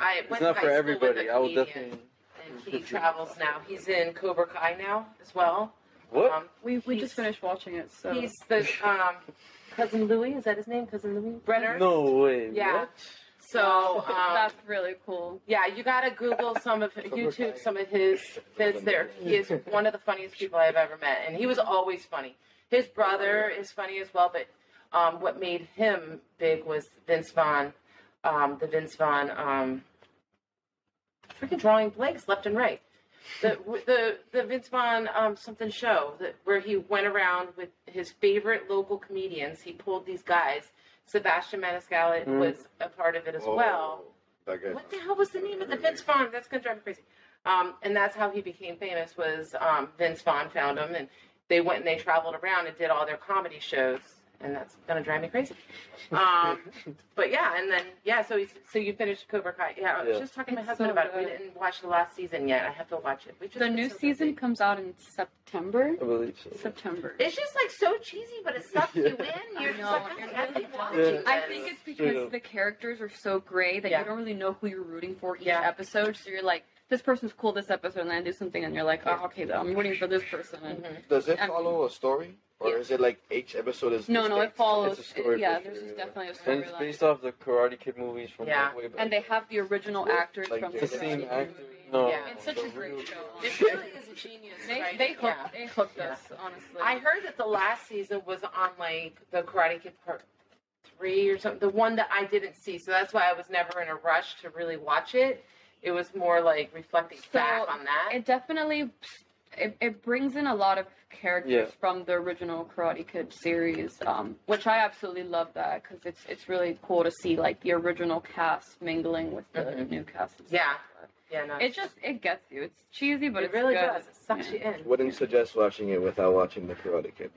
[SPEAKER 1] I went
[SPEAKER 4] It's
[SPEAKER 1] to
[SPEAKER 4] not
[SPEAKER 1] high
[SPEAKER 4] for
[SPEAKER 1] school
[SPEAKER 4] everybody.
[SPEAKER 1] With a
[SPEAKER 4] I will
[SPEAKER 1] comedian,
[SPEAKER 4] definitely.
[SPEAKER 1] And he travels now. He's in Cobra Kai now as well.
[SPEAKER 4] What?
[SPEAKER 1] Um,
[SPEAKER 2] We we
[SPEAKER 1] He's-
[SPEAKER 2] just finished watching it, so
[SPEAKER 1] he's the um, cousin Louis. Is that his name? Cousin Louis. Brenner.
[SPEAKER 4] no way.
[SPEAKER 1] Yeah.
[SPEAKER 4] What?
[SPEAKER 1] So um,
[SPEAKER 2] that's really cool.
[SPEAKER 1] yeah, you gotta Google some of YouTube, some of his bits. There, he is one of the funniest people I've ever met, and he was always funny. His brother is funny as well, but um, what made him big was Vince Vaughn, um, the Vince Vaughn um, freaking drawing blanks left and right. The the the Vince Vaughn um, something show that where he went around with his favorite local comedians. He pulled these guys. Sebastian Maniscalco
[SPEAKER 4] Mm.
[SPEAKER 1] was a part of it as
[SPEAKER 5] Oh,
[SPEAKER 1] well.
[SPEAKER 5] That guy.
[SPEAKER 1] What the hell was the name of the Vince Vaughn? That's gonna drive me crazy. Um, and that's how he became famous. Was um, Vince Vaughn found him, and they went and they traveled around and did all their comedy shows and that's gonna drive me crazy. Um, but yeah, and then yeah, so he's, so you finished Cobra Kai? Yeah, I was
[SPEAKER 4] Yeah.
[SPEAKER 1] just talking to my
[SPEAKER 2] It's
[SPEAKER 1] husband
[SPEAKER 2] so
[SPEAKER 1] about it. We
[SPEAKER 2] good.
[SPEAKER 1] didn't watch the last season yet. I have to watch it. We just
[SPEAKER 2] The
[SPEAKER 1] been
[SPEAKER 2] new
[SPEAKER 1] so
[SPEAKER 2] season
[SPEAKER 1] busy.
[SPEAKER 2] comes out in September.
[SPEAKER 4] I believe so.
[SPEAKER 2] September.
[SPEAKER 1] It's just like so cheesy, but it sucks you in.
[SPEAKER 2] I
[SPEAKER 1] You're just
[SPEAKER 2] know,
[SPEAKER 1] like,
[SPEAKER 2] it
[SPEAKER 1] I
[SPEAKER 2] really
[SPEAKER 1] keep
[SPEAKER 2] does.
[SPEAKER 1] watching
[SPEAKER 4] Yeah.
[SPEAKER 2] I
[SPEAKER 1] this.
[SPEAKER 2] think it's
[SPEAKER 4] Straight
[SPEAKER 2] because
[SPEAKER 4] up.
[SPEAKER 2] the characters are so gray that
[SPEAKER 1] Yeah.
[SPEAKER 2] you don't really know who you're rooting for each
[SPEAKER 1] Yeah.
[SPEAKER 2] episode. So you're like, this person's cool this episode, and then I do something, and you're like, oh, okay, though, I'm rooting for this person. And
[SPEAKER 1] Mhm.
[SPEAKER 6] Does it
[SPEAKER 2] I mean-
[SPEAKER 6] follow a story, or
[SPEAKER 2] Yeah.
[SPEAKER 6] is it like each episode is?
[SPEAKER 2] no, no, it
[SPEAKER 6] distinct?
[SPEAKER 2] follows.
[SPEAKER 4] It's a story
[SPEAKER 2] it- yeah,
[SPEAKER 4] for
[SPEAKER 2] there's
[SPEAKER 4] sure,
[SPEAKER 2] just
[SPEAKER 4] yeah.
[SPEAKER 2] definitely a
[SPEAKER 4] And it's
[SPEAKER 2] storyline.
[SPEAKER 4] based off the Karate Kid movies from
[SPEAKER 1] Yeah.
[SPEAKER 4] like way back.
[SPEAKER 2] And they have the original actors
[SPEAKER 4] like
[SPEAKER 2] from
[SPEAKER 4] the
[SPEAKER 2] Karate
[SPEAKER 4] same
[SPEAKER 2] Kid
[SPEAKER 4] actor.
[SPEAKER 2] movie.
[SPEAKER 4] No,
[SPEAKER 1] Yeah.
[SPEAKER 2] It's such
[SPEAKER 4] the
[SPEAKER 2] a
[SPEAKER 4] real-
[SPEAKER 2] great show.
[SPEAKER 1] It really is a genius.
[SPEAKER 2] They,
[SPEAKER 1] right?
[SPEAKER 2] they hooked,
[SPEAKER 1] Yeah.
[SPEAKER 2] they hooked
[SPEAKER 1] Yeah.
[SPEAKER 2] us, honestly.
[SPEAKER 1] I heard that the last season was on like the Karate Kid Part Three or something, the one that I didn't see. So that's why I was never in a rush to really watch it. It was more like reflecting
[SPEAKER 2] So,
[SPEAKER 1] back on that.
[SPEAKER 2] it definitely it, it brings in a lot of characters
[SPEAKER 4] Yeah.
[SPEAKER 2] from the original Karate Kid series, um, which I absolutely love that because it's it's really cool to see like the original cast mingling with the
[SPEAKER 4] Mm-hmm.
[SPEAKER 1] Mhm.
[SPEAKER 2] new cast. and
[SPEAKER 1] Yeah.
[SPEAKER 2] stuff.
[SPEAKER 1] yeah, no,
[SPEAKER 2] it just it gets you. It's cheesy, but
[SPEAKER 1] it
[SPEAKER 2] it's
[SPEAKER 1] really
[SPEAKER 2] good.
[SPEAKER 1] does. It sucks you in.
[SPEAKER 6] Wouldn't suggest watching it without watching the Karate Kid.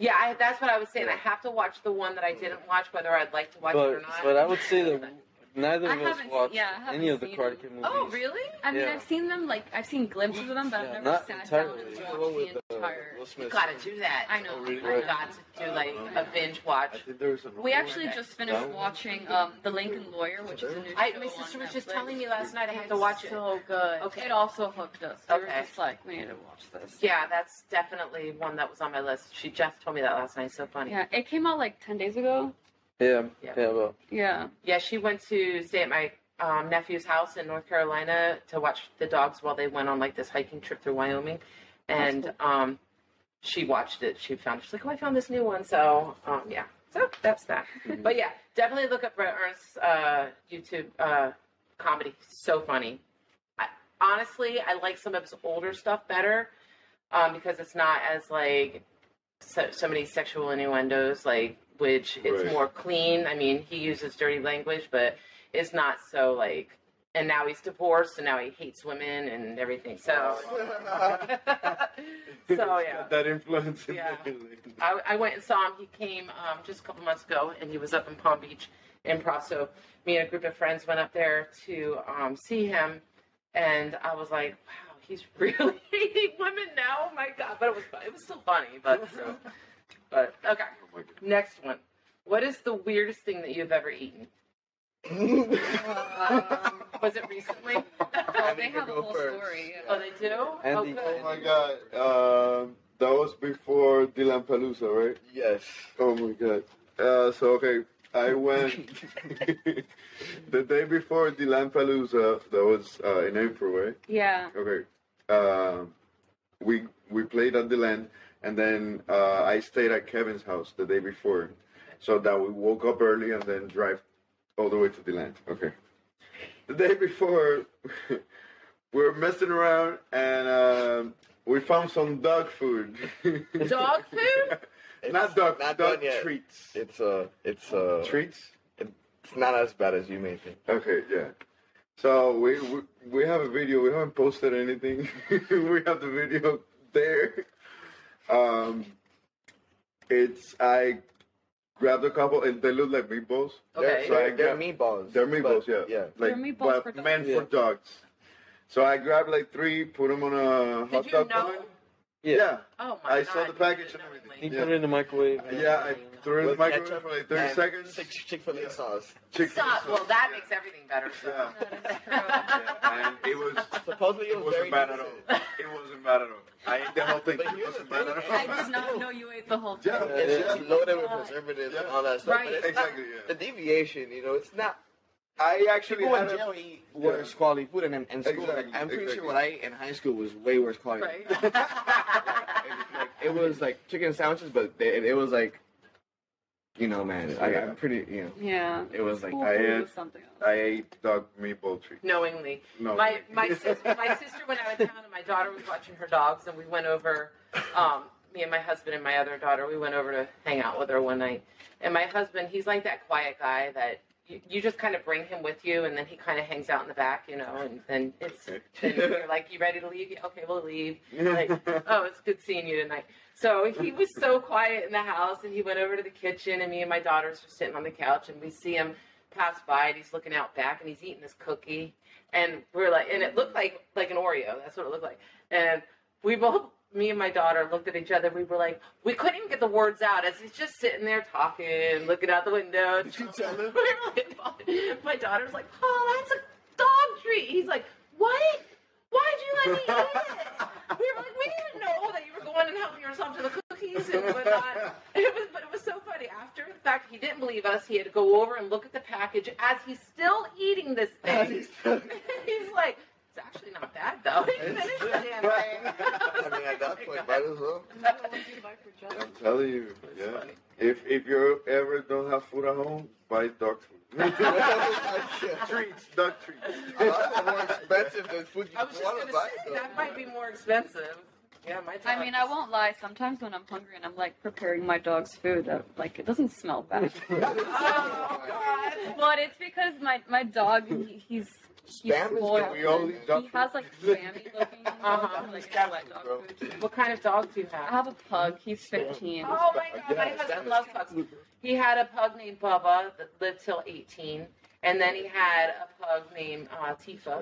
[SPEAKER 1] Yeah, I, that's what I was saying. I have to watch the one that I didn't watch, whether I'd like to watch it or
[SPEAKER 4] But
[SPEAKER 1] not.
[SPEAKER 4] but I would say that neither
[SPEAKER 2] I
[SPEAKER 4] of us
[SPEAKER 2] haven't-
[SPEAKER 4] watched
[SPEAKER 2] yeah, I haven't
[SPEAKER 4] any of the
[SPEAKER 2] seen
[SPEAKER 4] Karate
[SPEAKER 2] them.
[SPEAKER 4] Kid movies.
[SPEAKER 1] oh, really?
[SPEAKER 2] I mean,
[SPEAKER 4] Yeah.
[SPEAKER 2] I've seen them like I've seen glimpses of them, but
[SPEAKER 4] Yeah,
[SPEAKER 2] I've never
[SPEAKER 4] not
[SPEAKER 2] sat
[SPEAKER 4] entirely.
[SPEAKER 2] down
[SPEAKER 6] What's
[SPEAKER 2] and
[SPEAKER 6] the
[SPEAKER 2] watched
[SPEAKER 6] one
[SPEAKER 2] the
[SPEAKER 6] with the
[SPEAKER 2] entire.
[SPEAKER 6] Will
[SPEAKER 1] You
[SPEAKER 6] Smith?
[SPEAKER 1] gotta do that.
[SPEAKER 2] I know.
[SPEAKER 4] Oh, really?
[SPEAKER 2] I
[SPEAKER 1] You
[SPEAKER 2] know.
[SPEAKER 1] got to do like a binge watch.
[SPEAKER 5] I think there is an
[SPEAKER 2] We actually
[SPEAKER 1] Okay.
[SPEAKER 2] just finished
[SPEAKER 4] No.
[SPEAKER 2] watching um, The Lincoln Lawyer, which is a new
[SPEAKER 1] I,
[SPEAKER 2] show
[SPEAKER 1] my
[SPEAKER 2] on
[SPEAKER 1] sister was just
[SPEAKER 2] Netflix.
[SPEAKER 1] telling me last night I have to watch it.
[SPEAKER 2] So good.
[SPEAKER 1] Okay.
[SPEAKER 2] It also hooked us. We were
[SPEAKER 1] Okay.
[SPEAKER 2] just like, we need to watch this.
[SPEAKER 1] Yeah, that's definitely one that was on my list. She just told me that last night. So funny. Yeah,
[SPEAKER 2] Yeah, it came out like ten days ago.
[SPEAKER 4] Yeah,
[SPEAKER 1] Yeah.
[SPEAKER 4] yeah, well,
[SPEAKER 2] Yeah.
[SPEAKER 1] she went to stay at my um, nephew's house in North Carolina to watch the dogs while they went on like this hiking trip through Wyoming, and um, she watched it. She found she's like, oh, I found this new one. So um, yeah, so that's that. But yeah, definitely look up Brett Ernst's uh, YouTube uh, comedy. So funny. I, honestly, I like some of his older stuff better um, because it's not as like so, so many sexual innuendos. Like, which it's
[SPEAKER 5] Right.
[SPEAKER 1] more clean. I mean, he uses dirty language, but it's not so like. And now he's divorced, and now he hates women and everything. So, so yeah.
[SPEAKER 5] Got that influence. Oh in
[SPEAKER 1] Yeah.
[SPEAKER 5] there.
[SPEAKER 1] I, I went and saw him. He came um, just a couple months ago, and he was up in Palm Beach Improv. So me and a group of friends went up there to um, see him, and I was like, "Wow, he's really hating women now! Oh my god!" But it was fun- it was still funny. But so, but okay,
[SPEAKER 5] Oh my God.
[SPEAKER 1] next one. What is the weirdest thing that you've ever eaten?
[SPEAKER 2] Um,
[SPEAKER 1] Was it recently?
[SPEAKER 2] Oh,
[SPEAKER 6] I
[SPEAKER 2] they
[SPEAKER 6] need to
[SPEAKER 2] have a
[SPEAKER 6] go
[SPEAKER 2] whole
[SPEAKER 6] first.
[SPEAKER 2] story. yeah.
[SPEAKER 1] oh, they do.
[SPEAKER 4] And
[SPEAKER 1] oh,
[SPEAKER 4] the-
[SPEAKER 1] good.
[SPEAKER 5] Oh my god. Um, that was before Dylan Pelusa, right?
[SPEAKER 6] Yes.
[SPEAKER 5] Oh my god. Uh, so okay, I went the day before the Lampalooza. That was uh, in April, right?
[SPEAKER 2] Yeah.
[SPEAKER 5] Okay. Um, we we played at the land, and then uh, I stayed at Kevin's house the day before, so that we woke up early and then drive all the way to the land. Okay. The day before, we were messing around and um, we found some dog food.
[SPEAKER 1] Dog food?
[SPEAKER 5] Not dog, dog
[SPEAKER 6] Not done yet.
[SPEAKER 5] treats.
[SPEAKER 6] It's uh, it's uh,
[SPEAKER 5] Treats?
[SPEAKER 6] it's not as bad as you may think.
[SPEAKER 5] Okay, yeah. So we, we we have a video. We haven't posted anything. we have the video there. Um, it's I grabbed a couple and they look like meatballs.
[SPEAKER 1] Okay.
[SPEAKER 6] They're, they're,
[SPEAKER 5] Yeah.
[SPEAKER 6] they're meatballs.
[SPEAKER 5] They're meatballs,
[SPEAKER 6] but-
[SPEAKER 5] yeah.
[SPEAKER 6] Yeah.
[SPEAKER 5] Like
[SPEAKER 2] They're meatballs
[SPEAKER 5] but
[SPEAKER 2] for dogs.
[SPEAKER 5] meant
[SPEAKER 4] Yeah.
[SPEAKER 5] for dogs. So I grabbed like three, put them on a hot
[SPEAKER 1] Did you
[SPEAKER 5] dog
[SPEAKER 1] know?
[SPEAKER 5] bun.
[SPEAKER 4] yeah.
[SPEAKER 5] Yeah,
[SPEAKER 1] Oh my god!
[SPEAKER 5] I saw the
[SPEAKER 1] you
[SPEAKER 5] package
[SPEAKER 1] didn't
[SPEAKER 5] and
[SPEAKER 1] know
[SPEAKER 5] everything.
[SPEAKER 4] He
[SPEAKER 5] Yeah.
[SPEAKER 4] put it in the microwave.
[SPEAKER 5] yeah. I threw it in the
[SPEAKER 6] With
[SPEAKER 5] microwave
[SPEAKER 6] ketchup
[SPEAKER 5] for like thirty
[SPEAKER 6] and
[SPEAKER 5] seconds.
[SPEAKER 6] Six Chick Fil A sauce.
[SPEAKER 5] Chicken
[SPEAKER 1] Stop.
[SPEAKER 5] sauce.
[SPEAKER 1] Well, that makes everything better. So.
[SPEAKER 5] Yeah.
[SPEAKER 1] Yeah.
[SPEAKER 5] and it was
[SPEAKER 6] Supposedly it
[SPEAKER 5] it
[SPEAKER 6] was
[SPEAKER 5] wasn't
[SPEAKER 6] very
[SPEAKER 5] bad at
[SPEAKER 6] innocent.
[SPEAKER 5] all. It wasn't bad at all. I ate the whole thing.
[SPEAKER 6] But
[SPEAKER 5] It
[SPEAKER 6] here's the
[SPEAKER 5] wasn't bad
[SPEAKER 6] thing,
[SPEAKER 5] at all.
[SPEAKER 2] I did not know you ate the whole thing.
[SPEAKER 5] Yeah,
[SPEAKER 6] It's just
[SPEAKER 5] yeah.
[SPEAKER 6] loaded with preservatives and all that stuff.
[SPEAKER 2] Right.
[SPEAKER 6] But it's
[SPEAKER 5] exactly.
[SPEAKER 6] not, the
[SPEAKER 5] Yeah.
[SPEAKER 6] deviation, you know, it's not.
[SPEAKER 5] I actually
[SPEAKER 6] People in
[SPEAKER 5] had
[SPEAKER 6] jail
[SPEAKER 5] a,
[SPEAKER 6] eat worse
[SPEAKER 5] Yeah.
[SPEAKER 6] quality food, and in, in school, like,
[SPEAKER 5] Exactly,
[SPEAKER 6] I'm pretty
[SPEAKER 5] exactly.
[SPEAKER 6] sure what I ate in high school was way worse quality.
[SPEAKER 2] Right.
[SPEAKER 6] Like, it was like chicken sandwiches, but they, it was like, you know, man, I, I'm pretty, you know,
[SPEAKER 2] Yeah.
[SPEAKER 6] it was like.
[SPEAKER 2] School
[SPEAKER 5] I
[SPEAKER 2] food
[SPEAKER 5] had-
[SPEAKER 2] was something else.
[SPEAKER 5] I ate dog meatball treat.
[SPEAKER 1] Knowingly.
[SPEAKER 5] No.
[SPEAKER 1] My my sister, my sister went out of town and my daughter was watching her dogs and we went over. Um, me and my husband and my other daughter, we went over to hang out with her one night. And my husband, he's like that quiet guy that you, you just kind of bring him with you, and then he kind of hangs out in the back, you know, and then it's then you're like, you ready to leave? Yeah, Okay, we'll leave. Like, oh, it's good seeing you tonight. So he was so quiet in the house, and he went over to the kitchen, and me and my daughters were sitting on the couch, and we see him pass by, and he's looking out back, and he's eating this cookie, and we're like, and it looked like like an Oreo. That's what it looked like, and we both. Me and my daughter looked at each other. We were like, we couldn't even get the words out as he's just sitting there talking, looking out the window.
[SPEAKER 6] Did you tell him?
[SPEAKER 1] My daughter's like, oh, that's a dog treat. He's like, what? Why'd you let me eat it? We were like, we didn't know that you were going and helping yourself to the cookies and whatnot. It was, but it was so funny. After the fact, he didn't believe us. He had to go over and look at the package as he's still eating this thing. he's, like, it's actually not bad though. He finished the damn thing.
[SPEAKER 6] I mean, at that point, might as well.
[SPEAKER 1] "Oh
[SPEAKER 5] I'm telling you, yeah. If if you ever don't have food at home, buy dog food. treats, dog treats.
[SPEAKER 6] A lot more expensive than food you
[SPEAKER 1] I was just
[SPEAKER 6] want
[SPEAKER 1] gonna
[SPEAKER 6] to buy.
[SPEAKER 1] say
[SPEAKER 6] though.
[SPEAKER 1] that might be more expensive. Yeah, my.
[SPEAKER 2] I mean, I won't lie. Sometimes when I'm hungry and I'm like preparing my dog's food, that like it doesn't smell bad.
[SPEAKER 1] Oh God.
[SPEAKER 2] but it's because my my dog he, he's he's
[SPEAKER 6] Spam is
[SPEAKER 2] spoiled.
[SPEAKER 6] good. We all eat dog
[SPEAKER 2] he has like spammy looking
[SPEAKER 1] Uh-huh.
[SPEAKER 2] like,
[SPEAKER 6] cat
[SPEAKER 2] wet
[SPEAKER 6] food,
[SPEAKER 2] dog
[SPEAKER 6] bro.
[SPEAKER 2] food.
[SPEAKER 1] What kind of dog do you
[SPEAKER 2] I
[SPEAKER 1] have?
[SPEAKER 2] have a pug. He's 15.
[SPEAKER 1] Oh my God, my
[SPEAKER 6] Yeah,
[SPEAKER 1] husband
[SPEAKER 6] Spanish
[SPEAKER 1] loves
[SPEAKER 6] cat
[SPEAKER 1] pugs.
[SPEAKER 6] food.
[SPEAKER 1] He had a pug named Bubba that lived till 18, and then he had a pug named uh, Tifa,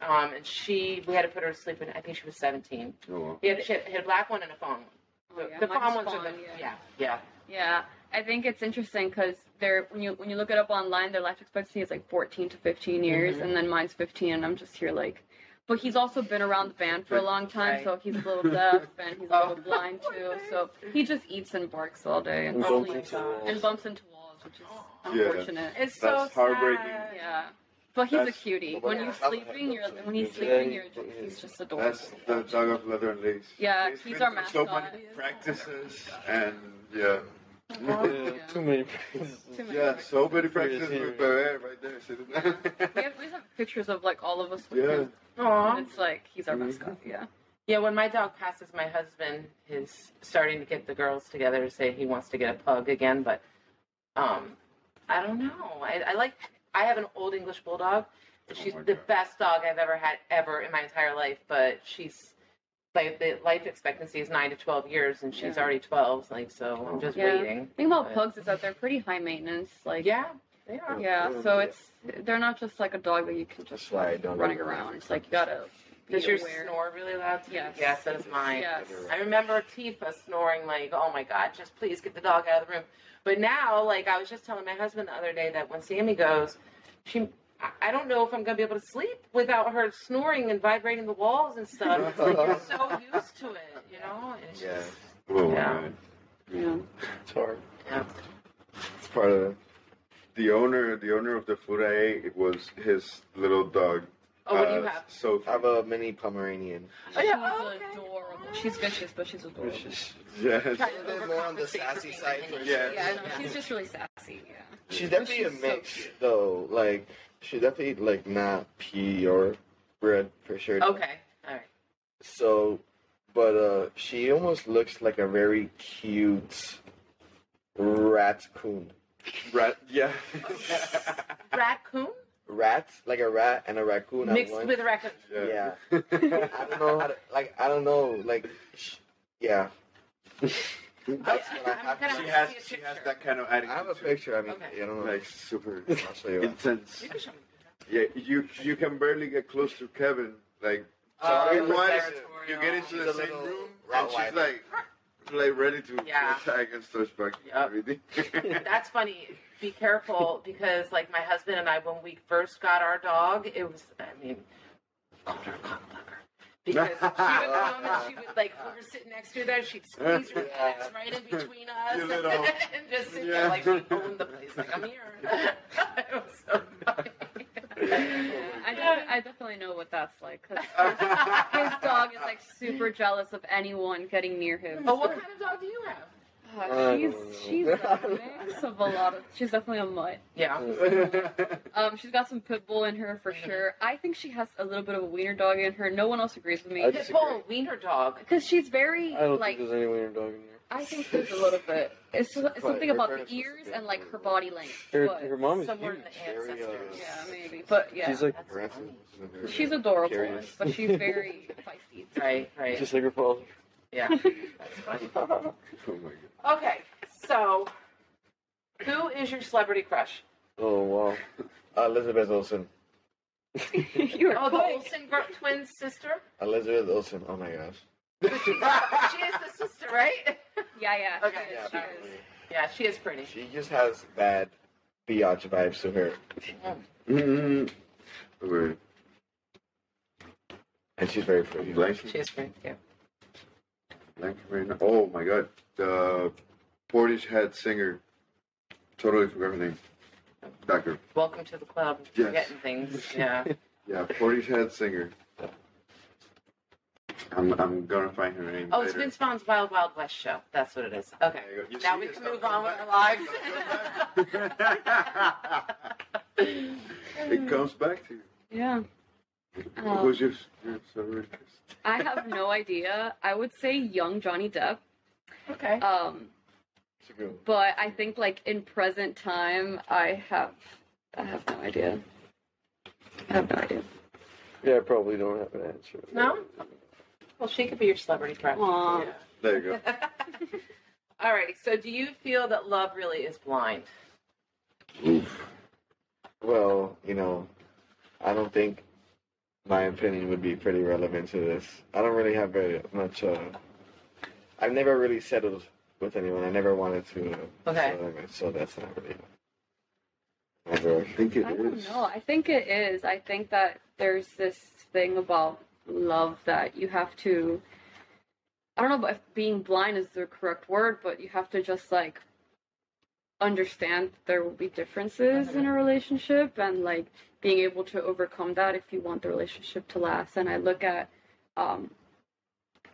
[SPEAKER 1] um, and she we had to put her to sleep, and I think she was 17.
[SPEAKER 5] Oh, well.
[SPEAKER 1] He had, she had, had a black one and a fawn one.
[SPEAKER 2] Oh, yeah.
[SPEAKER 1] The
[SPEAKER 2] Mine's
[SPEAKER 1] fawn ones are
[SPEAKER 2] fawn,
[SPEAKER 1] the
[SPEAKER 2] yeah.
[SPEAKER 1] yeah yeah.
[SPEAKER 2] Yeah, I think it's interesting because they're when you when you look it up online, their life expectancy is like 14 to
[SPEAKER 1] Mm-hmm.
[SPEAKER 2] 15 years, and then mine's 15, and I'm just here like, but he's also been around the band for a long time, so he's a little deaf and he's a little
[SPEAKER 1] Oh.
[SPEAKER 2] blind too, so he just eats and barks all day and,
[SPEAKER 4] And
[SPEAKER 2] sleeps
[SPEAKER 4] bumps into walls.
[SPEAKER 2] and bumps into walls, which is
[SPEAKER 5] Yeah.
[SPEAKER 2] unfortunate.
[SPEAKER 1] It's
[SPEAKER 5] That's
[SPEAKER 1] so
[SPEAKER 5] heartbreaking.
[SPEAKER 1] sad.
[SPEAKER 2] Yeah, but he's a
[SPEAKER 5] That's-
[SPEAKER 2] cutie. When you're
[SPEAKER 6] Yeah.
[SPEAKER 2] sleeping, you're when he's
[SPEAKER 4] Yeah,
[SPEAKER 2] sleeping,
[SPEAKER 4] he-
[SPEAKER 2] you're just, he's just adorable.
[SPEAKER 5] That's the dog of leather and lace.
[SPEAKER 2] Yeah,
[SPEAKER 5] It's
[SPEAKER 2] he's
[SPEAKER 5] been
[SPEAKER 2] our
[SPEAKER 5] through So
[SPEAKER 2] mascot.
[SPEAKER 5] many practices and yeah.
[SPEAKER 4] Yeah, Too many praises.
[SPEAKER 2] Too many
[SPEAKER 5] Yeah, so many
[SPEAKER 4] practices
[SPEAKER 5] practices
[SPEAKER 4] here.
[SPEAKER 5] with Beret right there.
[SPEAKER 2] We
[SPEAKER 5] See
[SPEAKER 2] have, we have pictures of like all of us with
[SPEAKER 5] Yeah.
[SPEAKER 2] him.
[SPEAKER 1] Aw.
[SPEAKER 2] It's like he's our mascot. Yeah.
[SPEAKER 1] Yeah, when my dog passes, my husband is starting to get the girls together to say he wants to get a pug again, but um, I don't know. I, I like. I have an old English bulldog. She's
[SPEAKER 5] my
[SPEAKER 1] the
[SPEAKER 5] God.
[SPEAKER 1] best dog I've ever had ever in my entire life, but she's like the life expectancy is nine to twelve years, and she's
[SPEAKER 2] Yeah.
[SPEAKER 1] already twelve. Like so, I'm just
[SPEAKER 2] Yeah.
[SPEAKER 1] waiting.
[SPEAKER 2] The thing about
[SPEAKER 1] But-
[SPEAKER 2] pugs is that they're pretty high maintenance. Like
[SPEAKER 1] Yeah, they are.
[SPEAKER 2] yeah. So it's they're not just like a dog that you can just
[SPEAKER 6] That's why I don't
[SPEAKER 2] running
[SPEAKER 6] know.
[SPEAKER 2] around. It's like you gotta be
[SPEAKER 1] Does your
[SPEAKER 2] aware.
[SPEAKER 1] snore really loud? Too?
[SPEAKER 2] Yes.
[SPEAKER 1] Yes, that is mine.
[SPEAKER 2] Yes.
[SPEAKER 1] I remember Tifa snoring like, "Oh my God, just please get the dog out of the room." But now, like I was just telling my husband the other day that when Sammy goes, she, I- I don't know if I'm gonna be able to sleep without her snoring and vibrating the walls and stuff. I'm so used to it, you know. And it's
[SPEAKER 6] Yeah,
[SPEAKER 1] just-
[SPEAKER 5] Oh,
[SPEAKER 1] Yeah.
[SPEAKER 5] man.
[SPEAKER 2] Yeah.
[SPEAKER 4] It's hard.
[SPEAKER 1] yeah.
[SPEAKER 6] it's part of it.
[SPEAKER 5] The owner, the owner of the food I ate, it was his little dog.
[SPEAKER 1] Oh, what do you
[SPEAKER 5] uh,
[SPEAKER 1] have?
[SPEAKER 5] Sophie.
[SPEAKER 6] I have a mini Pomeranian.
[SPEAKER 1] Oh
[SPEAKER 2] She's
[SPEAKER 1] yeah. Oh, okay.
[SPEAKER 2] adorable. She's vicious, but she's adorable.
[SPEAKER 4] It's just-
[SPEAKER 5] Yes.
[SPEAKER 1] Try
[SPEAKER 6] A little bit more on the
[SPEAKER 1] overcompensate for
[SPEAKER 6] sassy
[SPEAKER 1] being
[SPEAKER 6] side
[SPEAKER 1] English.
[SPEAKER 6] for
[SPEAKER 5] Yeah.
[SPEAKER 2] Yeah,
[SPEAKER 1] Yeah.
[SPEAKER 2] no, she's just really sassy. Yeah.
[SPEAKER 6] She's definitely
[SPEAKER 2] She's
[SPEAKER 6] a
[SPEAKER 2] so
[SPEAKER 6] mix,
[SPEAKER 2] cute.
[SPEAKER 6] though. Like, she's definitely like not pure bred for sure.
[SPEAKER 1] Okay. All right.
[SPEAKER 6] So, but uh, she almost looks like a very cute rat coon.
[SPEAKER 5] Rat. Yeah.
[SPEAKER 1] Raccoon
[SPEAKER 6] Rat, like a rat and a raccoon at
[SPEAKER 1] mixed
[SPEAKER 6] once.
[SPEAKER 1] with raccoon.
[SPEAKER 6] Yeah. I don't know how to, like, I don't know, like, sh- yeah. That's
[SPEAKER 1] I-
[SPEAKER 6] what I
[SPEAKER 1] I'm
[SPEAKER 6] have.
[SPEAKER 1] gonna-
[SPEAKER 5] she
[SPEAKER 6] She-
[SPEAKER 5] has.
[SPEAKER 1] See a
[SPEAKER 5] She has
[SPEAKER 1] picture.
[SPEAKER 5] that kind of
[SPEAKER 6] I
[SPEAKER 5] attitude.
[SPEAKER 6] have a picture. I mean,
[SPEAKER 1] Okay.
[SPEAKER 6] I don't know.
[SPEAKER 5] Like super
[SPEAKER 6] I'll show you.
[SPEAKER 5] intense.
[SPEAKER 1] You can show me.
[SPEAKER 5] Yeah. You you can barely get close to Kevin. Like
[SPEAKER 6] Oh,
[SPEAKER 5] I mean,
[SPEAKER 6] it
[SPEAKER 5] why-
[SPEAKER 6] was
[SPEAKER 5] you get into
[SPEAKER 6] She's
[SPEAKER 5] the
[SPEAKER 6] a
[SPEAKER 5] same
[SPEAKER 6] little
[SPEAKER 5] room and she's
[SPEAKER 6] Rottweiler.
[SPEAKER 5] like, like ready to
[SPEAKER 1] Yeah.
[SPEAKER 5] attack and starts back
[SPEAKER 1] Yup.
[SPEAKER 5] everything.
[SPEAKER 1] That's funny. Be careful because, like, my husband and I, when we first got our dog, it was, I mean, called her a cockblocker. Because she would come and she would, like, we were sitting next to her there, she'd squeeze her legs right in between us
[SPEAKER 5] You little-
[SPEAKER 1] and just sit there like she owned the place. Like, I'm here. it was so funny.
[SPEAKER 2] Yeah, I, def- I definitely know what that's like. 'cause
[SPEAKER 6] Oh.
[SPEAKER 2] his dog is like super jealous of anyone getting near him.
[SPEAKER 1] Oh, what kind of dog do you have?
[SPEAKER 2] Uh, she's
[SPEAKER 4] don't know.
[SPEAKER 2] she's a mix of a lot of. She's definitely a mutt.
[SPEAKER 1] Yeah.
[SPEAKER 2] Um, she's got some pit bull in her for sure. I think she has a little bit of a wiener dog in her. No one else agrees with me
[SPEAKER 4] I
[SPEAKER 1] Pit
[SPEAKER 4] disagree.
[SPEAKER 1] bull, wiener dog.
[SPEAKER 2] because she's very
[SPEAKER 4] I don't
[SPEAKER 2] like.
[SPEAKER 4] think there's any wiener dog in here.
[SPEAKER 2] I think there's a little bit. It's, it's something
[SPEAKER 6] her
[SPEAKER 2] about
[SPEAKER 6] parents
[SPEAKER 2] the
[SPEAKER 6] must
[SPEAKER 2] ears
[SPEAKER 6] be
[SPEAKER 2] and like her
[SPEAKER 6] able to-
[SPEAKER 2] body length.
[SPEAKER 4] Her,
[SPEAKER 2] but-
[SPEAKER 4] her mom is
[SPEAKER 1] Somewhere in
[SPEAKER 4] huge.
[SPEAKER 1] the
[SPEAKER 6] Very, uh,
[SPEAKER 1] ancestors.
[SPEAKER 2] yeah, maybe. But yeah,
[SPEAKER 4] She's like
[SPEAKER 1] That's
[SPEAKER 6] Her ancestors
[SPEAKER 1] funny.
[SPEAKER 6] was in her-
[SPEAKER 2] she's adorable,
[SPEAKER 6] Curious.
[SPEAKER 2] but she's very feisty.
[SPEAKER 1] Right, right.
[SPEAKER 4] just like her father.
[SPEAKER 1] yeah. That's funny.
[SPEAKER 5] Oh my god.
[SPEAKER 1] Okay, so who is your celebrity crush?
[SPEAKER 4] Oh wow.
[SPEAKER 6] Elizabeth Olsen.
[SPEAKER 2] you are
[SPEAKER 1] Oh, the
[SPEAKER 2] quick.
[SPEAKER 1] Olsen gr- twin sister?
[SPEAKER 6] Elizabeth Olsen. Oh my gosh.
[SPEAKER 1] she is the sister, right?
[SPEAKER 2] Yeah, yeah. she
[SPEAKER 1] Okay.
[SPEAKER 2] is,
[SPEAKER 1] Yeah,
[SPEAKER 2] she is.
[SPEAKER 1] probably. Yeah, she is pretty.
[SPEAKER 6] She just has bad biatch vibes to her,
[SPEAKER 5] Mm-mm. Wait,
[SPEAKER 6] and she's very pretty.
[SPEAKER 5] blanking,
[SPEAKER 1] She is pretty, yeah.
[SPEAKER 5] blanking right now. Oh my god, the Portishead singer. Totally forgot her name. That girl.
[SPEAKER 1] Welcome to the club.
[SPEAKER 5] Yes.
[SPEAKER 1] Forgetting things. Yeah.
[SPEAKER 5] Yeah, Portishead singer. I'm, I'm gonna find her name.
[SPEAKER 1] Oh, it's
[SPEAKER 5] later.
[SPEAKER 1] Vince Vaughn's Wild Wild West show. That's what it is. Okay.
[SPEAKER 5] There you go. You
[SPEAKER 1] Now
[SPEAKER 5] see,
[SPEAKER 1] we
[SPEAKER 5] it's
[SPEAKER 1] can move
[SPEAKER 5] not
[SPEAKER 1] on with
[SPEAKER 5] coming
[SPEAKER 1] our lives.
[SPEAKER 5] back. it comes back to you.
[SPEAKER 2] Yeah.
[SPEAKER 1] Oh.
[SPEAKER 2] Um,
[SPEAKER 5] Who's your, your celebrity?
[SPEAKER 2] I have no idea. I would say young Johnny Depp.
[SPEAKER 1] okay.
[SPEAKER 2] Um,
[SPEAKER 6] It's a good one.
[SPEAKER 2] but I think like in present time, I have, I have no idea. I have no idea.
[SPEAKER 4] Yeah, I probably don't have an answer.
[SPEAKER 1] No? Well, she could be your celebrity crush.
[SPEAKER 2] Aw.
[SPEAKER 1] Yeah.
[SPEAKER 5] There you go.
[SPEAKER 1] Alrighty, so do you feel that love really is blind?
[SPEAKER 6] Well, you know, I don't think my opinion would be pretty relevant to this. I don't really have very much. Uh, I've never really settled with anyone. I never wanted to. Uh,
[SPEAKER 1] Okay.
[SPEAKER 6] settle with anyone, So that's not really. Never.
[SPEAKER 5] I think it is.
[SPEAKER 2] I don't know. I think it is. I think that there's this thing about love that you have to. I don't know if being blind is the correct word, but you have to just like understand that there will be differences
[SPEAKER 5] Mm-hmm.
[SPEAKER 2] in a relationship and like being able to overcome that if you want the relationship to last. And I look at, um,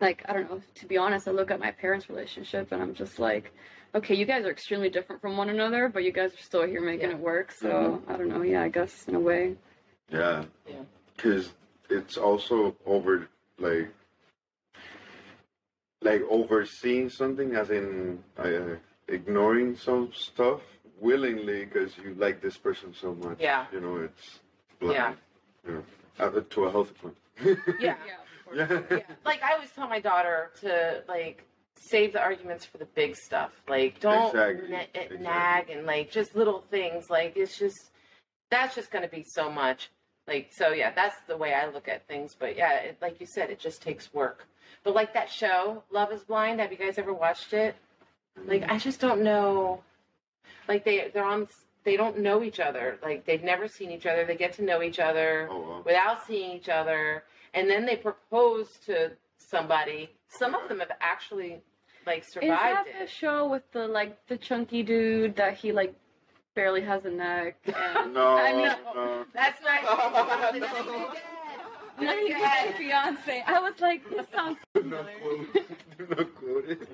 [SPEAKER 2] like, I don't know, to be honest, I look at my parents' relationship and I'm just like, okay, you guys are extremely different from one another, but you guys are still here making
[SPEAKER 1] Yeah.
[SPEAKER 2] it work. So I don't know. Yeah, I guess in a way.
[SPEAKER 5] Yeah.
[SPEAKER 1] Yeah.
[SPEAKER 5] Because it's also over, like, like overseeing something, as in uh, ignoring some stuff willingly because you like this person so much.
[SPEAKER 1] Yeah.
[SPEAKER 5] You know, it's
[SPEAKER 1] Yeah.
[SPEAKER 5] You know, uh, to a healthy point.
[SPEAKER 1] Yeah.
[SPEAKER 5] yeah.
[SPEAKER 1] Like I always tell my daughter to like save the arguments for the big stuff. Like don't
[SPEAKER 5] Exactly.
[SPEAKER 1] na- eh,
[SPEAKER 5] Exactly.
[SPEAKER 1] nag and like just little things. Like it's just that's just going to be so much. Like so yeah, that's the way I look at things. But yeah, it, like you said, it just takes work. But like that show, Love Is Blind. Have you guys ever watched it? Like I just don't know. Like they they're on. They don't know each other. Like they've never seen each other. They get to know each other
[SPEAKER 5] Oh, wow.
[SPEAKER 1] without seeing each other and then they propose to somebody some of them have actually like
[SPEAKER 2] Is that
[SPEAKER 1] survived
[SPEAKER 2] the
[SPEAKER 1] it
[SPEAKER 2] show with the like the chunky dude that he like barely has a neck? And...
[SPEAKER 5] No.
[SPEAKER 2] I mean,
[SPEAKER 5] no.
[SPEAKER 1] that's not
[SPEAKER 6] Oh,
[SPEAKER 1] That's my
[SPEAKER 6] no.
[SPEAKER 1] dad.
[SPEAKER 2] Not even my fiance. I was like, this sounds.
[SPEAKER 5] Do not quote. Do not quote it.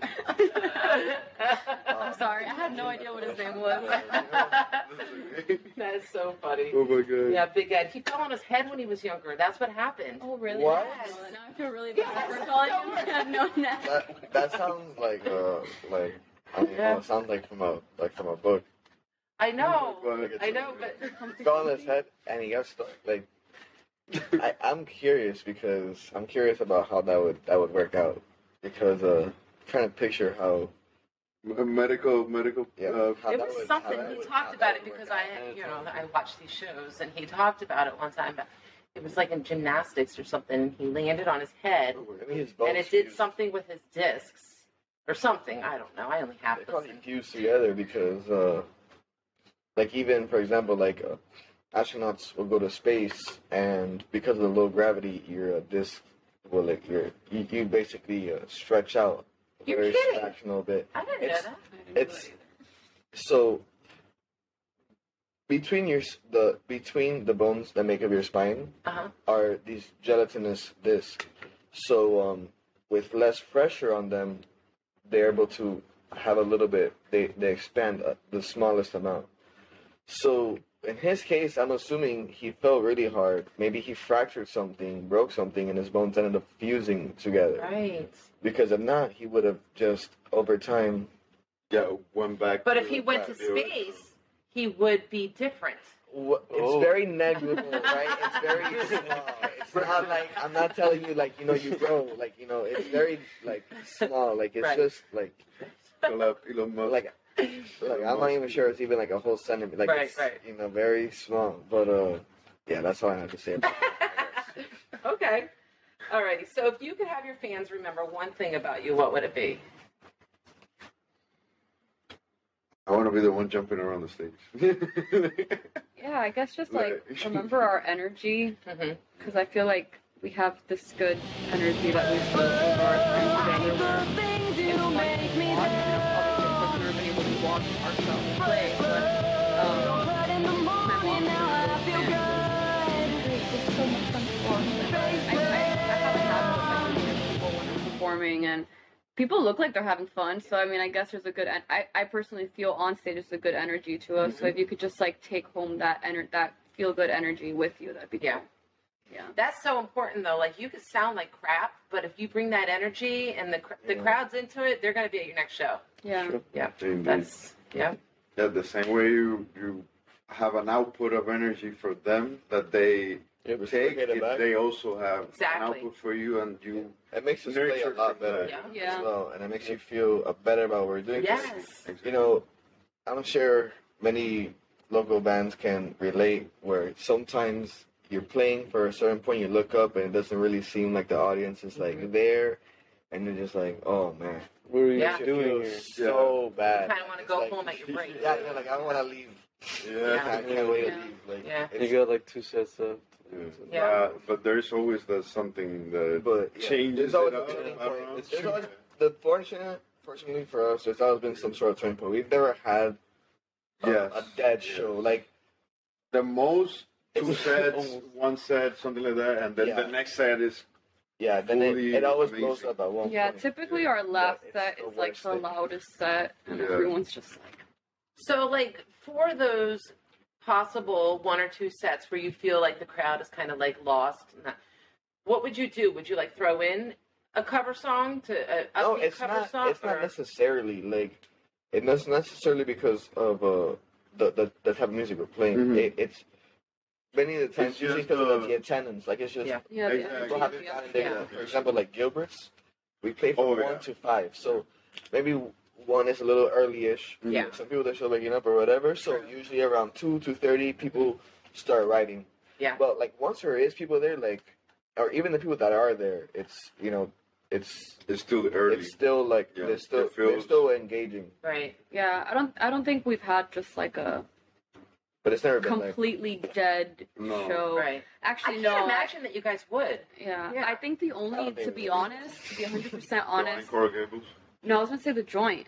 [SPEAKER 2] I'm sorry, I had no idea what his name was.
[SPEAKER 5] That's okay.
[SPEAKER 1] that's so funny
[SPEAKER 5] Oh my god.
[SPEAKER 1] yeah big ed he fell on his head when he was younger that's what happened
[SPEAKER 2] Oh really?
[SPEAKER 6] What?
[SPEAKER 2] Now I feel really
[SPEAKER 1] Yes.
[SPEAKER 2] bad for calling him. I had no neck.
[SPEAKER 6] That that sounds like uh like I don't know. It sounds like from a like from a book.
[SPEAKER 1] i know
[SPEAKER 5] Oh my God.
[SPEAKER 1] i know but
[SPEAKER 6] fell on his head and he got stuck. Like, I, I'm curious because I'm curious about how that would that would work out because uh, trying to picture how
[SPEAKER 5] A medical, medical.
[SPEAKER 6] yeah
[SPEAKER 5] Uh,
[SPEAKER 6] how
[SPEAKER 1] it
[SPEAKER 6] that
[SPEAKER 1] was
[SPEAKER 6] would- how
[SPEAKER 1] something
[SPEAKER 6] that
[SPEAKER 1] he
[SPEAKER 6] would- how
[SPEAKER 1] talked
[SPEAKER 6] that
[SPEAKER 1] about it
[SPEAKER 6] would work
[SPEAKER 1] because
[SPEAKER 6] out.
[SPEAKER 1] i you know i watched these shows and he talked about it one time but it was like in gymnastics or something he landed on his head
[SPEAKER 6] I mean, his
[SPEAKER 1] and
[SPEAKER 6] bones
[SPEAKER 1] it did
[SPEAKER 6] fused-
[SPEAKER 1] something with his discs or something. I don't know. I only have
[SPEAKER 6] They
[SPEAKER 1] this.
[SPEAKER 6] probably fused together because uh, like even for example like uh, astronauts will go to space and because of the low gravity your uh, disc will like your you, you basically uh, stretch out a
[SPEAKER 1] You're
[SPEAKER 6] very
[SPEAKER 1] kidding.
[SPEAKER 6] fractional bit.
[SPEAKER 1] I didn't
[SPEAKER 6] It's-
[SPEAKER 1] know that.
[SPEAKER 6] It's so between your s- the between the bones that make up your spine
[SPEAKER 1] Uh-huh.
[SPEAKER 6] are these gelatinous discs. So um, with less pressure on them, they're able to have a little bit. They they expand uh, the smallest amount. So in his case, I'm assuming he fell really hard. Maybe he fractured something, broke something, and his bones ended up fusing together.
[SPEAKER 1] Right.
[SPEAKER 6] Because if not, he would have just over time.
[SPEAKER 5] Yeah, one back.
[SPEAKER 1] But
[SPEAKER 5] to
[SPEAKER 1] if he
[SPEAKER 5] the
[SPEAKER 1] went to
[SPEAKER 5] back, dude.
[SPEAKER 1] space, he would be different.
[SPEAKER 6] wha- It's
[SPEAKER 4] Oh.
[SPEAKER 6] very negligible, right? It's very small. It's not like I'm not telling you like you know you grow like you know it's very like small. Like it's
[SPEAKER 1] Right.
[SPEAKER 6] just like
[SPEAKER 5] Pull up Elon Musk.
[SPEAKER 6] like like I'm not even sure it's even like a whole centimeter. Like
[SPEAKER 1] Right,
[SPEAKER 6] it's,
[SPEAKER 1] right.
[SPEAKER 6] You know, very small. But uh, yeah, that's all I have to say. About it.
[SPEAKER 1] okay. Alrighty. So if you could have your fans remember one thing about you, what would it be?
[SPEAKER 5] I want to be the one jumping around the stage.
[SPEAKER 2] Yeah, I guess just like
[SPEAKER 5] Right.
[SPEAKER 2] remember our energy
[SPEAKER 1] Mm-hmm.
[SPEAKER 2] because I feel like we have this good energy that we feel over our friends together. It's fun to watch, and I'm probably so proud that we've been able to watch ourselves play, but, um, my mom really fans. It's just so much fun to watch. I- I- I haven't had those types of people when I'm performing, and people look like they're having fun so i mean i guess there's a good en- I, I personally feel on stage there's a good energy to us
[SPEAKER 6] Mm-hmm.
[SPEAKER 2] so if you could just like take home that ener- that feel good energy with you that'd be
[SPEAKER 1] Yeah.
[SPEAKER 2] cool.
[SPEAKER 1] That's so important though. Like you could sound like crap, but if you bring that energy and the cr- the
[SPEAKER 6] Yeah.
[SPEAKER 1] crowd's into it, they're going to be at your next show.
[SPEAKER 2] yeah
[SPEAKER 5] Indeed.
[SPEAKER 1] That's yeah.
[SPEAKER 5] Yeah, the same way you you have an output of energy for them that they
[SPEAKER 4] Yep.
[SPEAKER 5] take,
[SPEAKER 6] Reciprocate it
[SPEAKER 5] it,
[SPEAKER 6] back.
[SPEAKER 5] they also have
[SPEAKER 1] Exactly.
[SPEAKER 5] an output for you, and you
[SPEAKER 6] It makes us play a
[SPEAKER 5] Nurture
[SPEAKER 6] lot
[SPEAKER 5] from
[SPEAKER 6] better.
[SPEAKER 5] that.
[SPEAKER 1] Yeah.
[SPEAKER 2] yeah
[SPEAKER 6] as well, and it makes you feel uh, better about what we're doing. 'Cause,
[SPEAKER 1] Yes.
[SPEAKER 6] You know, I'm sure many local bands can relate where sometimes you're playing for a certain point, you look up, and it doesn't really seem like the audience is like
[SPEAKER 5] Mm-hmm.
[SPEAKER 6] there, and you're just like, oh man,
[SPEAKER 4] What are you
[SPEAKER 1] Yeah.
[SPEAKER 6] you
[SPEAKER 4] doing
[SPEAKER 6] feel
[SPEAKER 4] here?
[SPEAKER 6] so bad.
[SPEAKER 1] Kind of want to
[SPEAKER 6] It's
[SPEAKER 1] go
[SPEAKER 6] like-
[SPEAKER 1] home at your break.
[SPEAKER 6] Yeah, you're like I want to leave. I
[SPEAKER 5] yeah.
[SPEAKER 6] can't wait to
[SPEAKER 2] Yeah.
[SPEAKER 6] leave. Like,
[SPEAKER 1] Yeah.
[SPEAKER 4] You got like two sets left.
[SPEAKER 1] Yeah.
[SPEAKER 5] Uh, but there's always that something that
[SPEAKER 6] but yeah,
[SPEAKER 5] changes
[SPEAKER 6] There's always
[SPEAKER 5] it
[SPEAKER 6] a
[SPEAKER 5] up. Uh-huh.
[SPEAKER 6] turning
[SPEAKER 5] I don't
[SPEAKER 6] point.
[SPEAKER 5] know.
[SPEAKER 6] There's always the fortunate, fortunately for us, there's always been some sort of turning point. We've never had a,
[SPEAKER 5] Yes.
[SPEAKER 6] a dead
[SPEAKER 5] Yes.
[SPEAKER 6] show. Like
[SPEAKER 5] the most two
[SPEAKER 6] It's
[SPEAKER 5] sets,
[SPEAKER 6] almost-
[SPEAKER 5] one set, something like that, and then
[SPEAKER 6] Yeah.
[SPEAKER 5] the next set is
[SPEAKER 6] yeah, then it,
[SPEAKER 5] Fully
[SPEAKER 6] it always
[SPEAKER 5] amazing.
[SPEAKER 6] blows up at one
[SPEAKER 2] yeah
[SPEAKER 6] point.
[SPEAKER 2] typically our last
[SPEAKER 6] it's
[SPEAKER 2] set
[SPEAKER 6] the
[SPEAKER 2] is like
[SPEAKER 6] worst
[SPEAKER 2] the
[SPEAKER 6] thing.
[SPEAKER 2] loudest set and
[SPEAKER 5] Yeah.
[SPEAKER 2] everyone's just like
[SPEAKER 1] So, like, for those possible one or two sets where you feel like the crowd is kind of like lost, not- what would you do? Would you like throw in a cover song to a
[SPEAKER 6] no,
[SPEAKER 1] upbeat
[SPEAKER 6] it's
[SPEAKER 1] cover
[SPEAKER 6] not.
[SPEAKER 1] song?
[SPEAKER 6] It's not
[SPEAKER 1] or-
[SPEAKER 6] necessarily like it's not necessarily because of uh, the, the the type of music we're playing.
[SPEAKER 5] Mhm.
[SPEAKER 6] It, it's many of the times
[SPEAKER 5] It's
[SPEAKER 6] usually
[SPEAKER 5] just,
[SPEAKER 6] because of
[SPEAKER 5] uh,
[SPEAKER 6] the attendance. Like it's just
[SPEAKER 1] Yeah.
[SPEAKER 2] yeah the
[SPEAKER 5] Exactly.
[SPEAKER 2] energy
[SPEAKER 6] people haven't
[SPEAKER 2] of the
[SPEAKER 6] gotten
[SPEAKER 2] other-
[SPEAKER 6] there.
[SPEAKER 2] yeah.
[SPEAKER 6] For example, like Gilbert's, we play from
[SPEAKER 5] Oh,
[SPEAKER 6] one
[SPEAKER 5] yeah.
[SPEAKER 6] to five, so maybe one is a little early-ish.
[SPEAKER 5] Mm-hmm.
[SPEAKER 1] Yeah.
[SPEAKER 6] Some people they're still waking up or whatever. So
[SPEAKER 1] True.
[SPEAKER 6] usually around two to thirty, people
[SPEAKER 5] Mm-hmm.
[SPEAKER 6] start writing.
[SPEAKER 1] Yeah.
[SPEAKER 6] But like once there is people there, like or even the people that are there, it's you know, it's
[SPEAKER 5] it's still early.
[SPEAKER 6] it's still like
[SPEAKER 5] Yeah,
[SPEAKER 6] they're still
[SPEAKER 5] it feels-
[SPEAKER 6] they're still engaging,
[SPEAKER 1] Right.
[SPEAKER 2] yeah i don't i don't think we've had just like a
[SPEAKER 6] but it's never been like
[SPEAKER 2] completely dead
[SPEAKER 5] No.
[SPEAKER 2] show
[SPEAKER 1] Right. I
[SPEAKER 2] actually
[SPEAKER 1] can't
[SPEAKER 2] no
[SPEAKER 1] imagine that you guys would.
[SPEAKER 2] yeah.
[SPEAKER 1] Yeah.
[SPEAKER 2] i think the only
[SPEAKER 6] don't think
[SPEAKER 2] to be
[SPEAKER 6] we-
[SPEAKER 2] honest to be 100%
[SPEAKER 5] Johnny
[SPEAKER 2] honest
[SPEAKER 5] Coral Gables.
[SPEAKER 2] No, I was gonna say the joint.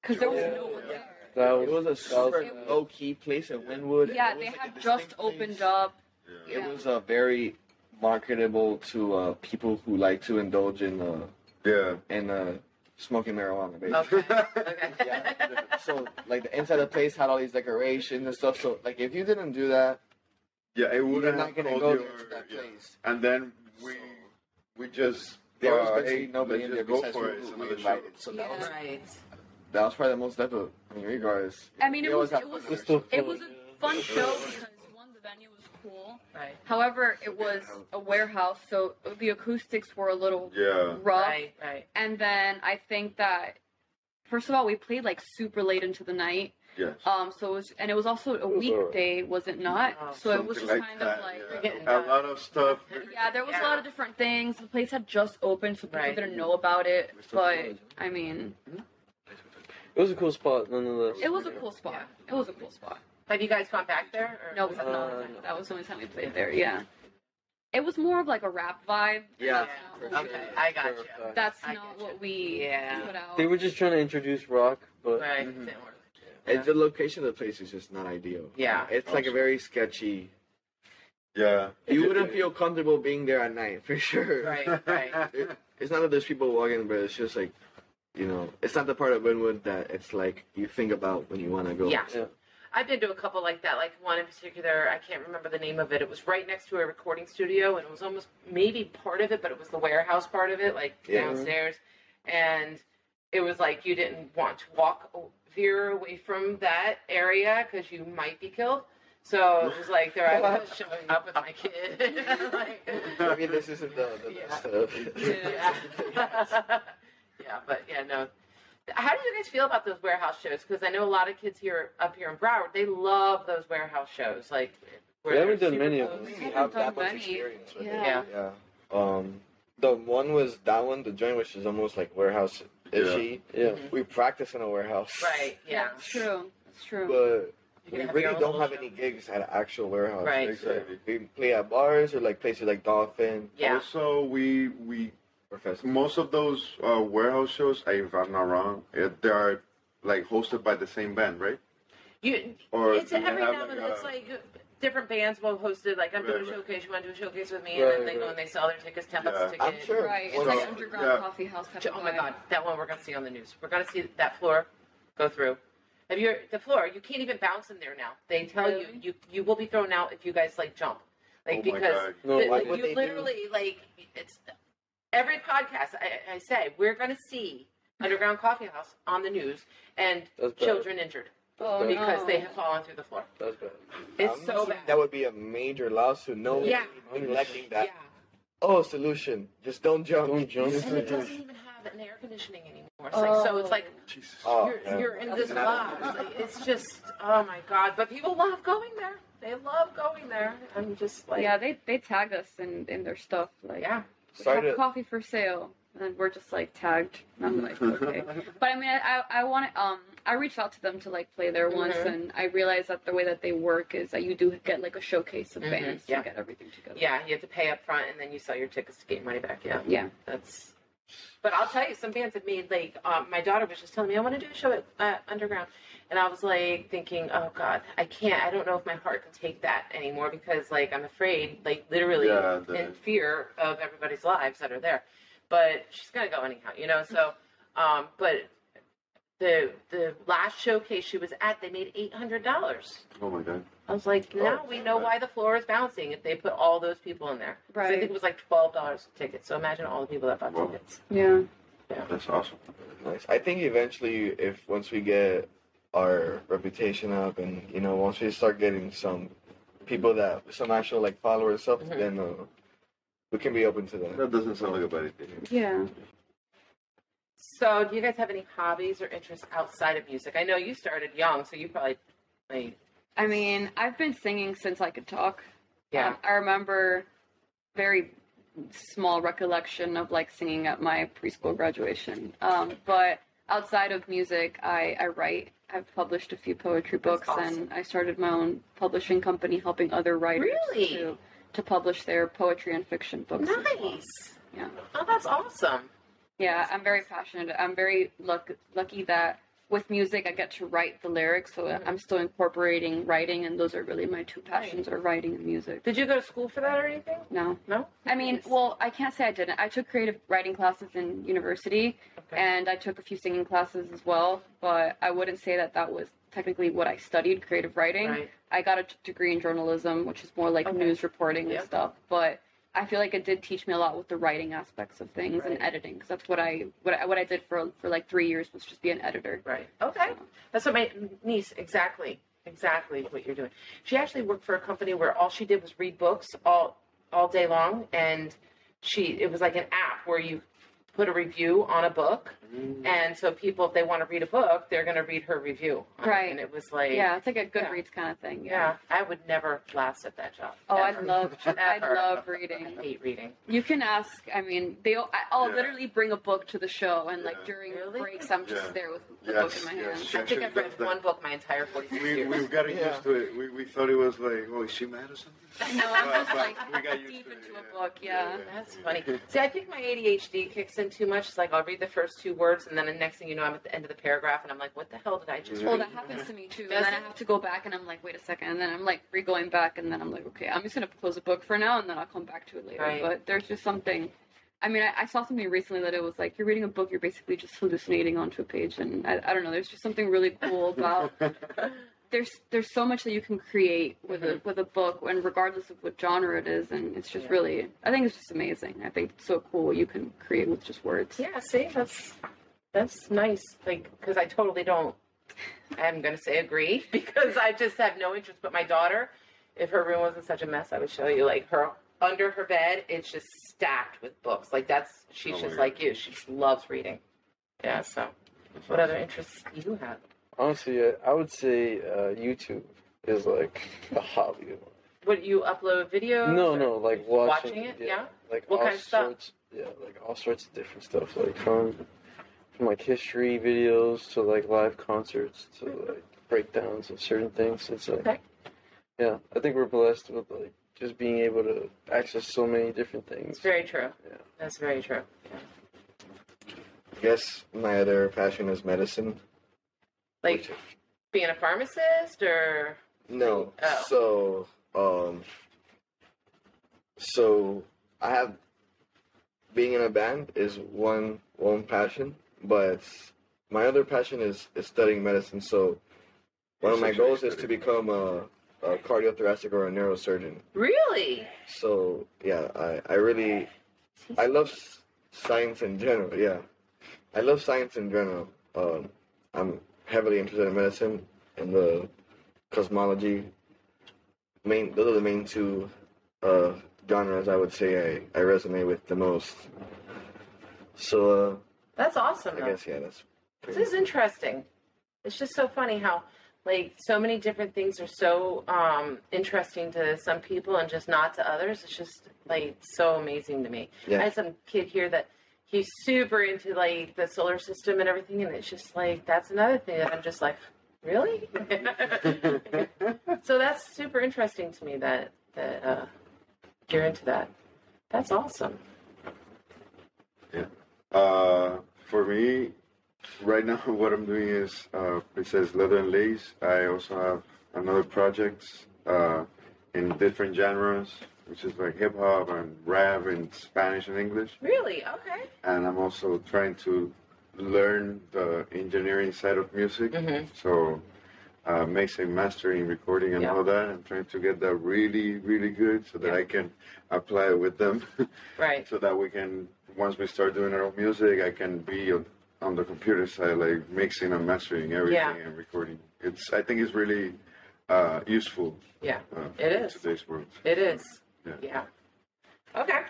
[SPEAKER 2] Because there was no one there.
[SPEAKER 4] That
[SPEAKER 6] it was a super
[SPEAKER 2] was-
[SPEAKER 6] low key place in Winwood. and
[SPEAKER 2] Yeah,
[SPEAKER 6] it
[SPEAKER 2] they
[SPEAKER 6] was, like, a
[SPEAKER 2] had
[SPEAKER 6] distinct
[SPEAKER 2] just
[SPEAKER 6] place.
[SPEAKER 2] opened up.
[SPEAKER 5] Yeah.
[SPEAKER 6] It
[SPEAKER 2] Yeah.
[SPEAKER 6] was uh, very marketable to uh, people who like to indulge in uh,
[SPEAKER 5] Yeah.
[SPEAKER 6] in uh, smoking marijuana, basically.
[SPEAKER 1] Okay. Okay.
[SPEAKER 6] Yeah. So like the inside of the place had all these decorations and stuff. So like if you didn't do that,
[SPEAKER 5] Yeah, it
[SPEAKER 6] you're
[SPEAKER 5] wouldn't
[SPEAKER 6] not
[SPEAKER 5] have
[SPEAKER 6] gonna
[SPEAKER 5] called
[SPEAKER 6] go
[SPEAKER 5] your-
[SPEAKER 6] there to that
[SPEAKER 5] yeah.
[SPEAKER 6] place.
[SPEAKER 5] And then we we just
[SPEAKER 6] There was
[SPEAKER 5] thought,
[SPEAKER 6] basically
[SPEAKER 5] hey,
[SPEAKER 6] nobody
[SPEAKER 5] let's
[SPEAKER 6] in
[SPEAKER 5] just
[SPEAKER 6] there
[SPEAKER 5] go
[SPEAKER 6] besides
[SPEAKER 5] for it.
[SPEAKER 6] who-
[SPEAKER 5] It's
[SPEAKER 6] who we
[SPEAKER 5] another show.
[SPEAKER 6] invited. So that was
[SPEAKER 1] right.
[SPEAKER 6] that was probably the most effort. I mean, regardless,
[SPEAKER 2] I mean,
[SPEAKER 6] we
[SPEAKER 2] it
[SPEAKER 6] always
[SPEAKER 2] was
[SPEAKER 6] have
[SPEAKER 2] it
[SPEAKER 6] fun
[SPEAKER 2] was
[SPEAKER 6] in
[SPEAKER 4] It's
[SPEAKER 6] our
[SPEAKER 4] still
[SPEAKER 6] shows.
[SPEAKER 2] it was a fun show because one the venue was cool.
[SPEAKER 1] Right.
[SPEAKER 2] However, it was a warehouse, so the acoustics were a little
[SPEAKER 5] Yeah.
[SPEAKER 2] rough.
[SPEAKER 1] Right. Right.
[SPEAKER 2] And then I think that first of all, we played like super late into the night.
[SPEAKER 5] Yes.
[SPEAKER 6] Oh,
[SPEAKER 2] Um, so it was, and it was also a
[SPEAKER 4] was alright.
[SPEAKER 2] weekday, was it not?
[SPEAKER 1] Oh,
[SPEAKER 2] so it was
[SPEAKER 5] Something
[SPEAKER 2] just kind
[SPEAKER 5] that,
[SPEAKER 2] of like
[SPEAKER 5] yeah.
[SPEAKER 1] getting
[SPEAKER 5] a
[SPEAKER 1] back.
[SPEAKER 5] lot of stuff.
[SPEAKER 2] Yeah, there was a lot of different things. The place had just opened, so people
[SPEAKER 1] Right.
[SPEAKER 2] didn't know about it.
[SPEAKER 6] We're still
[SPEAKER 2] But
[SPEAKER 6] doing it.
[SPEAKER 2] I mean,
[SPEAKER 4] It was a cool spot, nonetheless.
[SPEAKER 2] it was a cool spot. It was a cool spot.
[SPEAKER 1] Have you guys gone back there? Or?
[SPEAKER 2] No, we have not.
[SPEAKER 4] Uh, no.
[SPEAKER 2] that was the only time we played there. Yeah, it was more of like a rap vibe.
[SPEAKER 6] Yeah.
[SPEAKER 2] That's not,
[SPEAKER 1] Okay. I got you.
[SPEAKER 4] Perfect.
[SPEAKER 2] that's
[SPEAKER 1] I
[SPEAKER 2] not
[SPEAKER 1] getcha.
[SPEAKER 2] what we
[SPEAKER 1] Yeah.
[SPEAKER 2] put out.
[SPEAKER 4] They were just trying to introduce rock, but
[SPEAKER 1] Right.
[SPEAKER 6] Mhm.
[SPEAKER 1] Didn't work.
[SPEAKER 6] And the location of the place is just not ideal.
[SPEAKER 1] Yeah.
[SPEAKER 6] It's like a very sketchy.
[SPEAKER 5] Yeah.
[SPEAKER 6] You wouldn't feel comfortable being there at night for sure.
[SPEAKER 1] Right. Right.
[SPEAKER 6] It's not that there's people walking, but it's just like, you know, it's not the part of Winwood that it's like you think about when you want to go.
[SPEAKER 1] Yeah. I've been to a couple like that, like one in particular, I can't remember the name of it. It was right next to a recording studio and it was almost maybe part of it, but it was the warehouse part of it, like
[SPEAKER 6] Yeah.
[SPEAKER 1] downstairs. And it was like you didn't want to walk o- veer away from that area because you might be killed. So it was like there I was showing up with my kid. like,
[SPEAKER 6] Maybe this isn't the, the
[SPEAKER 1] Yeah.
[SPEAKER 6] best stuff.
[SPEAKER 1] yeah. yeah, but yeah, no. How do you guys feel about those warehouse shows? Because I know a lot of kids here up here in Broward, they love those warehouse shows. Like, where
[SPEAKER 4] We haven't
[SPEAKER 1] they're
[SPEAKER 4] done
[SPEAKER 1] super
[SPEAKER 4] many of
[SPEAKER 1] close.
[SPEAKER 6] We
[SPEAKER 2] haven't
[SPEAKER 6] have
[SPEAKER 2] done
[SPEAKER 6] that much
[SPEAKER 2] many.
[SPEAKER 6] experience with
[SPEAKER 2] Yeah.
[SPEAKER 6] it. Yeah. Um, the one was that one, the joint, which is almost like warehouse ishy.
[SPEAKER 4] Yeah.
[SPEAKER 6] We practice in a warehouse.
[SPEAKER 1] Right. Yeah.
[SPEAKER 2] It's true. It's true.
[SPEAKER 6] But
[SPEAKER 1] You can
[SPEAKER 6] we
[SPEAKER 1] have your
[SPEAKER 6] really
[SPEAKER 1] own
[SPEAKER 6] don't
[SPEAKER 1] little
[SPEAKER 6] have
[SPEAKER 1] show.
[SPEAKER 6] any gigs at an actual warehouse.
[SPEAKER 1] Right.
[SPEAKER 5] Exactly.
[SPEAKER 6] We play at bars or like places like Dolphin
[SPEAKER 1] Yeah.
[SPEAKER 5] Also, we we
[SPEAKER 6] or festival.
[SPEAKER 5] most of those uh, warehouse shows, if I'm not wrong, eh, they are like hosted by the same band, right?
[SPEAKER 1] You.
[SPEAKER 5] Or
[SPEAKER 1] it's
[SPEAKER 5] do you
[SPEAKER 1] every
[SPEAKER 5] have,
[SPEAKER 1] now and then.
[SPEAKER 5] like,
[SPEAKER 1] It's
[SPEAKER 5] a-
[SPEAKER 1] like different bands will host it. Like I'm doing a
[SPEAKER 5] Right, right.
[SPEAKER 1] showcase. You want to do a showcase with me?
[SPEAKER 4] Right,
[SPEAKER 1] and then they go
[SPEAKER 4] right.
[SPEAKER 1] and they sell their tickets, ten bucks
[SPEAKER 5] Yeah.
[SPEAKER 1] a ticket.
[SPEAKER 6] I'm sure.
[SPEAKER 2] right. It's
[SPEAKER 6] one
[SPEAKER 2] like
[SPEAKER 6] of-
[SPEAKER 2] underground
[SPEAKER 5] yeah.
[SPEAKER 2] coffee house type of
[SPEAKER 1] Oh my
[SPEAKER 2] vibe.
[SPEAKER 1] god, that one we're gonna see on the news. We're gonna see that floor go through. Have you the floor? You can't even bounce in there now. They tell
[SPEAKER 2] Really?
[SPEAKER 1] you you you will be thrown out if you guys like jump, like
[SPEAKER 5] oh my
[SPEAKER 1] because
[SPEAKER 5] god.
[SPEAKER 4] No,
[SPEAKER 1] the-
[SPEAKER 6] why
[SPEAKER 1] like,
[SPEAKER 6] would
[SPEAKER 1] you
[SPEAKER 6] they do-
[SPEAKER 1] literally like it's every podcast I, I say we're gonna see underground coffee house on the news and
[SPEAKER 4] That's bad.
[SPEAKER 1] children injured
[SPEAKER 2] Oh,
[SPEAKER 1] because
[SPEAKER 2] no.
[SPEAKER 1] they have fallen through the floor.
[SPEAKER 4] That's bad.
[SPEAKER 1] It's
[SPEAKER 6] I'm
[SPEAKER 1] so
[SPEAKER 6] assuming
[SPEAKER 1] bad.
[SPEAKER 6] That would be a major lawsuit. No way
[SPEAKER 1] Yeah.
[SPEAKER 6] we're neglecting that.
[SPEAKER 1] yeah.
[SPEAKER 6] Oh, solution. Just don't jump.
[SPEAKER 4] Don't jump.
[SPEAKER 1] And it doesn't even have an air conditioning anymore. It's like, so it's like
[SPEAKER 5] Jesus.
[SPEAKER 6] Oh,
[SPEAKER 1] you're,
[SPEAKER 6] man.
[SPEAKER 1] you're in this
[SPEAKER 6] Not-
[SPEAKER 1] box. Like, it's just, oh my god. But people love going there. They love going there. I'm just like,
[SPEAKER 2] Oh. Yeah, they they tag us in in their stuff like
[SPEAKER 1] yeah.
[SPEAKER 6] Sorry
[SPEAKER 2] have
[SPEAKER 6] to
[SPEAKER 2] coffee for sale and we're just like tagged and i'm like okay but i mean i i want to um i reached out to them to like play there once
[SPEAKER 1] Mhm.
[SPEAKER 2] and i realized that the way that they work is that you do get like a showcase of
[SPEAKER 1] Mhm,
[SPEAKER 2] bands
[SPEAKER 1] yeah.
[SPEAKER 2] to get everything together
[SPEAKER 1] Yeah, you have to pay up front and then you sell your tickets to get your money back. Yeah.
[SPEAKER 2] Yeah.
[SPEAKER 1] That's. But I'll tell you, some bands have made like um, my daughter was just telling me I want to do a show at uh, Underground, and I was like thinking, oh God, I can't. I don't know if my heart can take that anymore because like I'm afraid, like literally
[SPEAKER 5] Yeah, the-
[SPEAKER 1] in fear of everybody's lives that are there. But she's gonna go anyhow, you know. So, um, but the the last showcase she was at, they made eight hundred dollars.
[SPEAKER 5] Oh my god.
[SPEAKER 1] I was like,
[SPEAKER 5] Oh,
[SPEAKER 1] now we know
[SPEAKER 5] right.
[SPEAKER 1] why the floor is bouncing if they put all those people in there. 'Cause I
[SPEAKER 2] Right.
[SPEAKER 1] think it was like twelve dollars a ticket. So imagine all the people that bought
[SPEAKER 5] Wow.
[SPEAKER 1] tickets.
[SPEAKER 2] yeah
[SPEAKER 5] That's awesome.
[SPEAKER 6] Nice. I think eventually, if once we get our reputation up, and you know, once we start getting some people that some actual like followers up,
[SPEAKER 1] Mhm.
[SPEAKER 6] then uh, we can be open to that.
[SPEAKER 5] That doesn't sound like a bad idea.
[SPEAKER 2] yeah
[SPEAKER 1] So do you guys have any hobbies or interests outside of music? I know you started young, so you probably like,
[SPEAKER 2] i mean i've been singing since i could talk
[SPEAKER 1] yeah.
[SPEAKER 2] Um, I remember very small recollection of like singing at my preschool graduation. Um, but outside of music, I, I write. I've published a few poetry books
[SPEAKER 1] awesome.
[SPEAKER 2] and I started my own publishing company helping other writers
[SPEAKER 1] Really?
[SPEAKER 2] to to publish their poetry and fiction books. as well.
[SPEAKER 1] Nice.
[SPEAKER 2] Yeah.
[SPEAKER 1] Oh, that's awesome.
[SPEAKER 2] Yeah, I'm very passionate. I'm very luck- lucky that with music I get to write the lyrics, so
[SPEAKER 1] Mm-hmm.
[SPEAKER 2] I'm still incorporating writing and those are really my two passions are writing and music.
[SPEAKER 1] Did you go to school for that or anything?
[SPEAKER 2] No.
[SPEAKER 1] No?
[SPEAKER 2] I mean,
[SPEAKER 1] Nice.
[SPEAKER 2] well, I can't say I didn't. I took creative writing classes in university
[SPEAKER 1] Okay.
[SPEAKER 2] and I took a few singing classes as well, but I wouldn't say that that was technically what I studied creative writing.
[SPEAKER 1] Right.
[SPEAKER 2] I got a t- degree in journalism, which is more like
[SPEAKER 1] Okay.
[SPEAKER 2] news reporting
[SPEAKER 1] Yep.
[SPEAKER 2] and stuff, but I feel like it did teach me a lot with the writing aspects of things
[SPEAKER 1] Right.
[SPEAKER 2] and editing because that's what I what I, what I did for for like 3 years was just be an editor.
[SPEAKER 1] Right. Okay. That's what my niece exactly, exactly what you're doing. She actually worked for a company where all she did was read books all all day long, and she it was like an app where you put a review on a book,
[SPEAKER 5] Mm.
[SPEAKER 1] and so people if they want to read a book, they're going to read her review. on it.
[SPEAKER 2] Right.
[SPEAKER 1] And it was like,
[SPEAKER 2] Yeah, it's like a
[SPEAKER 1] Yeah.
[SPEAKER 2] Goodreads kind of thing.
[SPEAKER 1] yeah, I would never last at that job.
[SPEAKER 2] Oh, I
[SPEAKER 1] ever.
[SPEAKER 2] love I
[SPEAKER 1] Ever.
[SPEAKER 2] love
[SPEAKER 1] I
[SPEAKER 2] reading.
[SPEAKER 1] hate reading.
[SPEAKER 2] You can ask. I mean, they. all- I- I'll
[SPEAKER 5] Yeah.
[SPEAKER 2] literally bring a book to the show, and like
[SPEAKER 5] Yeah.
[SPEAKER 2] during
[SPEAKER 1] Really?
[SPEAKER 2] breaks, I'm just
[SPEAKER 5] Yeah.
[SPEAKER 2] there with the
[SPEAKER 5] Yes,
[SPEAKER 2] book in my
[SPEAKER 5] yes,
[SPEAKER 2] hand.
[SPEAKER 1] I think I've read
[SPEAKER 5] That's the-
[SPEAKER 1] one book my entire 46
[SPEAKER 5] We,
[SPEAKER 1] years.
[SPEAKER 5] we've gotten
[SPEAKER 6] Yeah.
[SPEAKER 5] used to it. We, we thought it was like, oh, is she mad or something?
[SPEAKER 2] No, I'm just
[SPEAKER 5] But
[SPEAKER 2] like
[SPEAKER 5] we got used
[SPEAKER 2] deep
[SPEAKER 5] to it,
[SPEAKER 2] into
[SPEAKER 5] yeah.
[SPEAKER 2] a book. Yeah.
[SPEAKER 1] That's funny. See, I think my ADHD kicks in too much. It's like I'll read the first two words, and then the next thing you know, I'm at the end of the paragraph, and I'm like, "What the hell did I just?"
[SPEAKER 2] Well,
[SPEAKER 1] read?
[SPEAKER 2] that happens to me too,
[SPEAKER 1] Does
[SPEAKER 2] and then I
[SPEAKER 1] it?
[SPEAKER 2] have to go back, and I'm like, wait a second, and then I'm like re-going back, and then I'm like, okay, I'm just gonna close the book for now, and then I'll come back to it later.
[SPEAKER 1] Right.
[SPEAKER 2] But there's just something. I mean, I, I saw something recently that it was like you're reading a book, you're basically just hallucinating onto a page, and I, I don't know. There's just something really cool about there's there's so much that you can create with a with a book, and regardless of what genre it is, and it's just
[SPEAKER 1] Yeah.
[SPEAKER 2] really, I think it's just amazing. I think it's so cool what you can create with just words.
[SPEAKER 1] Yeah, see, that's that's nice. Like, because I totally don't. I'm gonna say agree because I just have no interest. But my daughter, if her room wasn't such a mess, I would show you. Like her under her bed, it's just stacked with books. Like that's she's
[SPEAKER 5] Oh,
[SPEAKER 1] just
[SPEAKER 5] weird.
[SPEAKER 1] like you. She just loves reading. Yeah. So, what other interests do you have?
[SPEAKER 4] Honestly, I- I would say uh, YouTube is like a hobby.
[SPEAKER 1] Would you upload videos?
[SPEAKER 4] No,
[SPEAKER 1] or-
[SPEAKER 4] no, like watching,
[SPEAKER 1] Oh, Watching it, yeah?
[SPEAKER 4] Like
[SPEAKER 1] What
[SPEAKER 4] all
[SPEAKER 1] kind of stuff?
[SPEAKER 4] sorts, Yeah, like all sorts of different stuff, like from from like history videos to like live concerts to like breakdowns of certain things. It's like,
[SPEAKER 1] Okay.
[SPEAKER 4] yeah, I think we're blessed with like just being able to access so many different things.
[SPEAKER 1] It's very true.
[SPEAKER 4] Yeah.
[SPEAKER 1] That's very true.
[SPEAKER 6] I guess my other passion is medicine.
[SPEAKER 1] Like
[SPEAKER 6] which-
[SPEAKER 1] being a pharmacist or
[SPEAKER 6] No.
[SPEAKER 1] Oh.
[SPEAKER 6] So, um, so I have being in a band is one one passion, but my other passion is is studying medicine. So, one of my
[SPEAKER 5] Essentially
[SPEAKER 6] goals is to
[SPEAKER 5] studying
[SPEAKER 6] become a, a cardiothoracic or a neurosurgeon.
[SPEAKER 1] really.
[SPEAKER 6] So, yeah, I I really I love s- science in general. Yeah, I love science in general. Um, I'm heavily interested in medicine and the cosmology. Main, those are the main two uh, genres I would say I, I resonate with the most. So
[SPEAKER 1] That's awesome.
[SPEAKER 6] uh, I
[SPEAKER 1] though.
[SPEAKER 6] guess yeah, that's pretty
[SPEAKER 1] This is interesting. It's just so funny how like so many different things are so um interesting to some people and just not to others. It's just like so amazing to me.
[SPEAKER 6] Yeah.
[SPEAKER 1] I had some kid here that he's super into like the solar system and everything and it's just like that's another thing that I'm just like, really? so that's super interesting to me that that uh you're into that. That's awesome.
[SPEAKER 5] Uh, for me, right now, what I'm doing is uh, besides leather and lace, I also have another projects uh, in different genres, which is like hip hop and rap and Spanish and English.
[SPEAKER 1] Really? Okay.
[SPEAKER 5] And I'm also trying to learn the engineering side of music.
[SPEAKER 1] Mhm.
[SPEAKER 5] So. Uh, mixing, mastering, recording, and
[SPEAKER 1] Yeah.
[SPEAKER 5] all that. I'm trying to get that really, really good so that
[SPEAKER 1] Yeah.
[SPEAKER 5] I can apply it with them.
[SPEAKER 1] Right.
[SPEAKER 5] so that we can once we start doing our own music i can be on, on the computer side like mixing and mastering everything
[SPEAKER 1] Yeah.
[SPEAKER 5] and recording it's i think it's really uh, useful
[SPEAKER 1] Yeah.
[SPEAKER 5] uh,
[SPEAKER 1] It
[SPEAKER 5] in
[SPEAKER 1] is.
[SPEAKER 5] today's world
[SPEAKER 1] It is.
[SPEAKER 5] Yeah.
[SPEAKER 1] Yeah. Okay.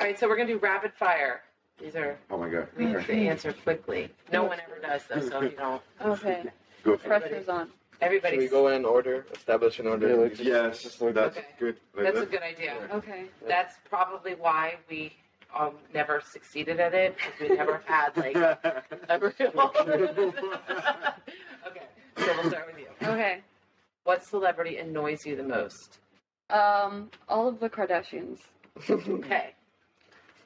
[SPEAKER 1] All right, so we're gonna do rapid fire. These are
[SPEAKER 5] oh my god
[SPEAKER 1] we have to answer quickly. No one ever does though, so if you don't,
[SPEAKER 2] Okay,
[SPEAKER 5] go for it
[SPEAKER 2] pressure's on.
[SPEAKER 6] cool. Should
[SPEAKER 1] everybody's.
[SPEAKER 6] we go in order? Establish an order.
[SPEAKER 4] Yeah, like-
[SPEAKER 5] yes that's
[SPEAKER 4] Okay.
[SPEAKER 5] good Like
[SPEAKER 1] That's a
[SPEAKER 5] that.
[SPEAKER 1] good idea.
[SPEAKER 2] Okay,
[SPEAKER 1] That's probably why we um, never succeeded at it because we never had like a real. okay, so we'll start with you.
[SPEAKER 2] okay.
[SPEAKER 1] What celebrity annoys you the most?
[SPEAKER 2] Um, all of the Kardashians.
[SPEAKER 1] Okay.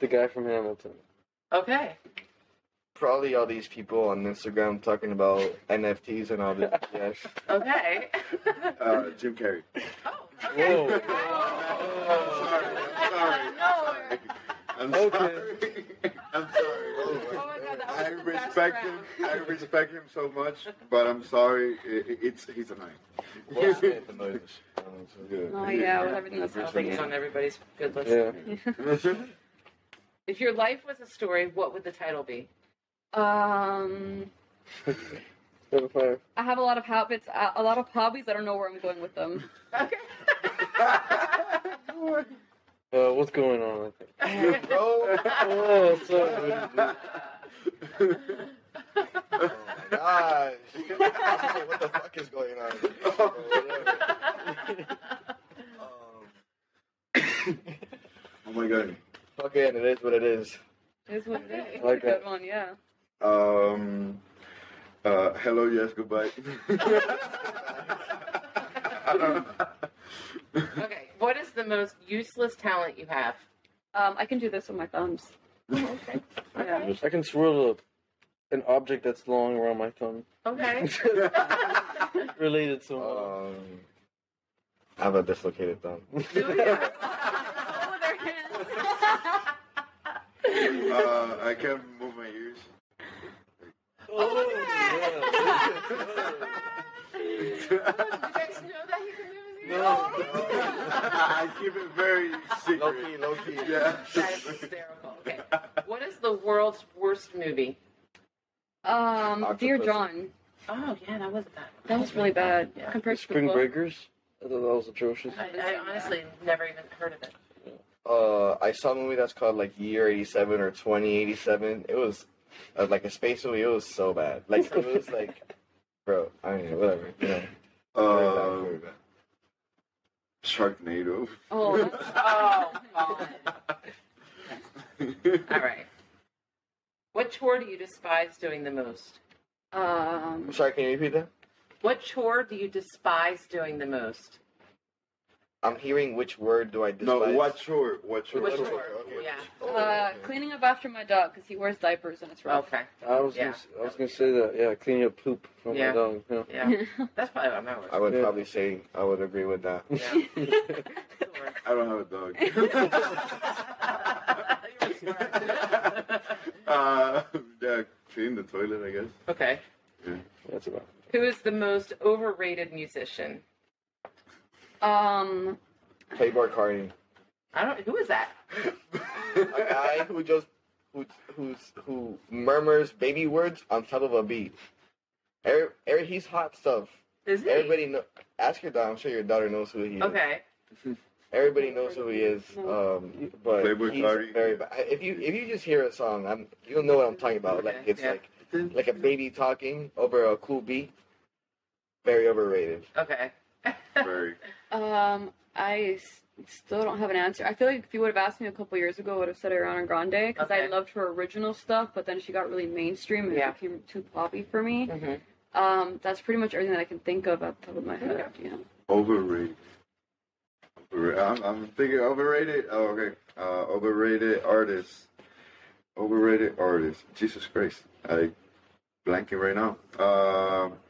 [SPEAKER 4] The guy from Hamilton.
[SPEAKER 1] Okay.
[SPEAKER 6] Probably all these people on Instagram talking about NFTs and all this. Yes.
[SPEAKER 1] Okay.
[SPEAKER 5] uh, jim carrey
[SPEAKER 1] oh, okay. Oh.
[SPEAKER 4] Whoa.
[SPEAKER 5] sorry i'm sorry i'm sorry i'm sorry
[SPEAKER 1] Oh my god, that was
[SPEAKER 5] I
[SPEAKER 1] the best
[SPEAKER 5] respect him.
[SPEAKER 1] round.
[SPEAKER 5] I respect him so much, but I'm sorry. i- i it's he's a nine.
[SPEAKER 6] Will Smith annoys us. Um, so-
[SPEAKER 2] Oh yeah, with everything that's
[SPEAKER 1] I don't think
[SPEAKER 2] happening.
[SPEAKER 1] it's on everybody's good list.
[SPEAKER 4] Yeah.
[SPEAKER 1] If your life was a story, what would the title be?
[SPEAKER 2] Um,
[SPEAKER 4] Number five.
[SPEAKER 2] I have a lot of habits, a a lot of hobbies. I don't know where I'm going with them.
[SPEAKER 1] Okay.
[SPEAKER 4] Uh, what's going on? I think.
[SPEAKER 6] Bro.
[SPEAKER 4] Oh, sorry.
[SPEAKER 6] gosh. what the fuck is going on?
[SPEAKER 5] Oh my god.
[SPEAKER 6] Fuck it, it is what it is.
[SPEAKER 2] Is what it is.
[SPEAKER 4] Like
[SPEAKER 2] It's a good
[SPEAKER 4] that.
[SPEAKER 2] one, yeah.
[SPEAKER 5] Um, uh, hello, yes, goodbye.
[SPEAKER 1] okay. What is the most useless talent you have?
[SPEAKER 2] Um, I can do this with my thumbs. Oh, Yeah.
[SPEAKER 4] I can swirl a, an object that's long around my thumb.
[SPEAKER 1] Okay.
[SPEAKER 4] Related uh, somehow.
[SPEAKER 6] Um, I have a dislocated thumb.
[SPEAKER 1] Uh, oh, their hands.
[SPEAKER 5] uh, I can't move my ears.
[SPEAKER 1] Oh,
[SPEAKER 4] oh, yeah.
[SPEAKER 1] Did you guys know that he could move his ears?
[SPEAKER 5] I keep it very
[SPEAKER 6] Low
[SPEAKER 5] secret.
[SPEAKER 6] key, low key.
[SPEAKER 5] Yeah.
[SPEAKER 1] That is hysterical. Okay. What is the world's worst movie?
[SPEAKER 2] Um, Dear
[SPEAKER 6] Octopus.
[SPEAKER 2] John.
[SPEAKER 1] Oh yeah, that was that.
[SPEAKER 2] That was really bad.
[SPEAKER 1] Yeah.
[SPEAKER 2] Compared to the
[SPEAKER 4] Spring
[SPEAKER 2] book.
[SPEAKER 4] Breakers. I thought that was atrocious.
[SPEAKER 1] I, I honestly never even heard of it.
[SPEAKER 6] Uh, I saw a movie that's called like Year '87 or 2087. It was uh, like a space movie. It was so bad. Like it was like, bro. I mean, whatever. You know, very bad, very
[SPEAKER 5] Um,
[SPEAKER 6] bad.
[SPEAKER 5] Sharknado.
[SPEAKER 2] Oh, that's-
[SPEAKER 1] Oh God. All right. What chore do you despise doing the most?
[SPEAKER 2] um,
[SPEAKER 6] I'm sorry. Can you repeat that?
[SPEAKER 1] What chore do you despise doing the most?
[SPEAKER 6] I'm hearing which word do I
[SPEAKER 5] No,
[SPEAKER 6] despise?
[SPEAKER 5] what short? What short?
[SPEAKER 1] What
[SPEAKER 6] Which
[SPEAKER 1] chore?
[SPEAKER 6] okay.
[SPEAKER 1] Yeah.
[SPEAKER 2] uh, cleaning up after my dog because he wears diapers and it's rough.
[SPEAKER 1] Okay.
[SPEAKER 4] I was
[SPEAKER 1] Yeah.
[SPEAKER 4] gonna, s- I was gonna say that. Yeah, cleaning up poop from
[SPEAKER 1] Yeah.
[SPEAKER 4] my dog. Yeah.
[SPEAKER 1] Yeah. That's probably what I'm not
[SPEAKER 6] I would
[SPEAKER 4] Yeah.
[SPEAKER 6] probably say I would agree with that.
[SPEAKER 1] Yeah.
[SPEAKER 5] I don't have a dog. Oh. uh, yeah, clean the toilet, I guess.
[SPEAKER 1] okay.
[SPEAKER 4] That's about.
[SPEAKER 1] Who is the most overrated musician?
[SPEAKER 2] Um,
[SPEAKER 6] Playboy Cardi,
[SPEAKER 1] I don't. Who is that?
[SPEAKER 6] a guy who just who who's who murmurs baby words on top of a beat. Every, every, he's hot stuff.
[SPEAKER 1] Is he?
[SPEAKER 6] Everybody know. Ask your daughter. I'm sure your daughter knows who he is.
[SPEAKER 1] Okay.
[SPEAKER 6] Everybody knows who he is. Um, but
[SPEAKER 5] Playboy
[SPEAKER 6] he's
[SPEAKER 5] Cardi.
[SPEAKER 6] very bad. If you if you just hear a song, I'm you'll know what I'm talking about. Like
[SPEAKER 1] Okay,
[SPEAKER 6] it's
[SPEAKER 1] yeah.
[SPEAKER 6] like like a baby talking over a cool beat. Very overrated.
[SPEAKER 1] Okay.
[SPEAKER 5] Very.
[SPEAKER 2] um, I s- still don't have an answer. I feel like if you would have asked me a couple years ago, I would have said Ariana Grande because
[SPEAKER 1] Okay.
[SPEAKER 2] I loved her original stuff, but then she got really mainstream and
[SPEAKER 1] Yeah.
[SPEAKER 2] it became too poppy for me.
[SPEAKER 1] Mhm.
[SPEAKER 2] Um, that's pretty much everything that I can think of off the top of my head. Yeah.
[SPEAKER 5] Overrated. Overra- I'm, I'm thinking overrated. Oh, okay. Uh, overrated artist. Overrated artist. Jesus Christ. I blanking right now. Um,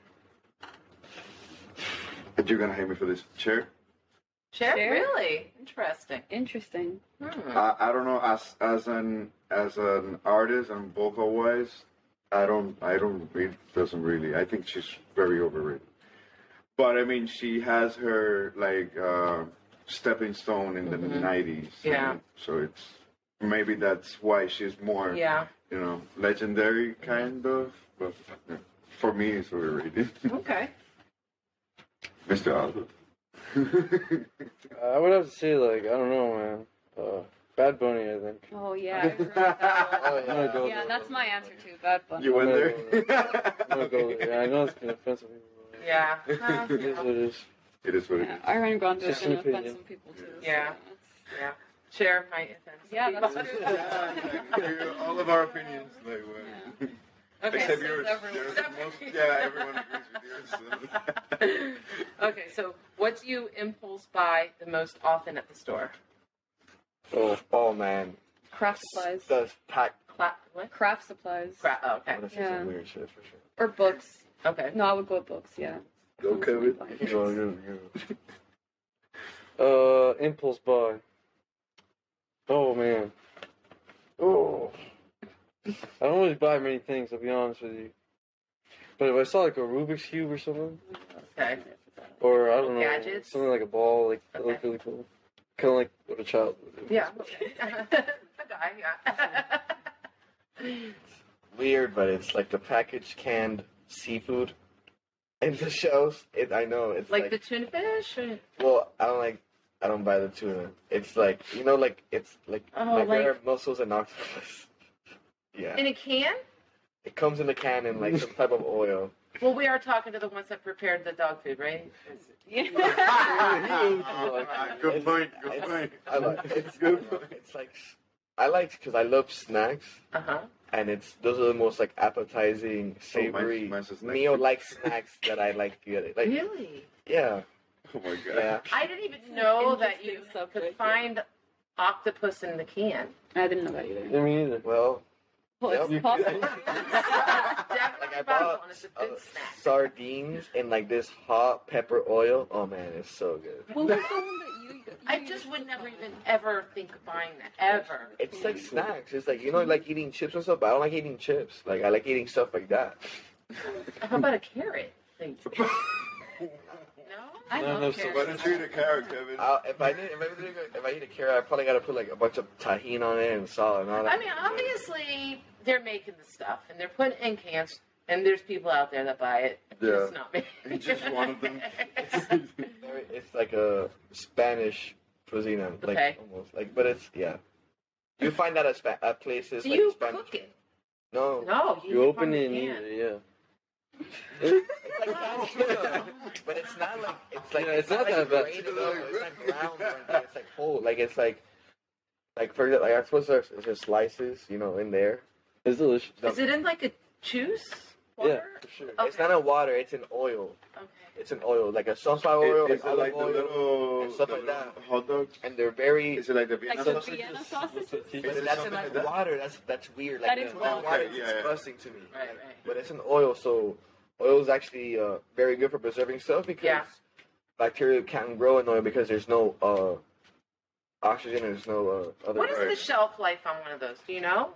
[SPEAKER 5] you're gonna hate me for this chair.
[SPEAKER 1] Cher?
[SPEAKER 2] Cher?
[SPEAKER 1] Really interesting.
[SPEAKER 2] Interesting.
[SPEAKER 1] Hmm.
[SPEAKER 5] I, I don't know as as an as an artist and vocal wise, I don't I don't it doesn't really I think she's very overrated. But I mean she has her like uh, stepping stone in the
[SPEAKER 4] Mm-hmm.
[SPEAKER 5] 90s.
[SPEAKER 1] Yeah.
[SPEAKER 5] So it's maybe that's why she's more
[SPEAKER 1] Yeah.
[SPEAKER 5] you know legendary kind of. But yeah, for me, it's overrated.
[SPEAKER 4] Oh.
[SPEAKER 1] Okay.
[SPEAKER 5] Mr. Oliver.
[SPEAKER 4] I would have to say like I don't know, man. Uh, Bad Bunny, I think.
[SPEAKER 2] Oh yeah. I agree with that
[SPEAKER 6] Oh,
[SPEAKER 4] I'm gonna
[SPEAKER 2] one.
[SPEAKER 4] go
[SPEAKER 2] yeah,
[SPEAKER 4] there.
[SPEAKER 2] that's my answer too. Bad bunny.
[SPEAKER 5] you went there.
[SPEAKER 4] I'm gonna go there. Yeah, I know it's gonna offend some people. but
[SPEAKER 1] Yeah.
[SPEAKER 4] It is what it is.
[SPEAKER 5] It is what it
[SPEAKER 2] Yeah, Ariana Grande is
[SPEAKER 4] Just an
[SPEAKER 2] gonna offend
[SPEAKER 4] opinion.
[SPEAKER 2] some people too. so
[SPEAKER 1] Yeah. Cher might offend some
[SPEAKER 2] Yeah, that's
[SPEAKER 1] people.
[SPEAKER 2] true.
[SPEAKER 5] Yeah, all of our opinions, like, well,
[SPEAKER 1] Okay.
[SPEAKER 5] except
[SPEAKER 1] so-
[SPEAKER 5] yours.
[SPEAKER 2] everyone.
[SPEAKER 5] Yours is
[SPEAKER 1] Except-
[SPEAKER 5] most- yeah, everyone agrees with yours.
[SPEAKER 1] okay, so what do you impulse buy the most often at the store?
[SPEAKER 6] Oh, oh man,
[SPEAKER 2] Craft supplies.
[SPEAKER 6] the pack.
[SPEAKER 1] Cla- what?
[SPEAKER 2] Craft supplies.
[SPEAKER 1] Crap. Oh,
[SPEAKER 6] I'm
[SPEAKER 1] okay.
[SPEAKER 6] gonna say
[SPEAKER 2] Yeah.
[SPEAKER 6] some weird shit for sure.
[SPEAKER 2] Or books.
[SPEAKER 1] Okay.
[SPEAKER 2] No, I would go with books, yeah.
[SPEAKER 5] So. okay, with
[SPEAKER 4] Uh, impulse buy. Oh man. Oh. I don't really buy many things. I'll be honest with you. But if I saw like a Rubik's cube or something,
[SPEAKER 1] Okay.
[SPEAKER 4] or I don't know,
[SPEAKER 1] Gadgets?
[SPEAKER 4] something like a ball, like that
[SPEAKER 1] Okay.
[SPEAKER 4] looked really cool. Kind of like what a child. would do.
[SPEAKER 1] Yeah. Okay. the guy. Yeah.
[SPEAKER 6] weird, but it's like the packaged canned seafood in the shells. It, I know it's
[SPEAKER 1] like,
[SPEAKER 6] like,
[SPEAKER 1] the tuna fish. Or...
[SPEAKER 6] well, I don't like. I don't buy the tuna. It's like you know, like it's like
[SPEAKER 1] Oh,
[SPEAKER 6] like, there
[SPEAKER 1] like-
[SPEAKER 6] are mussels and octopus. yeah,
[SPEAKER 1] In a can?
[SPEAKER 6] it comes in a can in like some type of oil.
[SPEAKER 1] Well, we are talking to the ones that prepared the dog food, right?
[SPEAKER 5] good point. Good
[SPEAKER 6] It's-
[SPEAKER 5] point.
[SPEAKER 6] I like it's good. It's like I like because I love snacks,
[SPEAKER 1] Uh huh.
[SPEAKER 6] and it's those are the most like appetizing,
[SPEAKER 5] Oh, mine's-
[SPEAKER 6] savory
[SPEAKER 5] mine's a snack.
[SPEAKER 6] meal like snacks that I like to get. Like
[SPEAKER 1] Really?
[SPEAKER 6] yeah,
[SPEAKER 5] Oh my god.
[SPEAKER 6] yeah.
[SPEAKER 1] I didn't even know that you
[SPEAKER 2] interesting subject,
[SPEAKER 1] could
[SPEAKER 2] yeah.
[SPEAKER 1] find octopus in the can.
[SPEAKER 2] I didn't know that either.
[SPEAKER 4] Yeah, me either.
[SPEAKER 6] Well,
[SPEAKER 2] Well,
[SPEAKER 6] Yep.
[SPEAKER 2] it's possible.
[SPEAKER 6] Like
[SPEAKER 1] Definitely
[SPEAKER 6] I
[SPEAKER 1] bought
[SPEAKER 6] bought
[SPEAKER 1] one. It's a
[SPEAKER 6] uh,
[SPEAKER 1] good snack.
[SPEAKER 6] sardines in like this hot pepper oil. Oh man, it's so good.
[SPEAKER 2] What was the one that you, you
[SPEAKER 1] I just would never even ever think of buying that ever.
[SPEAKER 6] It's
[SPEAKER 1] Mm.
[SPEAKER 6] like snacks. It's like you know, like eating chips and stuff. But I don't like eating chips. Like I like eating stuff like that.
[SPEAKER 1] How about a carrot? Thank you. No?
[SPEAKER 2] I
[SPEAKER 4] No,
[SPEAKER 2] love
[SPEAKER 4] no,
[SPEAKER 2] carrots.
[SPEAKER 5] Why don't you eat a carrot, Kevin?
[SPEAKER 6] I'll, if I did, if I did, if I eat a carrot, I probably got to put like a bunch of tahini on it and salt and all that.
[SPEAKER 1] I mean, obviously, they're making the stuff and they're putting it in cans, and there's people out there that buy it.
[SPEAKER 5] Yeah.
[SPEAKER 1] It's not me.
[SPEAKER 5] He's just one of them.
[SPEAKER 6] Very- It's like a Spanish cuisine, like
[SPEAKER 1] Okay.
[SPEAKER 6] almost like, but it's yeah. You find that at, spa- at places
[SPEAKER 1] Do
[SPEAKER 6] like
[SPEAKER 1] you
[SPEAKER 6] Spanish.
[SPEAKER 1] cook it?
[SPEAKER 6] No,
[SPEAKER 1] No.
[SPEAKER 4] You open
[SPEAKER 1] from
[SPEAKER 4] it and
[SPEAKER 1] the
[SPEAKER 4] eat
[SPEAKER 1] can.
[SPEAKER 4] it, yeah.
[SPEAKER 6] It's like canned tuna, but it's not like it's like
[SPEAKER 4] Yeah, it's not
[SPEAKER 6] like
[SPEAKER 4] that bad.
[SPEAKER 6] grated though, It's not ground or anything. It's like whole. Like it's like like for example, like I suppose there's it's just slices, you know, in there.
[SPEAKER 4] It's delicious.
[SPEAKER 1] Is it in like a juice?
[SPEAKER 4] Yeah.
[SPEAKER 1] Water?
[SPEAKER 6] It's not in water. It's in oil.
[SPEAKER 1] Okay.
[SPEAKER 6] It's in oil, like a sunflower oil,
[SPEAKER 5] Is
[SPEAKER 6] like
[SPEAKER 5] is it
[SPEAKER 6] olive
[SPEAKER 5] like the
[SPEAKER 6] oil,
[SPEAKER 5] little,
[SPEAKER 6] and stuff
[SPEAKER 5] the
[SPEAKER 6] like
[SPEAKER 5] little
[SPEAKER 6] that.
[SPEAKER 5] hot dogs?
[SPEAKER 6] and they're very.
[SPEAKER 5] Is it like the Vienna
[SPEAKER 2] Like the
[SPEAKER 5] sausage?
[SPEAKER 2] Vienna sausages?
[SPEAKER 6] But
[SPEAKER 5] it
[SPEAKER 6] that's in
[SPEAKER 5] something
[SPEAKER 6] like
[SPEAKER 5] like that?
[SPEAKER 6] water. That's that's weird. Like
[SPEAKER 2] That is
[SPEAKER 6] that
[SPEAKER 2] water.
[SPEAKER 6] water is
[SPEAKER 5] Yeah, yeah.
[SPEAKER 6] disgusting to me.
[SPEAKER 1] Right,
[SPEAKER 6] Like,
[SPEAKER 1] right.
[SPEAKER 6] But it's in oil, so oil is actually uh, very good for preserving stuff because
[SPEAKER 1] Yeah.
[SPEAKER 6] bacteria can't grow in oil because there's no uh, oxygen. There's no uh, other.
[SPEAKER 1] What is
[SPEAKER 5] Right.
[SPEAKER 1] the shelf life on one of those? Do you know?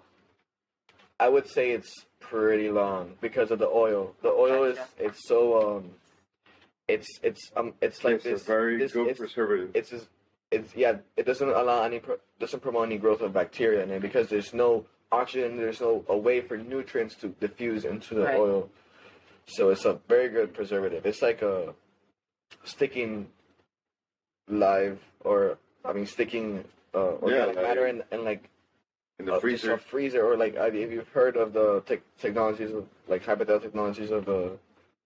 [SPEAKER 6] I would say it's pretty long because of the oil. The oil
[SPEAKER 1] Gotcha.
[SPEAKER 6] is it's so um, it's it's um it's like
[SPEAKER 5] It's
[SPEAKER 6] this.
[SPEAKER 5] a very
[SPEAKER 6] this-
[SPEAKER 5] good
[SPEAKER 6] it's,
[SPEAKER 5] preservative.
[SPEAKER 6] it's just, it's yeah it doesn't allow any pro- doesn't promote any growth of bacteria in it because there's no oxygen there's no a way for nutrients to diffuse into the
[SPEAKER 1] Right.
[SPEAKER 6] oil so it's a very good preservative it's like a sticking live or i mean sticking uh organic
[SPEAKER 5] like-
[SPEAKER 6] matter in, in like
[SPEAKER 5] in
[SPEAKER 6] a-
[SPEAKER 5] the
[SPEAKER 6] just
[SPEAKER 5] freezer.
[SPEAKER 6] a freezer or like I- if you've heard of the tech technologies of like hypothetical technologies of uh,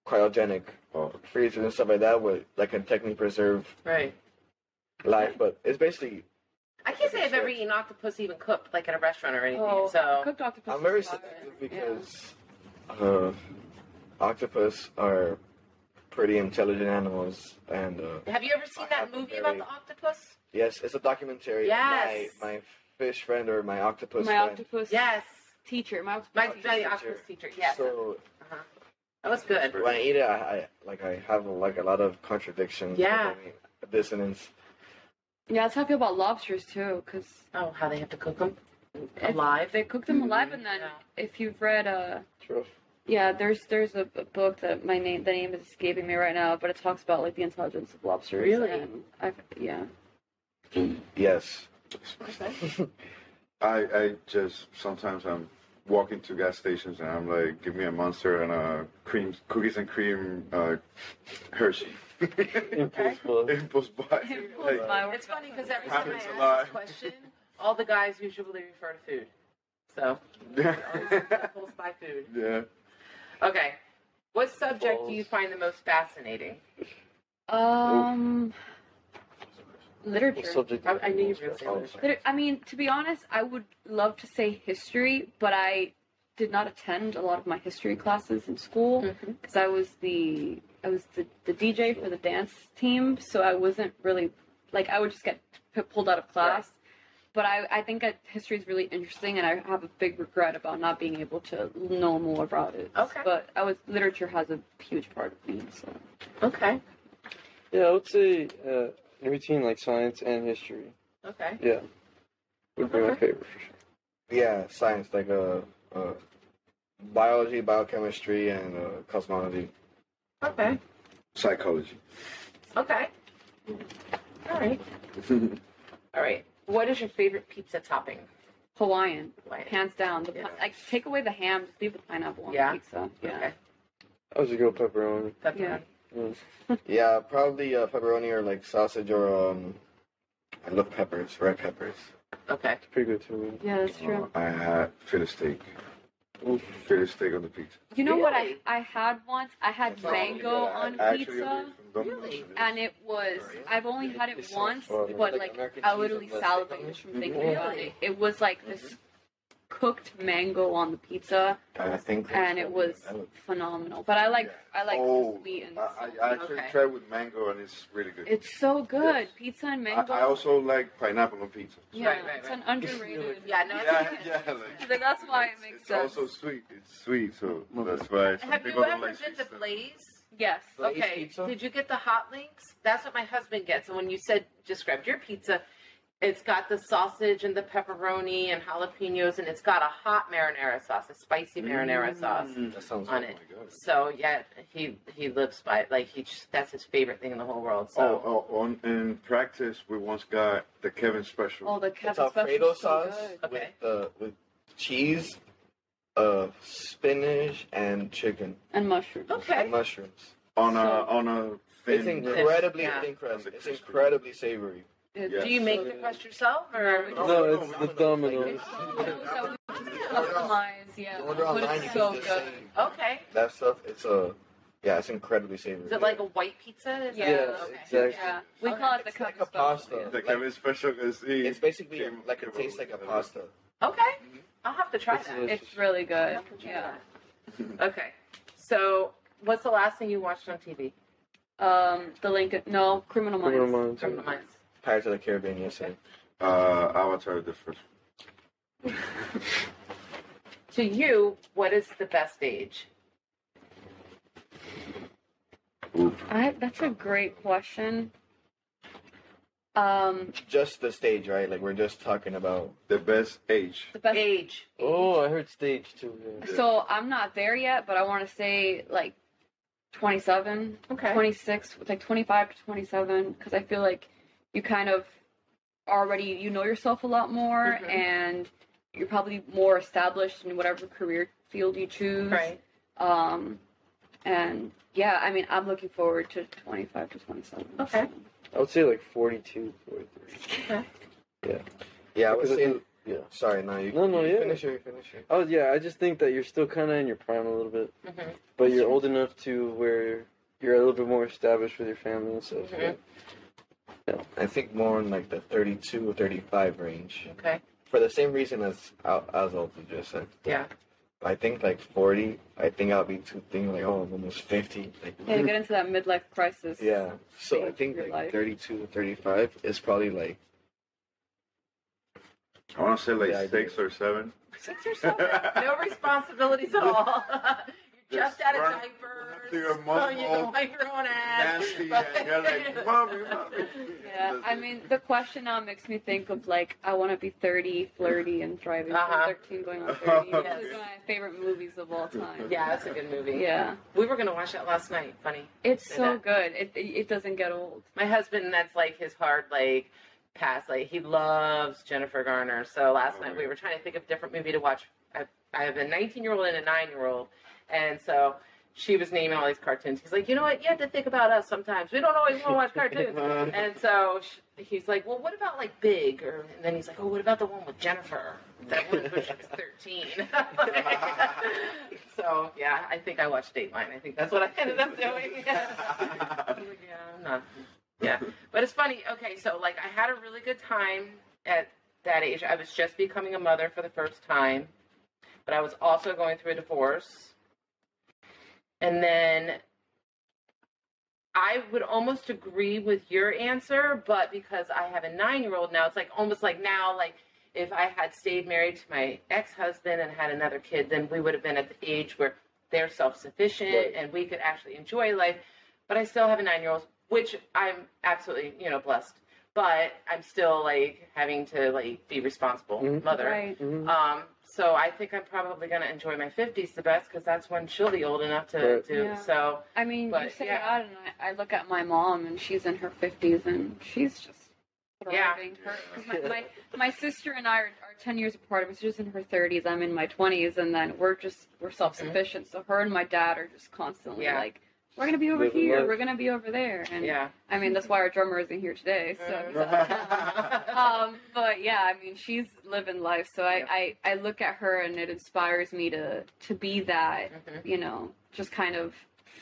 [SPEAKER 6] cryogenic
[SPEAKER 5] Oh.
[SPEAKER 6] freezers and stuff like that would like can technically preserve
[SPEAKER 1] Right.
[SPEAKER 6] life but it's basically
[SPEAKER 1] I can't say I've ever eaten octopus even cooked, like at a restaurant or anything.
[SPEAKER 2] Oh,
[SPEAKER 1] so
[SPEAKER 2] cooked octopus.
[SPEAKER 6] I'm very
[SPEAKER 2] is fire.
[SPEAKER 6] selective because uh, octopus are pretty intelligent animals, and uh,
[SPEAKER 1] have you ever seen
[SPEAKER 6] I
[SPEAKER 1] that
[SPEAKER 6] have a
[SPEAKER 1] movie
[SPEAKER 6] very-
[SPEAKER 1] about the octopus?
[SPEAKER 6] yes, it's a documentary.
[SPEAKER 1] Yes.
[SPEAKER 6] My, my fish friend or my octopus
[SPEAKER 2] My
[SPEAKER 6] friend.
[SPEAKER 2] octopus
[SPEAKER 1] Yes.
[SPEAKER 2] teacher. My octopus
[SPEAKER 1] My,
[SPEAKER 2] teacher.
[SPEAKER 1] my octopus teacher. Yes.
[SPEAKER 6] So
[SPEAKER 1] that was good.
[SPEAKER 6] when I eat it, I, I like I have like a lot of contradictions.
[SPEAKER 1] Yeah.
[SPEAKER 6] I mean, dissonance.
[SPEAKER 2] Yeah, that's how I feel about lobsters too, because
[SPEAKER 1] Oh, how they have to cook them alive.
[SPEAKER 2] they cook them alive, and then
[SPEAKER 1] Yeah.
[SPEAKER 2] if you've read uh
[SPEAKER 6] True.
[SPEAKER 2] yeah, there's there's a, a book that my name the name is escaping me right now, but it talks about like the intelligence of lobsters.
[SPEAKER 1] Really?
[SPEAKER 2] And I've, yeah.
[SPEAKER 6] Yes.
[SPEAKER 5] I, I just sometimes I'm walking to gas stations and I'm like, give me a monster and a cream cookies and cream uh, Hershey
[SPEAKER 4] Impulse buy.
[SPEAKER 5] impulse buy. Like,
[SPEAKER 1] It's funny because every time I
[SPEAKER 5] Happens
[SPEAKER 1] ask
[SPEAKER 5] a lot.
[SPEAKER 1] this question, all the guys usually refer to food. So
[SPEAKER 5] yeah.
[SPEAKER 1] pulls by food.
[SPEAKER 5] yeah.
[SPEAKER 1] Okay. What subject do you find the most fascinating?
[SPEAKER 2] Um, literature.
[SPEAKER 4] Subject.
[SPEAKER 1] I, I knew you were going to say literature.
[SPEAKER 2] Liter- I mean, to be honest, I would love to say history, but I did not attend a lot of my history classes in school because I was the I was the, the DJ for the dance team, so I wasn't really like I would just get p- pulled out of class. But I, I think that history is really interesting, and I have a big regret about not being able to know more about it.
[SPEAKER 1] Okay.
[SPEAKER 2] But I was literature has a huge part of me. So
[SPEAKER 1] Okay.
[SPEAKER 4] Yeah, I would say uh, in between like science and history
[SPEAKER 1] Okay.
[SPEAKER 4] would be my favorite. for sure.
[SPEAKER 6] Yeah, science like uh, uh, biology, biochemistry, and uh, cosmology.
[SPEAKER 1] Okay.
[SPEAKER 5] Psychology.
[SPEAKER 1] Okay. All right.
[SPEAKER 5] Uh,
[SPEAKER 1] All right. What is your favorite pizza topping?
[SPEAKER 2] Hawaiian,
[SPEAKER 1] Hawaiian.
[SPEAKER 2] hands down. The pi-
[SPEAKER 1] Yeah.
[SPEAKER 2] like take away the ham, just leave the pineapple on
[SPEAKER 1] Yeah.
[SPEAKER 2] the pizza. Yeah.
[SPEAKER 1] Okay.
[SPEAKER 4] I would just go pepperoni.
[SPEAKER 1] Pepperoni.
[SPEAKER 2] Yeah.
[SPEAKER 6] Yeah, probably uh, pepperoni or like sausage or um. I love peppers, red peppers.
[SPEAKER 1] Okay.
[SPEAKER 4] It's pretty good too.
[SPEAKER 2] Yeah, that's
[SPEAKER 5] Uh, I had fillet steak.
[SPEAKER 4] Oof.
[SPEAKER 5] Fillet steak on the pizza.
[SPEAKER 2] You know what I
[SPEAKER 1] Really?
[SPEAKER 2] I had once? I had
[SPEAKER 6] That's not really
[SPEAKER 2] mango
[SPEAKER 6] good. I-
[SPEAKER 2] on
[SPEAKER 5] I actually
[SPEAKER 2] pizza,
[SPEAKER 5] ordered from Domino's.
[SPEAKER 1] Really?
[SPEAKER 2] and it was. I've only had it
[SPEAKER 4] It's so
[SPEAKER 2] once,
[SPEAKER 4] fun.
[SPEAKER 2] but
[SPEAKER 6] Like
[SPEAKER 2] like
[SPEAKER 6] American
[SPEAKER 2] I
[SPEAKER 6] cheese
[SPEAKER 2] literally
[SPEAKER 6] on plastic.
[SPEAKER 2] salivated just from thinking about
[SPEAKER 1] Really?
[SPEAKER 2] it. It was like this cooked mango on the pizza,
[SPEAKER 6] I think.
[SPEAKER 2] and it was phenomenal. But I like I like
[SPEAKER 5] Oh,
[SPEAKER 2] sweet and
[SPEAKER 5] I,
[SPEAKER 2] salty.
[SPEAKER 5] I, I actually
[SPEAKER 1] Okay.
[SPEAKER 5] tried with mango and it's really good.
[SPEAKER 2] it's so good. Pizza and
[SPEAKER 5] I,
[SPEAKER 2] mango.
[SPEAKER 5] I also like pineapple on pizza.
[SPEAKER 2] yeah,
[SPEAKER 1] Right, right,
[SPEAKER 2] it's
[SPEAKER 1] right.
[SPEAKER 2] an underrated.
[SPEAKER 1] Yeah. No.
[SPEAKER 5] Yeah,
[SPEAKER 1] it's-
[SPEAKER 5] yeah. Like,
[SPEAKER 2] So that's why it makes
[SPEAKER 5] it's
[SPEAKER 2] sense.
[SPEAKER 5] also sweet. It's sweet, so that's why some
[SPEAKER 1] Have
[SPEAKER 5] people
[SPEAKER 1] you
[SPEAKER 5] don't
[SPEAKER 1] ever did
[SPEAKER 5] like sweet
[SPEAKER 1] the
[SPEAKER 5] stuff.
[SPEAKER 1] Blaze?
[SPEAKER 2] Yes.
[SPEAKER 6] Blaze
[SPEAKER 1] okay.
[SPEAKER 6] pizza?
[SPEAKER 1] Did you get the hot links? That's what my husband gets. And when you said just grabbed your pizza, It's got the sausage and the pepperoni and jalapenos, and it's got a hot marinara sauce, a spicy marinara sauce.
[SPEAKER 5] Mm.
[SPEAKER 3] That sounds
[SPEAKER 1] On
[SPEAKER 3] good.
[SPEAKER 5] Oh
[SPEAKER 1] it. So yeah, he he lives by it. Like he just, that's his favorite thing in the whole world. So
[SPEAKER 5] Oh, oh, on, in practice, we once got the Kevin special.
[SPEAKER 2] Oh, the
[SPEAKER 6] It's
[SPEAKER 2] Kevin special
[SPEAKER 6] Alfredo sauce with
[SPEAKER 1] Okay.
[SPEAKER 6] uh, with cheese, uh, spinach and chicken
[SPEAKER 2] and mushroom.
[SPEAKER 6] and
[SPEAKER 1] okay,
[SPEAKER 6] mushrooms.
[SPEAKER 1] Oh,
[SPEAKER 5] on a
[SPEAKER 2] So-
[SPEAKER 5] on a
[SPEAKER 6] It's
[SPEAKER 5] thin.
[SPEAKER 6] incredibly,
[SPEAKER 1] Yeah.
[SPEAKER 6] incredible.
[SPEAKER 5] It's
[SPEAKER 6] It's
[SPEAKER 5] crispy.
[SPEAKER 6] incredibly savory.
[SPEAKER 5] Yeah.
[SPEAKER 1] do you make the crust yourself or?
[SPEAKER 2] No,
[SPEAKER 6] No,
[SPEAKER 4] No,
[SPEAKER 6] no,
[SPEAKER 4] it's the Domino's.
[SPEAKER 6] Domino's,
[SPEAKER 2] So we just
[SPEAKER 6] order
[SPEAKER 2] customize, yeah.
[SPEAKER 6] You order
[SPEAKER 2] But
[SPEAKER 6] online, you
[SPEAKER 2] it's
[SPEAKER 6] can
[SPEAKER 2] so
[SPEAKER 6] just
[SPEAKER 2] good.
[SPEAKER 6] say
[SPEAKER 1] Okay,
[SPEAKER 6] that stuff. It's a yeah, it's incredibly savory.
[SPEAKER 1] is it like a white pizza? Is that-
[SPEAKER 2] Yeah,
[SPEAKER 1] okay.
[SPEAKER 4] exactly.
[SPEAKER 2] Yeah, we
[SPEAKER 1] Okay.
[SPEAKER 2] call it the
[SPEAKER 6] It's like
[SPEAKER 2] Kevin
[SPEAKER 6] a pasta.
[SPEAKER 2] special.
[SPEAKER 5] The Kevin special is he-
[SPEAKER 6] It's basically a-
[SPEAKER 5] Came-
[SPEAKER 6] like
[SPEAKER 5] came
[SPEAKER 6] it
[SPEAKER 5] up
[SPEAKER 6] tastes
[SPEAKER 5] with
[SPEAKER 6] like a
[SPEAKER 5] that.
[SPEAKER 6] pasta.
[SPEAKER 1] Okay, I'll have to try
[SPEAKER 4] It's
[SPEAKER 1] that.
[SPEAKER 4] delicious.
[SPEAKER 2] It's really good.
[SPEAKER 1] I'll have to try
[SPEAKER 2] Yeah.
[SPEAKER 1] that. okay, so what's the last thing you watched on TV?
[SPEAKER 2] Um, the Lincoln, no, Criminal Minds.
[SPEAKER 4] Criminal Minds.
[SPEAKER 1] From the Minds.
[SPEAKER 6] Pirates of the Caribbean, yes, sir.
[SPEAKER 5] uh, Avatar the first.
[SPEAKER 1] To you, what is the best age?
[SPEAKER 2] I, that's a great question. Um,
[SPEAKER 6] Just the stage, right? Like we're just talking about.
[SPEAKER 5] The best age.
[SPEAKER 2] the best.
[SPEAKER 1] Age.
[SPEAKER 4] Oh, I heard stage too. Yeah.
[SPEAKER 2] So I'm not there yet, but I want to say like 27,
[SPEAKER 1] Okay.
[SPEAKER 2] 26, like 25 to 27, because I feel like you kind of already you know yourself a lot more,
[SPEAKER 1] Mhm.
[SPEAKER 2] and you're probably more established in whatever career field you choose.
[SPEAKER 1] Right.
[SPEAKER 2] Um, and yeah, I mean, I'm looking forward to 25 to 27.
[SPEAKER 1] Okay.
[SPEAKER 4] I would say like 42, 43.
[SPEAKER 6] Yeah, I would
[SPEAKER 4] Because
[SPEAKER 6] say.
[SPEAKER 4] think- yeah.
[SPEAKER 6] Sorry, no, you.
[SPEAKER 4] No, no,
[SPEAKER 6] you
[SPEAKER 4] yeah.
[SPEAKER 6] Finish it. You finish it.
[SPEAKER 4] Oh yeah, I just think that you're still kind of in your prime a little bit,
[SPEAKER 1] Mhm.
[SPEAKER 4] but you're old enough to where you're a little bit more established with your family and stuff.
[SPEAKER 1] Mhm.
[SPEAKER 6] I think more in like the 32 or 35 range.
[SPEAKER 1] Okay.
[SPEAKER 6] For the same reason as Al- as Alton just said.
[SPEAKER 1] Yeah.
[SPEAKER 6] I think like 40. I think I'll be too thin. Like oh, I'm almost 50. Like,
[SPEAKER 2] Yeah, you get into that midlife crisis.
[SPEAKER 6] Yeah. So I
[SPEAKER 2] Stage
[SPEAKER 6] think
[SPEAKER 2] of your
[SPEAKER 6] like
[SPEAKER 2] life.
[SPEAKER 6] 32 or 35 is probably like
[SPEAKER 5] I want to say like
[SPEAKER 6] Yeah, I
[SPEAKER 5] six or seven.
[SPEAKER 1] Six or seven. no responsibilities at all. You're just out of
[SPEAKER 5] Run-
[SPEAKER 1] diapers.
[SPEAKER 5] to your
[SPEAKER 1] oh,
[SPEAKER 5] mom
[SPEAKER 1] you
[SPEAKER 5] all
[SPEAKER 1] don't wipe your own ass.
[SPEAKER 5] Nasty, and you're like, mommy, mommy.
[SPEAKER 2] Yeah, I mean, the question now makes me think of like I want to be thirty, flirty, and driving
[SPEAKER 1] Uh-huh.
[SPEAKER 2] for thirteen, going on thirty. This
[SPEAKER 1] Yes.
[SPEAKER 2] is one of my favorite movies of all time.
[SPEAKER 1] yeah, that's a good movie.
[SPEAKER 2] Yeah,
[SPEAKER 1] We were gonna watch that last night. Funny.
[SPEAKER 2] it's
[SPEAKER 1] Say
[SPEAKER 2] so
[SPEAKER 1] that.
[SPEAKER 2] good. It it doesn't get old.
[SPEAKER 1] My husband, that's like his hard like pass. Like he loves Jennifer Garner. So last
[SPEAKER 5] Oh,
[SPEAKER 1] night
[SPEAKER 5] yeah.
[SPEAKER 1] we were trying to think of a different movie to watch. I, I have a 19 year old and a nine year old, and so she was naming all these cartoons. He's like, you know what? You have to think about us sometimes. We don't always want to watch cartoons.
[SPEAKER 6] uh,
[SPEAKER 1] and so sh he's like, well, what about like Big? Or and then he's like, oh, what about the one with Jennifer? That one when she was 13. so yeah, I think I watched Dateline. I think that's what I ended up doing. I was like, yeah, I'm not. Yeah, but it's funny. Okay, so like I had a really good time at that age. I was just becoming a mother for the first time, but I was also going through a divorce. And then I would almost agree with your answer, but because I have a nine year old now, it's like almost like now, like if I had stayed married to my ex husband and had another kid, then we would have been at the age where they're self sufficient
[SPEAKER 4] Right.
[SPEAKER 1] and we could actually enjoy life. But I still have a nine year old, which I'm absolutely, you know, blessed. But I'm still like having to like be responsible
[SPEAKER 4] Mhm.
[SPEAKER 1] mother.
[SPEAKER 2] Right.
[SPEAKER 4] Mhm.
[SPEAKER 1] Um, so I think I'm probably gonna enjoy my 50s the best because that's when she'll be old enough to
[SPEAKER 4] Right.
[SPEAKER 1] do.
[SPEAKER 2] Yeah.
[SPEAKER 1] So
[SPEAKER 2] I mean, you
[SPEAKER 1] But,
[SPEAKER 2] say
[SPEAKER 1] yeah.
[SPEAKER 2] that, and I, I look at my mom, and she's in her fifties, and she's just
[SPEAKER 1] Yeah.
[SPEAKER 2] thriving. Her, 'cause my, my my sister and I are, are ten years apart. My sister's in her thirties. I'm in my twenties, and then we're just we're self sufficient. So her and my dad are just constantly
[SPEAKER 1] Mm-hmm. Yeah.
[SPEAKER 2] like, we're gonna be over
[SPEAKER 4] Living
[SPEAKER 2] here.
[SPEAKER 4] life.
[SPEAKER 2] We're gonna be over there. And
[SPEAKER 1] yeah,
[SPEAKER 2] I mean, that's why our drummer isn't here today. So.
[SPEAKER 1] Mhm.
[SPEAKER 2] Um, but yeah, I mean, she's living life, so I,
[SPEAKER 1] Yeah.
[SPEAKER 2] I, I look at her and it inspires me to to be that you know, just kind of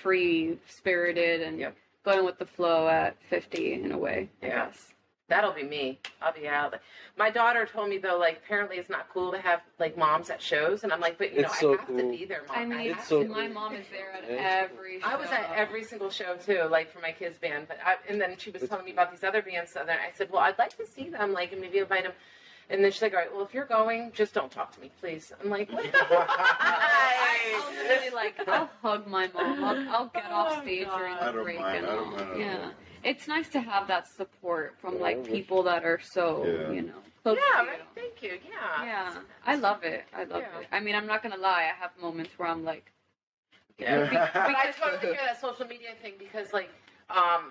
[SPEAKER 2] free spirited and
[SPEAKER 1] Yep.
[SPEAKER 2] going with the flow at 50 in a way, I
[SPEAKER 1] Yeah.
[SPEAKER 2] guess.
[SPEAKER 1] that'll be me. I'll be out. My daughter told me though, like apparently it's not cool to have like moms at shows, and I'm like, but you know,
[SPEAKER 4] It's so
[SPEAKER 1] I have to
[SPEAKER 4] cool.
[SPEAKER 1] be there, mom.
[SPEAKER 2] I mean,
[SPEAKER 1] have
[SPEAKER 4] It's so
[SPEAKER 1] to.
[SPEAKER 2] my mom is there at
[SPEAKER 4] Yeah, it's
[SPEAKER 2] every
[SPEAKER 1] I was at
[SPEAKER 2] show.
[SPEAKER 1] every single show too, like for my kids' band. But I, and then she was
[SPEAKER 4] It's-
[SPEAKER 1] telling me about these other bands. So then I said, "Well, I'd like to see them, like, and maybe invite them." And then she's like, "All right, well, if you're going, just don't talk to me, please." I'm like, "What?"
[SPEAKER 2] I, I'll "Oh, literally like I'll hug my mom. I'll, I'll get
[SPEAKER 1] Oh,
[SPEAKER 2] off stage
[SPEAKER 1] God.
[SPEAKER 2] during
[SPEAKER 5] I
[SPEAKER 2] the
[SPEAKER 5] don't
[SPEAKER 2] break
[SPEAKER 5] mind.
[SPEAKER 2] and
[SPEAKER 5] I
[SPEAKER 2] all.
[SPEAKER 5] don't mind.
[SPEAKER 2] yeah, it's nice to have that support from like
[SPEAKER 4] Yeah.
[SPEAKER 2] people that are so
[SPEAKER 5] Yeah.
[SPEAKER 2] you know close
[SPEAKER 1] Yeah,
[SPEAKER 2] to you.
[SPEAKER 1] right. Thank you. Yeah.
[SPEAKER 2] Yeah, I love it. I love
[SPEAKER 1] Yeah.
[SPEAKER 2] it. I mean, I'm not gonna lie. I have moments where I'm like,
[SPEAKER 1] But I totally hear that social media thing because, like, um,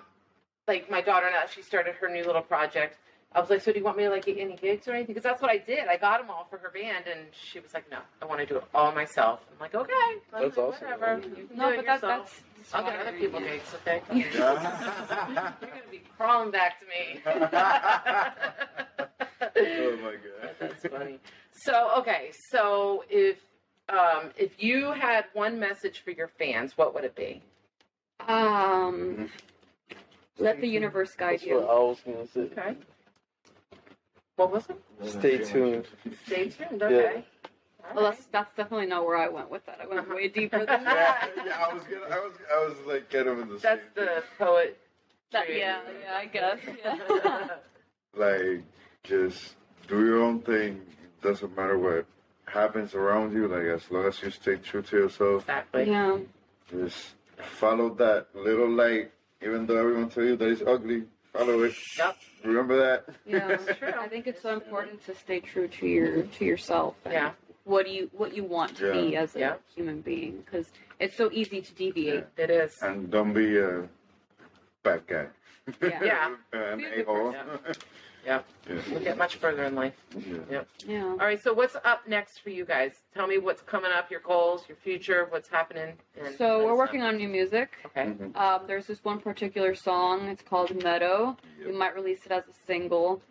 [SPEAKER 1] like my daughter now she started her new little project. I was like, so do you want me to like get any gigs or anything? Because that's what I did. I got them all for her band, and she was like, no, I want to do it all myself. I'm like, okay, I'm
[SPEAKER 4] That's
[SPEAKER 1] like,
[SPEAKER 4] awesome.
[SPEAKER 1] Whatever. You can
[SPEAKER 2] no,
[SPEAKER 1] do it
[SPEAKER 2] but that,
[SPEAKER 1] yourself.
[SPEAKER 2] that's
[SPEAKER 1] I'll get other
[SPEAKER 2] inspiring,
[SPEAKER 1] people
[SPEAKER 2] yeah.
[SPEAKER 1] gigs, okay? You're
[SPEAKER 5] Yeah.
[SPEAKER 1] gonna be crawling back to me.
[SPEAKER 5] oh my god.
[SPEAKER 1] That's funny. So okay, so if um, if you had one message for your fans, what would it be?
[SPEAKER 2] Um, let the universe guide
[SPEAKER 4] That's
[SPEAKER 2] you.
[SPEAKER 4] what I was gonna say.
[SPEAKER 1] Okay. What was it?
[SPEAKER 4] Stay tuned.
[SPEAKER 1] Stay tuned. Okay.
[SPEAKER 2] Well, that's that's definitely not where I went with that. I went
[SPEAKER 1] Uh-huh.
[SPEAKER 2] way deeper than that.
[SPEAKER 5] Yeah, yeah, I was gonna, I was, I was like kind of in the
[SPEAKER 1] That's
[SPEAKER 5] same
[SPEAKER 1] the poet.
[SPEAKER 2] That- yeah, yeah, I guess. Yeah.
[SPEAKER 5] like just do your own thing. Doesn't matter what happens around you. Like as long as you stay true to yourself,
[SPEAKER 1] exactly.
[SPEAKER 2] yeah.
[SPEAKER 5] just follow that little light. Even though everyone tell you that it's ugly, follow it.
[SPEAKER 1] Yep.
[SPEAKER 5] Remember that.
[SPEAKER 2] Yeah.
[SPEAKER 1] True.
[SPEAKER 2] I think it's so important to stay true to your to yourself. and
[SPEAKER 1] Yeah.
[SPEAKER 2] What do you what you want to be as a
[SPEAKER 1] Yeah.
[SPEAKER 2] human being? Because it's so easy to deviate.
[SPEAKER 1] It is.
[SPEAKER 5] and don't be a bad guy.
[SPEAKER 2] Yeah.
[SPEAKER 1] Yeah.
[SPEAKER 5] An
[SPEAKER 2] Be a good
[SPEAKER 5] a-hole.
[SPEAKER 1] Yeah. We'll get much further in life.
[SPEAKER 5] Yeah.
[SPEAKER 2] Yeah.
[SPEAKER 1] All right. So what's up next for you guys? Tell me what's coming up. Your goals. Your future. What's happening. and
[SPEAKER 2] So
[SPEAKER 1] let
[SPEAKER 2] we're
[SPEAKER 1] us
[SPEAKER 2] working
[SPEAKER 1] know.
[SPEAKER 2] on new music.
[SPEAKER 1] Okay.
[SPEAKER 5] Mhm.
[SPEAKER 2] Um, there's this one particular song. It's called Meadow.
[SPEAKER 5] Mm-hmm.
[SPEAKER 2] We might release it as a single.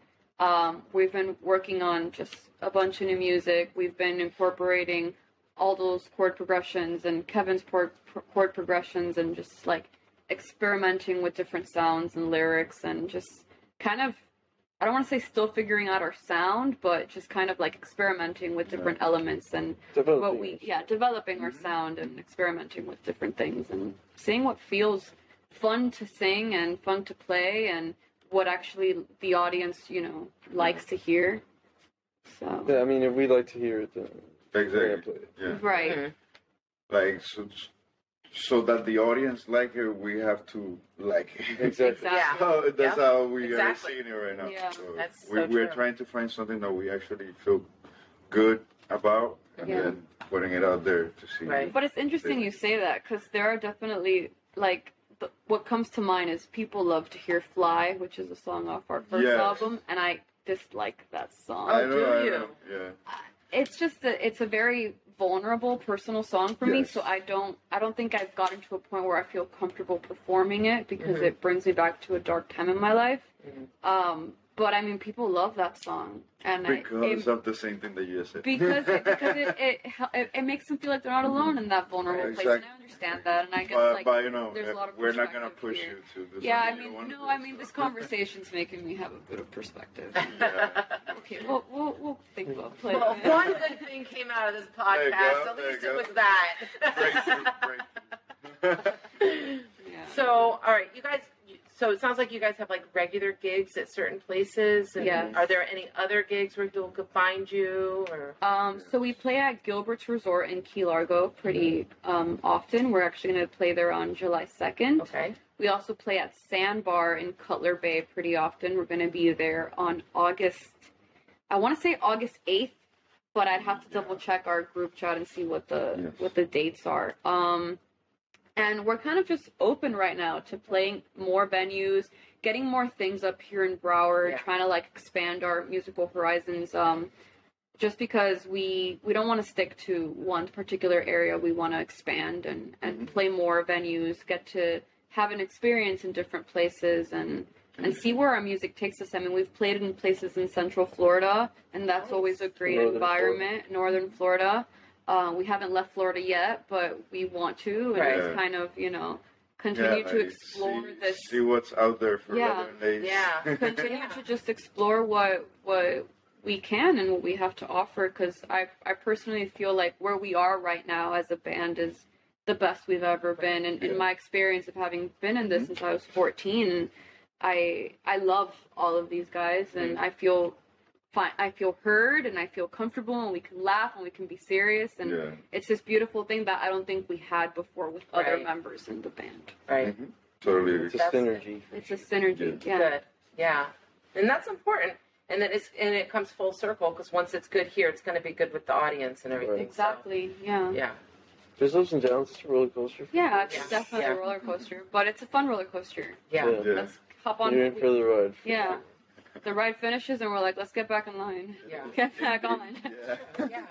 [SPEAKER 2] Um, we've been working on just a bunch of new music. We've been incorporating all those chord progressions and Kevin's chord, chord progressions and just like experimenting with different sounds and lyrics and just kind of, I don't want to say still figuring out our sound, but just kind of like experimenting with different elements and what
[SPEAKER 4] Developing.
[SPEAKER 2] we yeah developing
[SPEAKER 5] Mm-hmm.
[SPEAKER 2] our sound and experimenting with different things and seeing what feels fun to sing and fun to play and what actually the audience you know likes to hear so
[SPEAKER 4] Yeah, I mean, if we like to hear it, then we're gonna
[SPEAKER 5] Exactly.
[SPEAKER 4] play it.
[SPEAKER 5] Yeah.
[SPEAKER 2] right
[SPEAKER 1] Mhm.
[SPEAKER 5] Like so, so that the audience like it, we have to like it.
[SPEAKER 4] Exactly.
[SPEAKER 1] Yeah.
[SPEAKER 5] So that's how we
[SPEAKER 1] Exactly.
[SPEAKER 5] are seeing it right now.
[SPEAKER 2] Yeah.
[SPEAKER 5] So
[SPEAKER 1] That's
[SPEAKER 5] we,
[SPEAKER 1] so
[SPEAKER 5] we're
[SPEAKER 1] true.
[SPEAKER 5] trying to find something that we actually feel good about and
[SPEAKER 2] Yeah.
[SPEAKER 5] then putting it out there to see.
[SPEAKER 1] Right.
[SPEAKER 2] but it's interesting you say that because there are definitely like the, what comes to mind is people love to hear fly which is a song off our first
[SPEAKER 5] Yes.
[SPEAKER 2] album and i dislike that song
[SPEAKER 5] I know,
[SPEAKER 1] do
[SPEAKER 5] I
[SPEAKER 1] you?
[SPEAKER 5] know. Yeah.
[SPEAKER 2] it's just that it's a very vulnerable personal song for me
[SPEAKER 5] Yes.
[SPEAKER 2] so i don't i don't think i've gotten to a point where i feel comfortable performing it because
[SPEAKER 5] Mm-hmm.
[SPEAKER 1] Mhm.
[SPEAKER 2] it brings me back to a dark time in my life
[SPEAKER 1] Mhm.
[SPEAKER 2] um but i mean people love that song and I,
[SPEAKER 5] Because of
[SPEAKER 2] it,
[SPEAKER 5] Mm-hmm. the same thing that you just said.
[SPEAKER 2] because it, because it, it, hel- it it makes them feel like they're not alone in that vulnerable place and
[SPEAKER 5] Exactly.
[SPEAKER 2] i understand that and i guess
[SPEAKER 5] but,
[SPEAKER 2] like
[SPEAKER 5] but you know, eh,
[SPEAKER 2] there's a lot of
[SPEAKER 5] we're not gonna push
[SPEAKER 2] perspective here.
[SPEAKER 5] you to do
[SPEAKER 2] yeah i
[SPEAKER 5] something you
[SPEAKER 2] mean
[SPEAKER 5] don't wanna
[SPEAKER 2] no
[SPEAKER 5] do,
[SPEAKER 2] i mean
[SPEAKER 5] so.
[SPEAKER 2] this conversation's making me have a bit of perspective
[SPEAKER 1] Mm-hmm.
[SPEAKER 2] okay well we'll, we'll think about playing
[SPEAKER 1] Well,
[SPEAKER 2] it.
[SPEAKER 1] one good thing came out of this
[SPEAKER 5] you go,
[SPEAKER 1] podcast. At
[SPEAKER 5] there
[SPEAKER 1] least
[SPEAKER 5] you
[SPEAKER 1] it
[SPEAKER 5] go.
[SPEAKER 1] was that.
[SPEAKER 5] Breakthrough, breakthrough.
[SPEAKER 2] yeah.
[SPEAKER 1] So, all right, you guys. So it sounds like you guys have like regular gigs at certain places. And
[SPEAKER 2] Yes.
[SPEAKER 1] Are there any other gigs where people could find you? Or
[SPEAKER 2] Um, so we play at Gilbert's Resort in Key Largo pretty um, often. We're actually going to play there on July 2nd.
[SPEAKER 1] okay,
[SPEAKER 2] We also play at Sandbar in Cutler Bay pretty often. We're going to be there on August, I want to say August 8th, but I'd have to double check our group chat and see what the
[SPEAKER 5] Yes.
[SPEAKER 2] what the dates are. Um, and we're kind of just open right now to playing more venues, getting more things up here in Broward,
[SPEAKER 1] Yeah.
[SPEAKER 2] trying to like expand our musical horizons. Um, just because we we don't want to stick to one particular area, we want to expand and and play more venues, get to have an experience in different places and and see where our music takes us. I mean, we've played in places in Central Florida, and that's always a great
[SPEAKER 4] Northern
[SPEAKER 2] environment. Northern Florida. Uh, we haven't left Florida yet, but we want to, and
[SPEAKER 1] Right.
[SPEAKER 2] it's kind of you know continue to
[SPEAKER 5] like,
[SPEAKER 2] explore
[SPEAKER 5] see,
[SPEAKER 2] this.
[SPEAKER 5] See what's out there for
[SPEAKER 2] Yeah.
[SPEAKER 5] other days.
[SPEAKER 1] Yeah.
[SPEAKER 2] continue
[SPEAKER 1] Yeah.
[SPEAKER 2] to just explore what what we can and what we have to offer because I I personally feel like where we are right now as a band is the best we've ever been and in
[SPEAKER 5] Yeah.
[SPEAKER 2] my experience of having been in this since I was 14 and I I love all of these guys and I feel fine I feel heard and I feel comfortable and we can laugh and we can be serious and
[SPEAKER 5] yeah.
[SPEAKER 2] it's this beautiful thing that I don't think we had before with other
[SPEAKER 1] Right.
[SPEAKER 2] members in the band.
[SPEAKER 1] right.
[SPEAKER 5] Mm-hmm. Totally agree.
[SPEAKER 4] It's a
[SPEAKER 1] That's-
[SPEAKER 4] synergy.
[SPEAKER 2] It's a synergy. Yeah.
[SPEAKER 1] Good. Yeah. And that's important. And then it's and it comes full circle because once it's good here, it's going to be good with the audience and everything.
[SPEAKER 4] Right.
[SPEAKER 2] Exactly. Yeah.
[SPEAKER 1] So, yeah.
[SPEAKER 4] There's ups and downs. It's a roller coaster.
[SPEAKER 2] Yeah, it's
[SPEAKER 1] Yeah.
[SPEAKER 2] definitely
[SPEAKER 1] Yeah.
[SPEAKER 2] a roller coaster, but it's a fun roller coaster.
[SPEAKER 1] Yeah.
[SPEAKER 4] Yeah.
[SPEAKER 5] Yeah.
[SPEAKER 2] Let's hop on.
[SPEAKER 4] You're in for the ride.
[SPEAKER 2] yeah. The ride finishes and we're like, let's get back in line.
[SPEAKER 1] Yeah.
[SPEAKER 2] Get back on.
[SPEAKER 5] Yeah.
[SPEAKER 1] Yeah.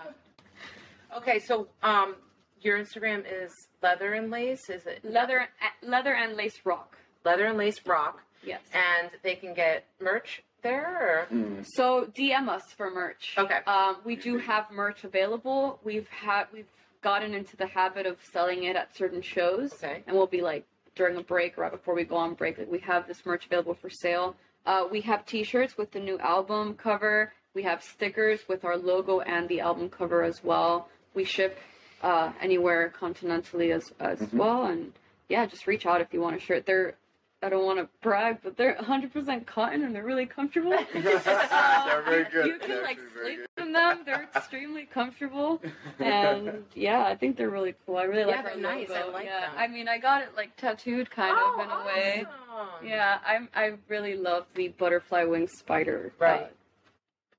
[SPEAKER 1] Okay. So, um, your Instagram is leather and lace. Is it
[SPEAKER 2] Leather, leather and lace rock.
[SPEAKER 1] Leather and lace rock,
[SPEAKER 2] Yes.
[SPEAKER 1] and they can get merch there. Or?
[SPEAKER 5] Mm.
[SPEAKER 2] So DM us for merch.
[SPEAKER 1] Okay.
[SPEAKER 2] Um, we do have merch available. We've had we've gotten into the habit of selling it at certain shows,
[SPEAKER 1] Okay.
[SPEAKER 2] and we'll be like during a break, right before we go on break, like, we have this merch available for sale. Uh, we have T-shirts with the new album cover. We have stickers with our logo and the album cover as well. We ship uh, anywhere continentally as as well, and yeah, just reach out if you want a shirt. They're I don't want to brag, but they're 100% cotton and they're really comfortable.
[SPEAKER 5] They're very
[SPEAKER 2] Um,
[SPEAKER 5] good.
[SPEAKER 2] You can
[SPEAKER 5] They're
[SPEAKER 2] like
[SPEAKER 5] actually very
[SPEAKER 2] sleep
[SPEAKER 5] good.
[SPEAKER 2] in them. They're extremely comfortable, and yeah, I think they're really cool. I really
[SPEAKER 1] Yeah,
[SPEAKER 2] like
[SPEAKER 1] they're
[SPEAKER 2] our
[SPEAKER 1] nice. I
[SPEAKER 2] logo.
[SPEAKER 1] like
[SPEAKER 2] yeah.
[SPEAKER 1] them.
[SPEAKER 2] I mean, I got it like tattooed kind
[SPEAKER 1] oh,
[SPEAKER 2] of in a way.
[SPEAKER 1] awesome.
[SPEAKER 2] Yeah, I'm. I really love the butterfly wing spider. uh,
[SPEAKER 1] Right.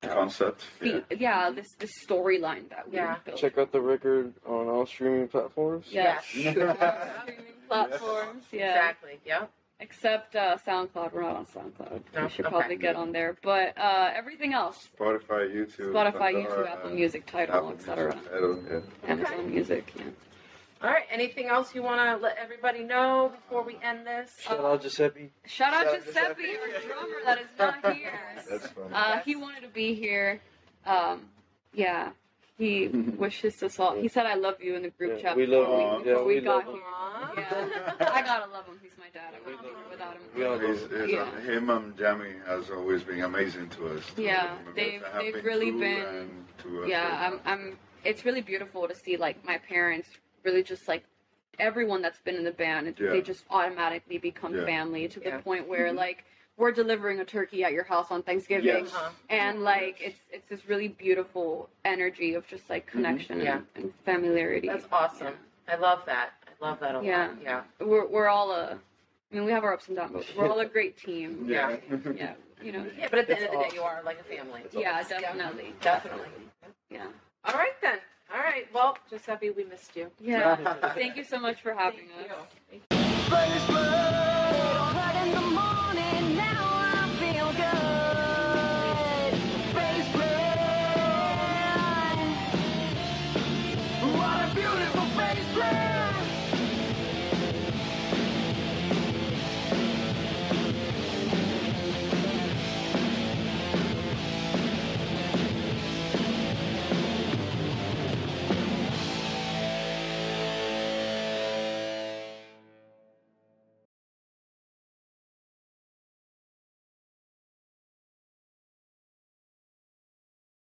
[SPEAKER 5] Concept. Yeah.
[SPEAKER 2] feat- yeah. This this storyline that we
[SPEAKER 1] Yeah.
[SPEAKER 2] built.
[SPEAKER 4] Check out the record on all streaming platforms.
[SPEAKER 2] Yes.
[SPEAKER 5] Yes.
[SPEAKER 2] Streaming platforms. Yeah.
[SPEAKER 1] Exactly. Yep.
[SPEAKER 2] Except uh, SoundCloud. We're not on SoundCloud.
[SPEAKER 1] No,
[SPEAKER 2] We should
[SPEAKER 1] Oh, okay.
[SPEAKER 2] probably get on there. But uh, everything else.
[SPEAKER 5] Spotify, YouTube,
[SPEAKER 2] Spotify,
[SPEAKER 5] Pandora,
[SPEAKER 2] YouTube, Apple Music, Title, etc.
[SPEAKER 5] Title, yeah.
[SPEAKER 2] Amazon Music. Yeah.
[SPEAKER 1] All right. Anything else you want to let everybody know before we end this?
[SPEAKER 4] Shout out Giuseppe.
[SPEAKER 2] Shout out
[SPEAKER 6] Shout out
[SPEAKER 2] Giuseppe,
[SPEAKER 6] Giuseppe.
[SPEAKER 2] our drummer that is not here.
[SPEAKER 5] That's funny.
[SPEAKER 2] Uh, he wanted to be here. Um, yeah, he wishes us all. He said, "I love you" in the group
[SPEAKER 4] Yeah,
[SPEAKER 2] chat.
[SPEAKER 4] we
[SPEAKER 2] before
[SPEAKER 4] love
[SPEAKER 5] you.
[SPEAKER 2] we, before
[SPEAKER 4] Yeah,
[SPEAKER 2] we,
[SPEAKER 4] we
[SPEAKER 2] got
[SPEAKER 4] love
[SPEAKER 2] here.
[SPEAKER 1] Aw.
[SPEAKER 2] Yeah, I gotta love him. He's my dad. I wouldn't be here without
[SPEAKER 4] We
[SPEAKER 2] him.
[SPEAKER 4] all
[SPEAKER 5] He's,
[SPEAKER 4] love
[SPEAKER 5] he's,
[SPEAKER 2] Yeah.
[SPEAKER 5] Him and Jamie has always been amazing to us. too.
[SPEAKER 2] Yeah,
[SPEAKER 5] I mean,
[SPEAKER 2] they've-
[SPEAKER 5] to have
[SPEAKER 2] they've really
[SPEAKER 5] through
[SPEAKER 2] been-
[SPEAKER 5] and to us
[SPEAKER 2] Yeah,
[SPEAKER 5] right
[SPEAKER 2] I'm. I'm. It's really beautiful to see like my parents really just like everyone that's been in the band.
[SPEAKER 5] Yeah.
[SPEAKER 2] They just automatically become
[SPEAKER 5] Yeah.
[SPEAKER 2] family to the
[SPEAKER 1] Yeah.
[SPEAKER 2] point where like we're delivering a turkey at your house on Thanksgiving.
[SPEAKER 5] Yes.
[SPEAKER 1] Uh-huh.
[SPEAKER 2] and like it's it's this really beautiful energy of just like connection and, and familiarity.
[SPEAKER 1] That's awesome. I love that. I love that a
[SPEAKER 2] Yeah.
[SPEAKER 1] lot. Yeah.
[SPEAKER 2] We're we're all a, I mean we have our ups and downs, but we're all a great team.
[SPEAKER 1] Yeah.
[SPEAKER 2] yeah, you know.
[SPEAKER 1] Yeah, but at the end
[SPEAKER 4] That's
[SPEAKER 1] of the day,
[SPEAKER 4] awesome.
[SPEAKER 1] you are like a family.
[SPEAKER 2] Yeah, definitely.
[SPEAKER 1] Definitely.
[SPEAKER 2] Yeah.
[SPEAKER 1] All right then. All right. Well, Giuseppe, we missed you.
[SPEAKER 2] Yeah. Thank you so much for having
[SPEAKER 1] Thank
[SPEAKER 2] us.
[SPEAKER 1] you.
[SPEAKER 6] Space Bird.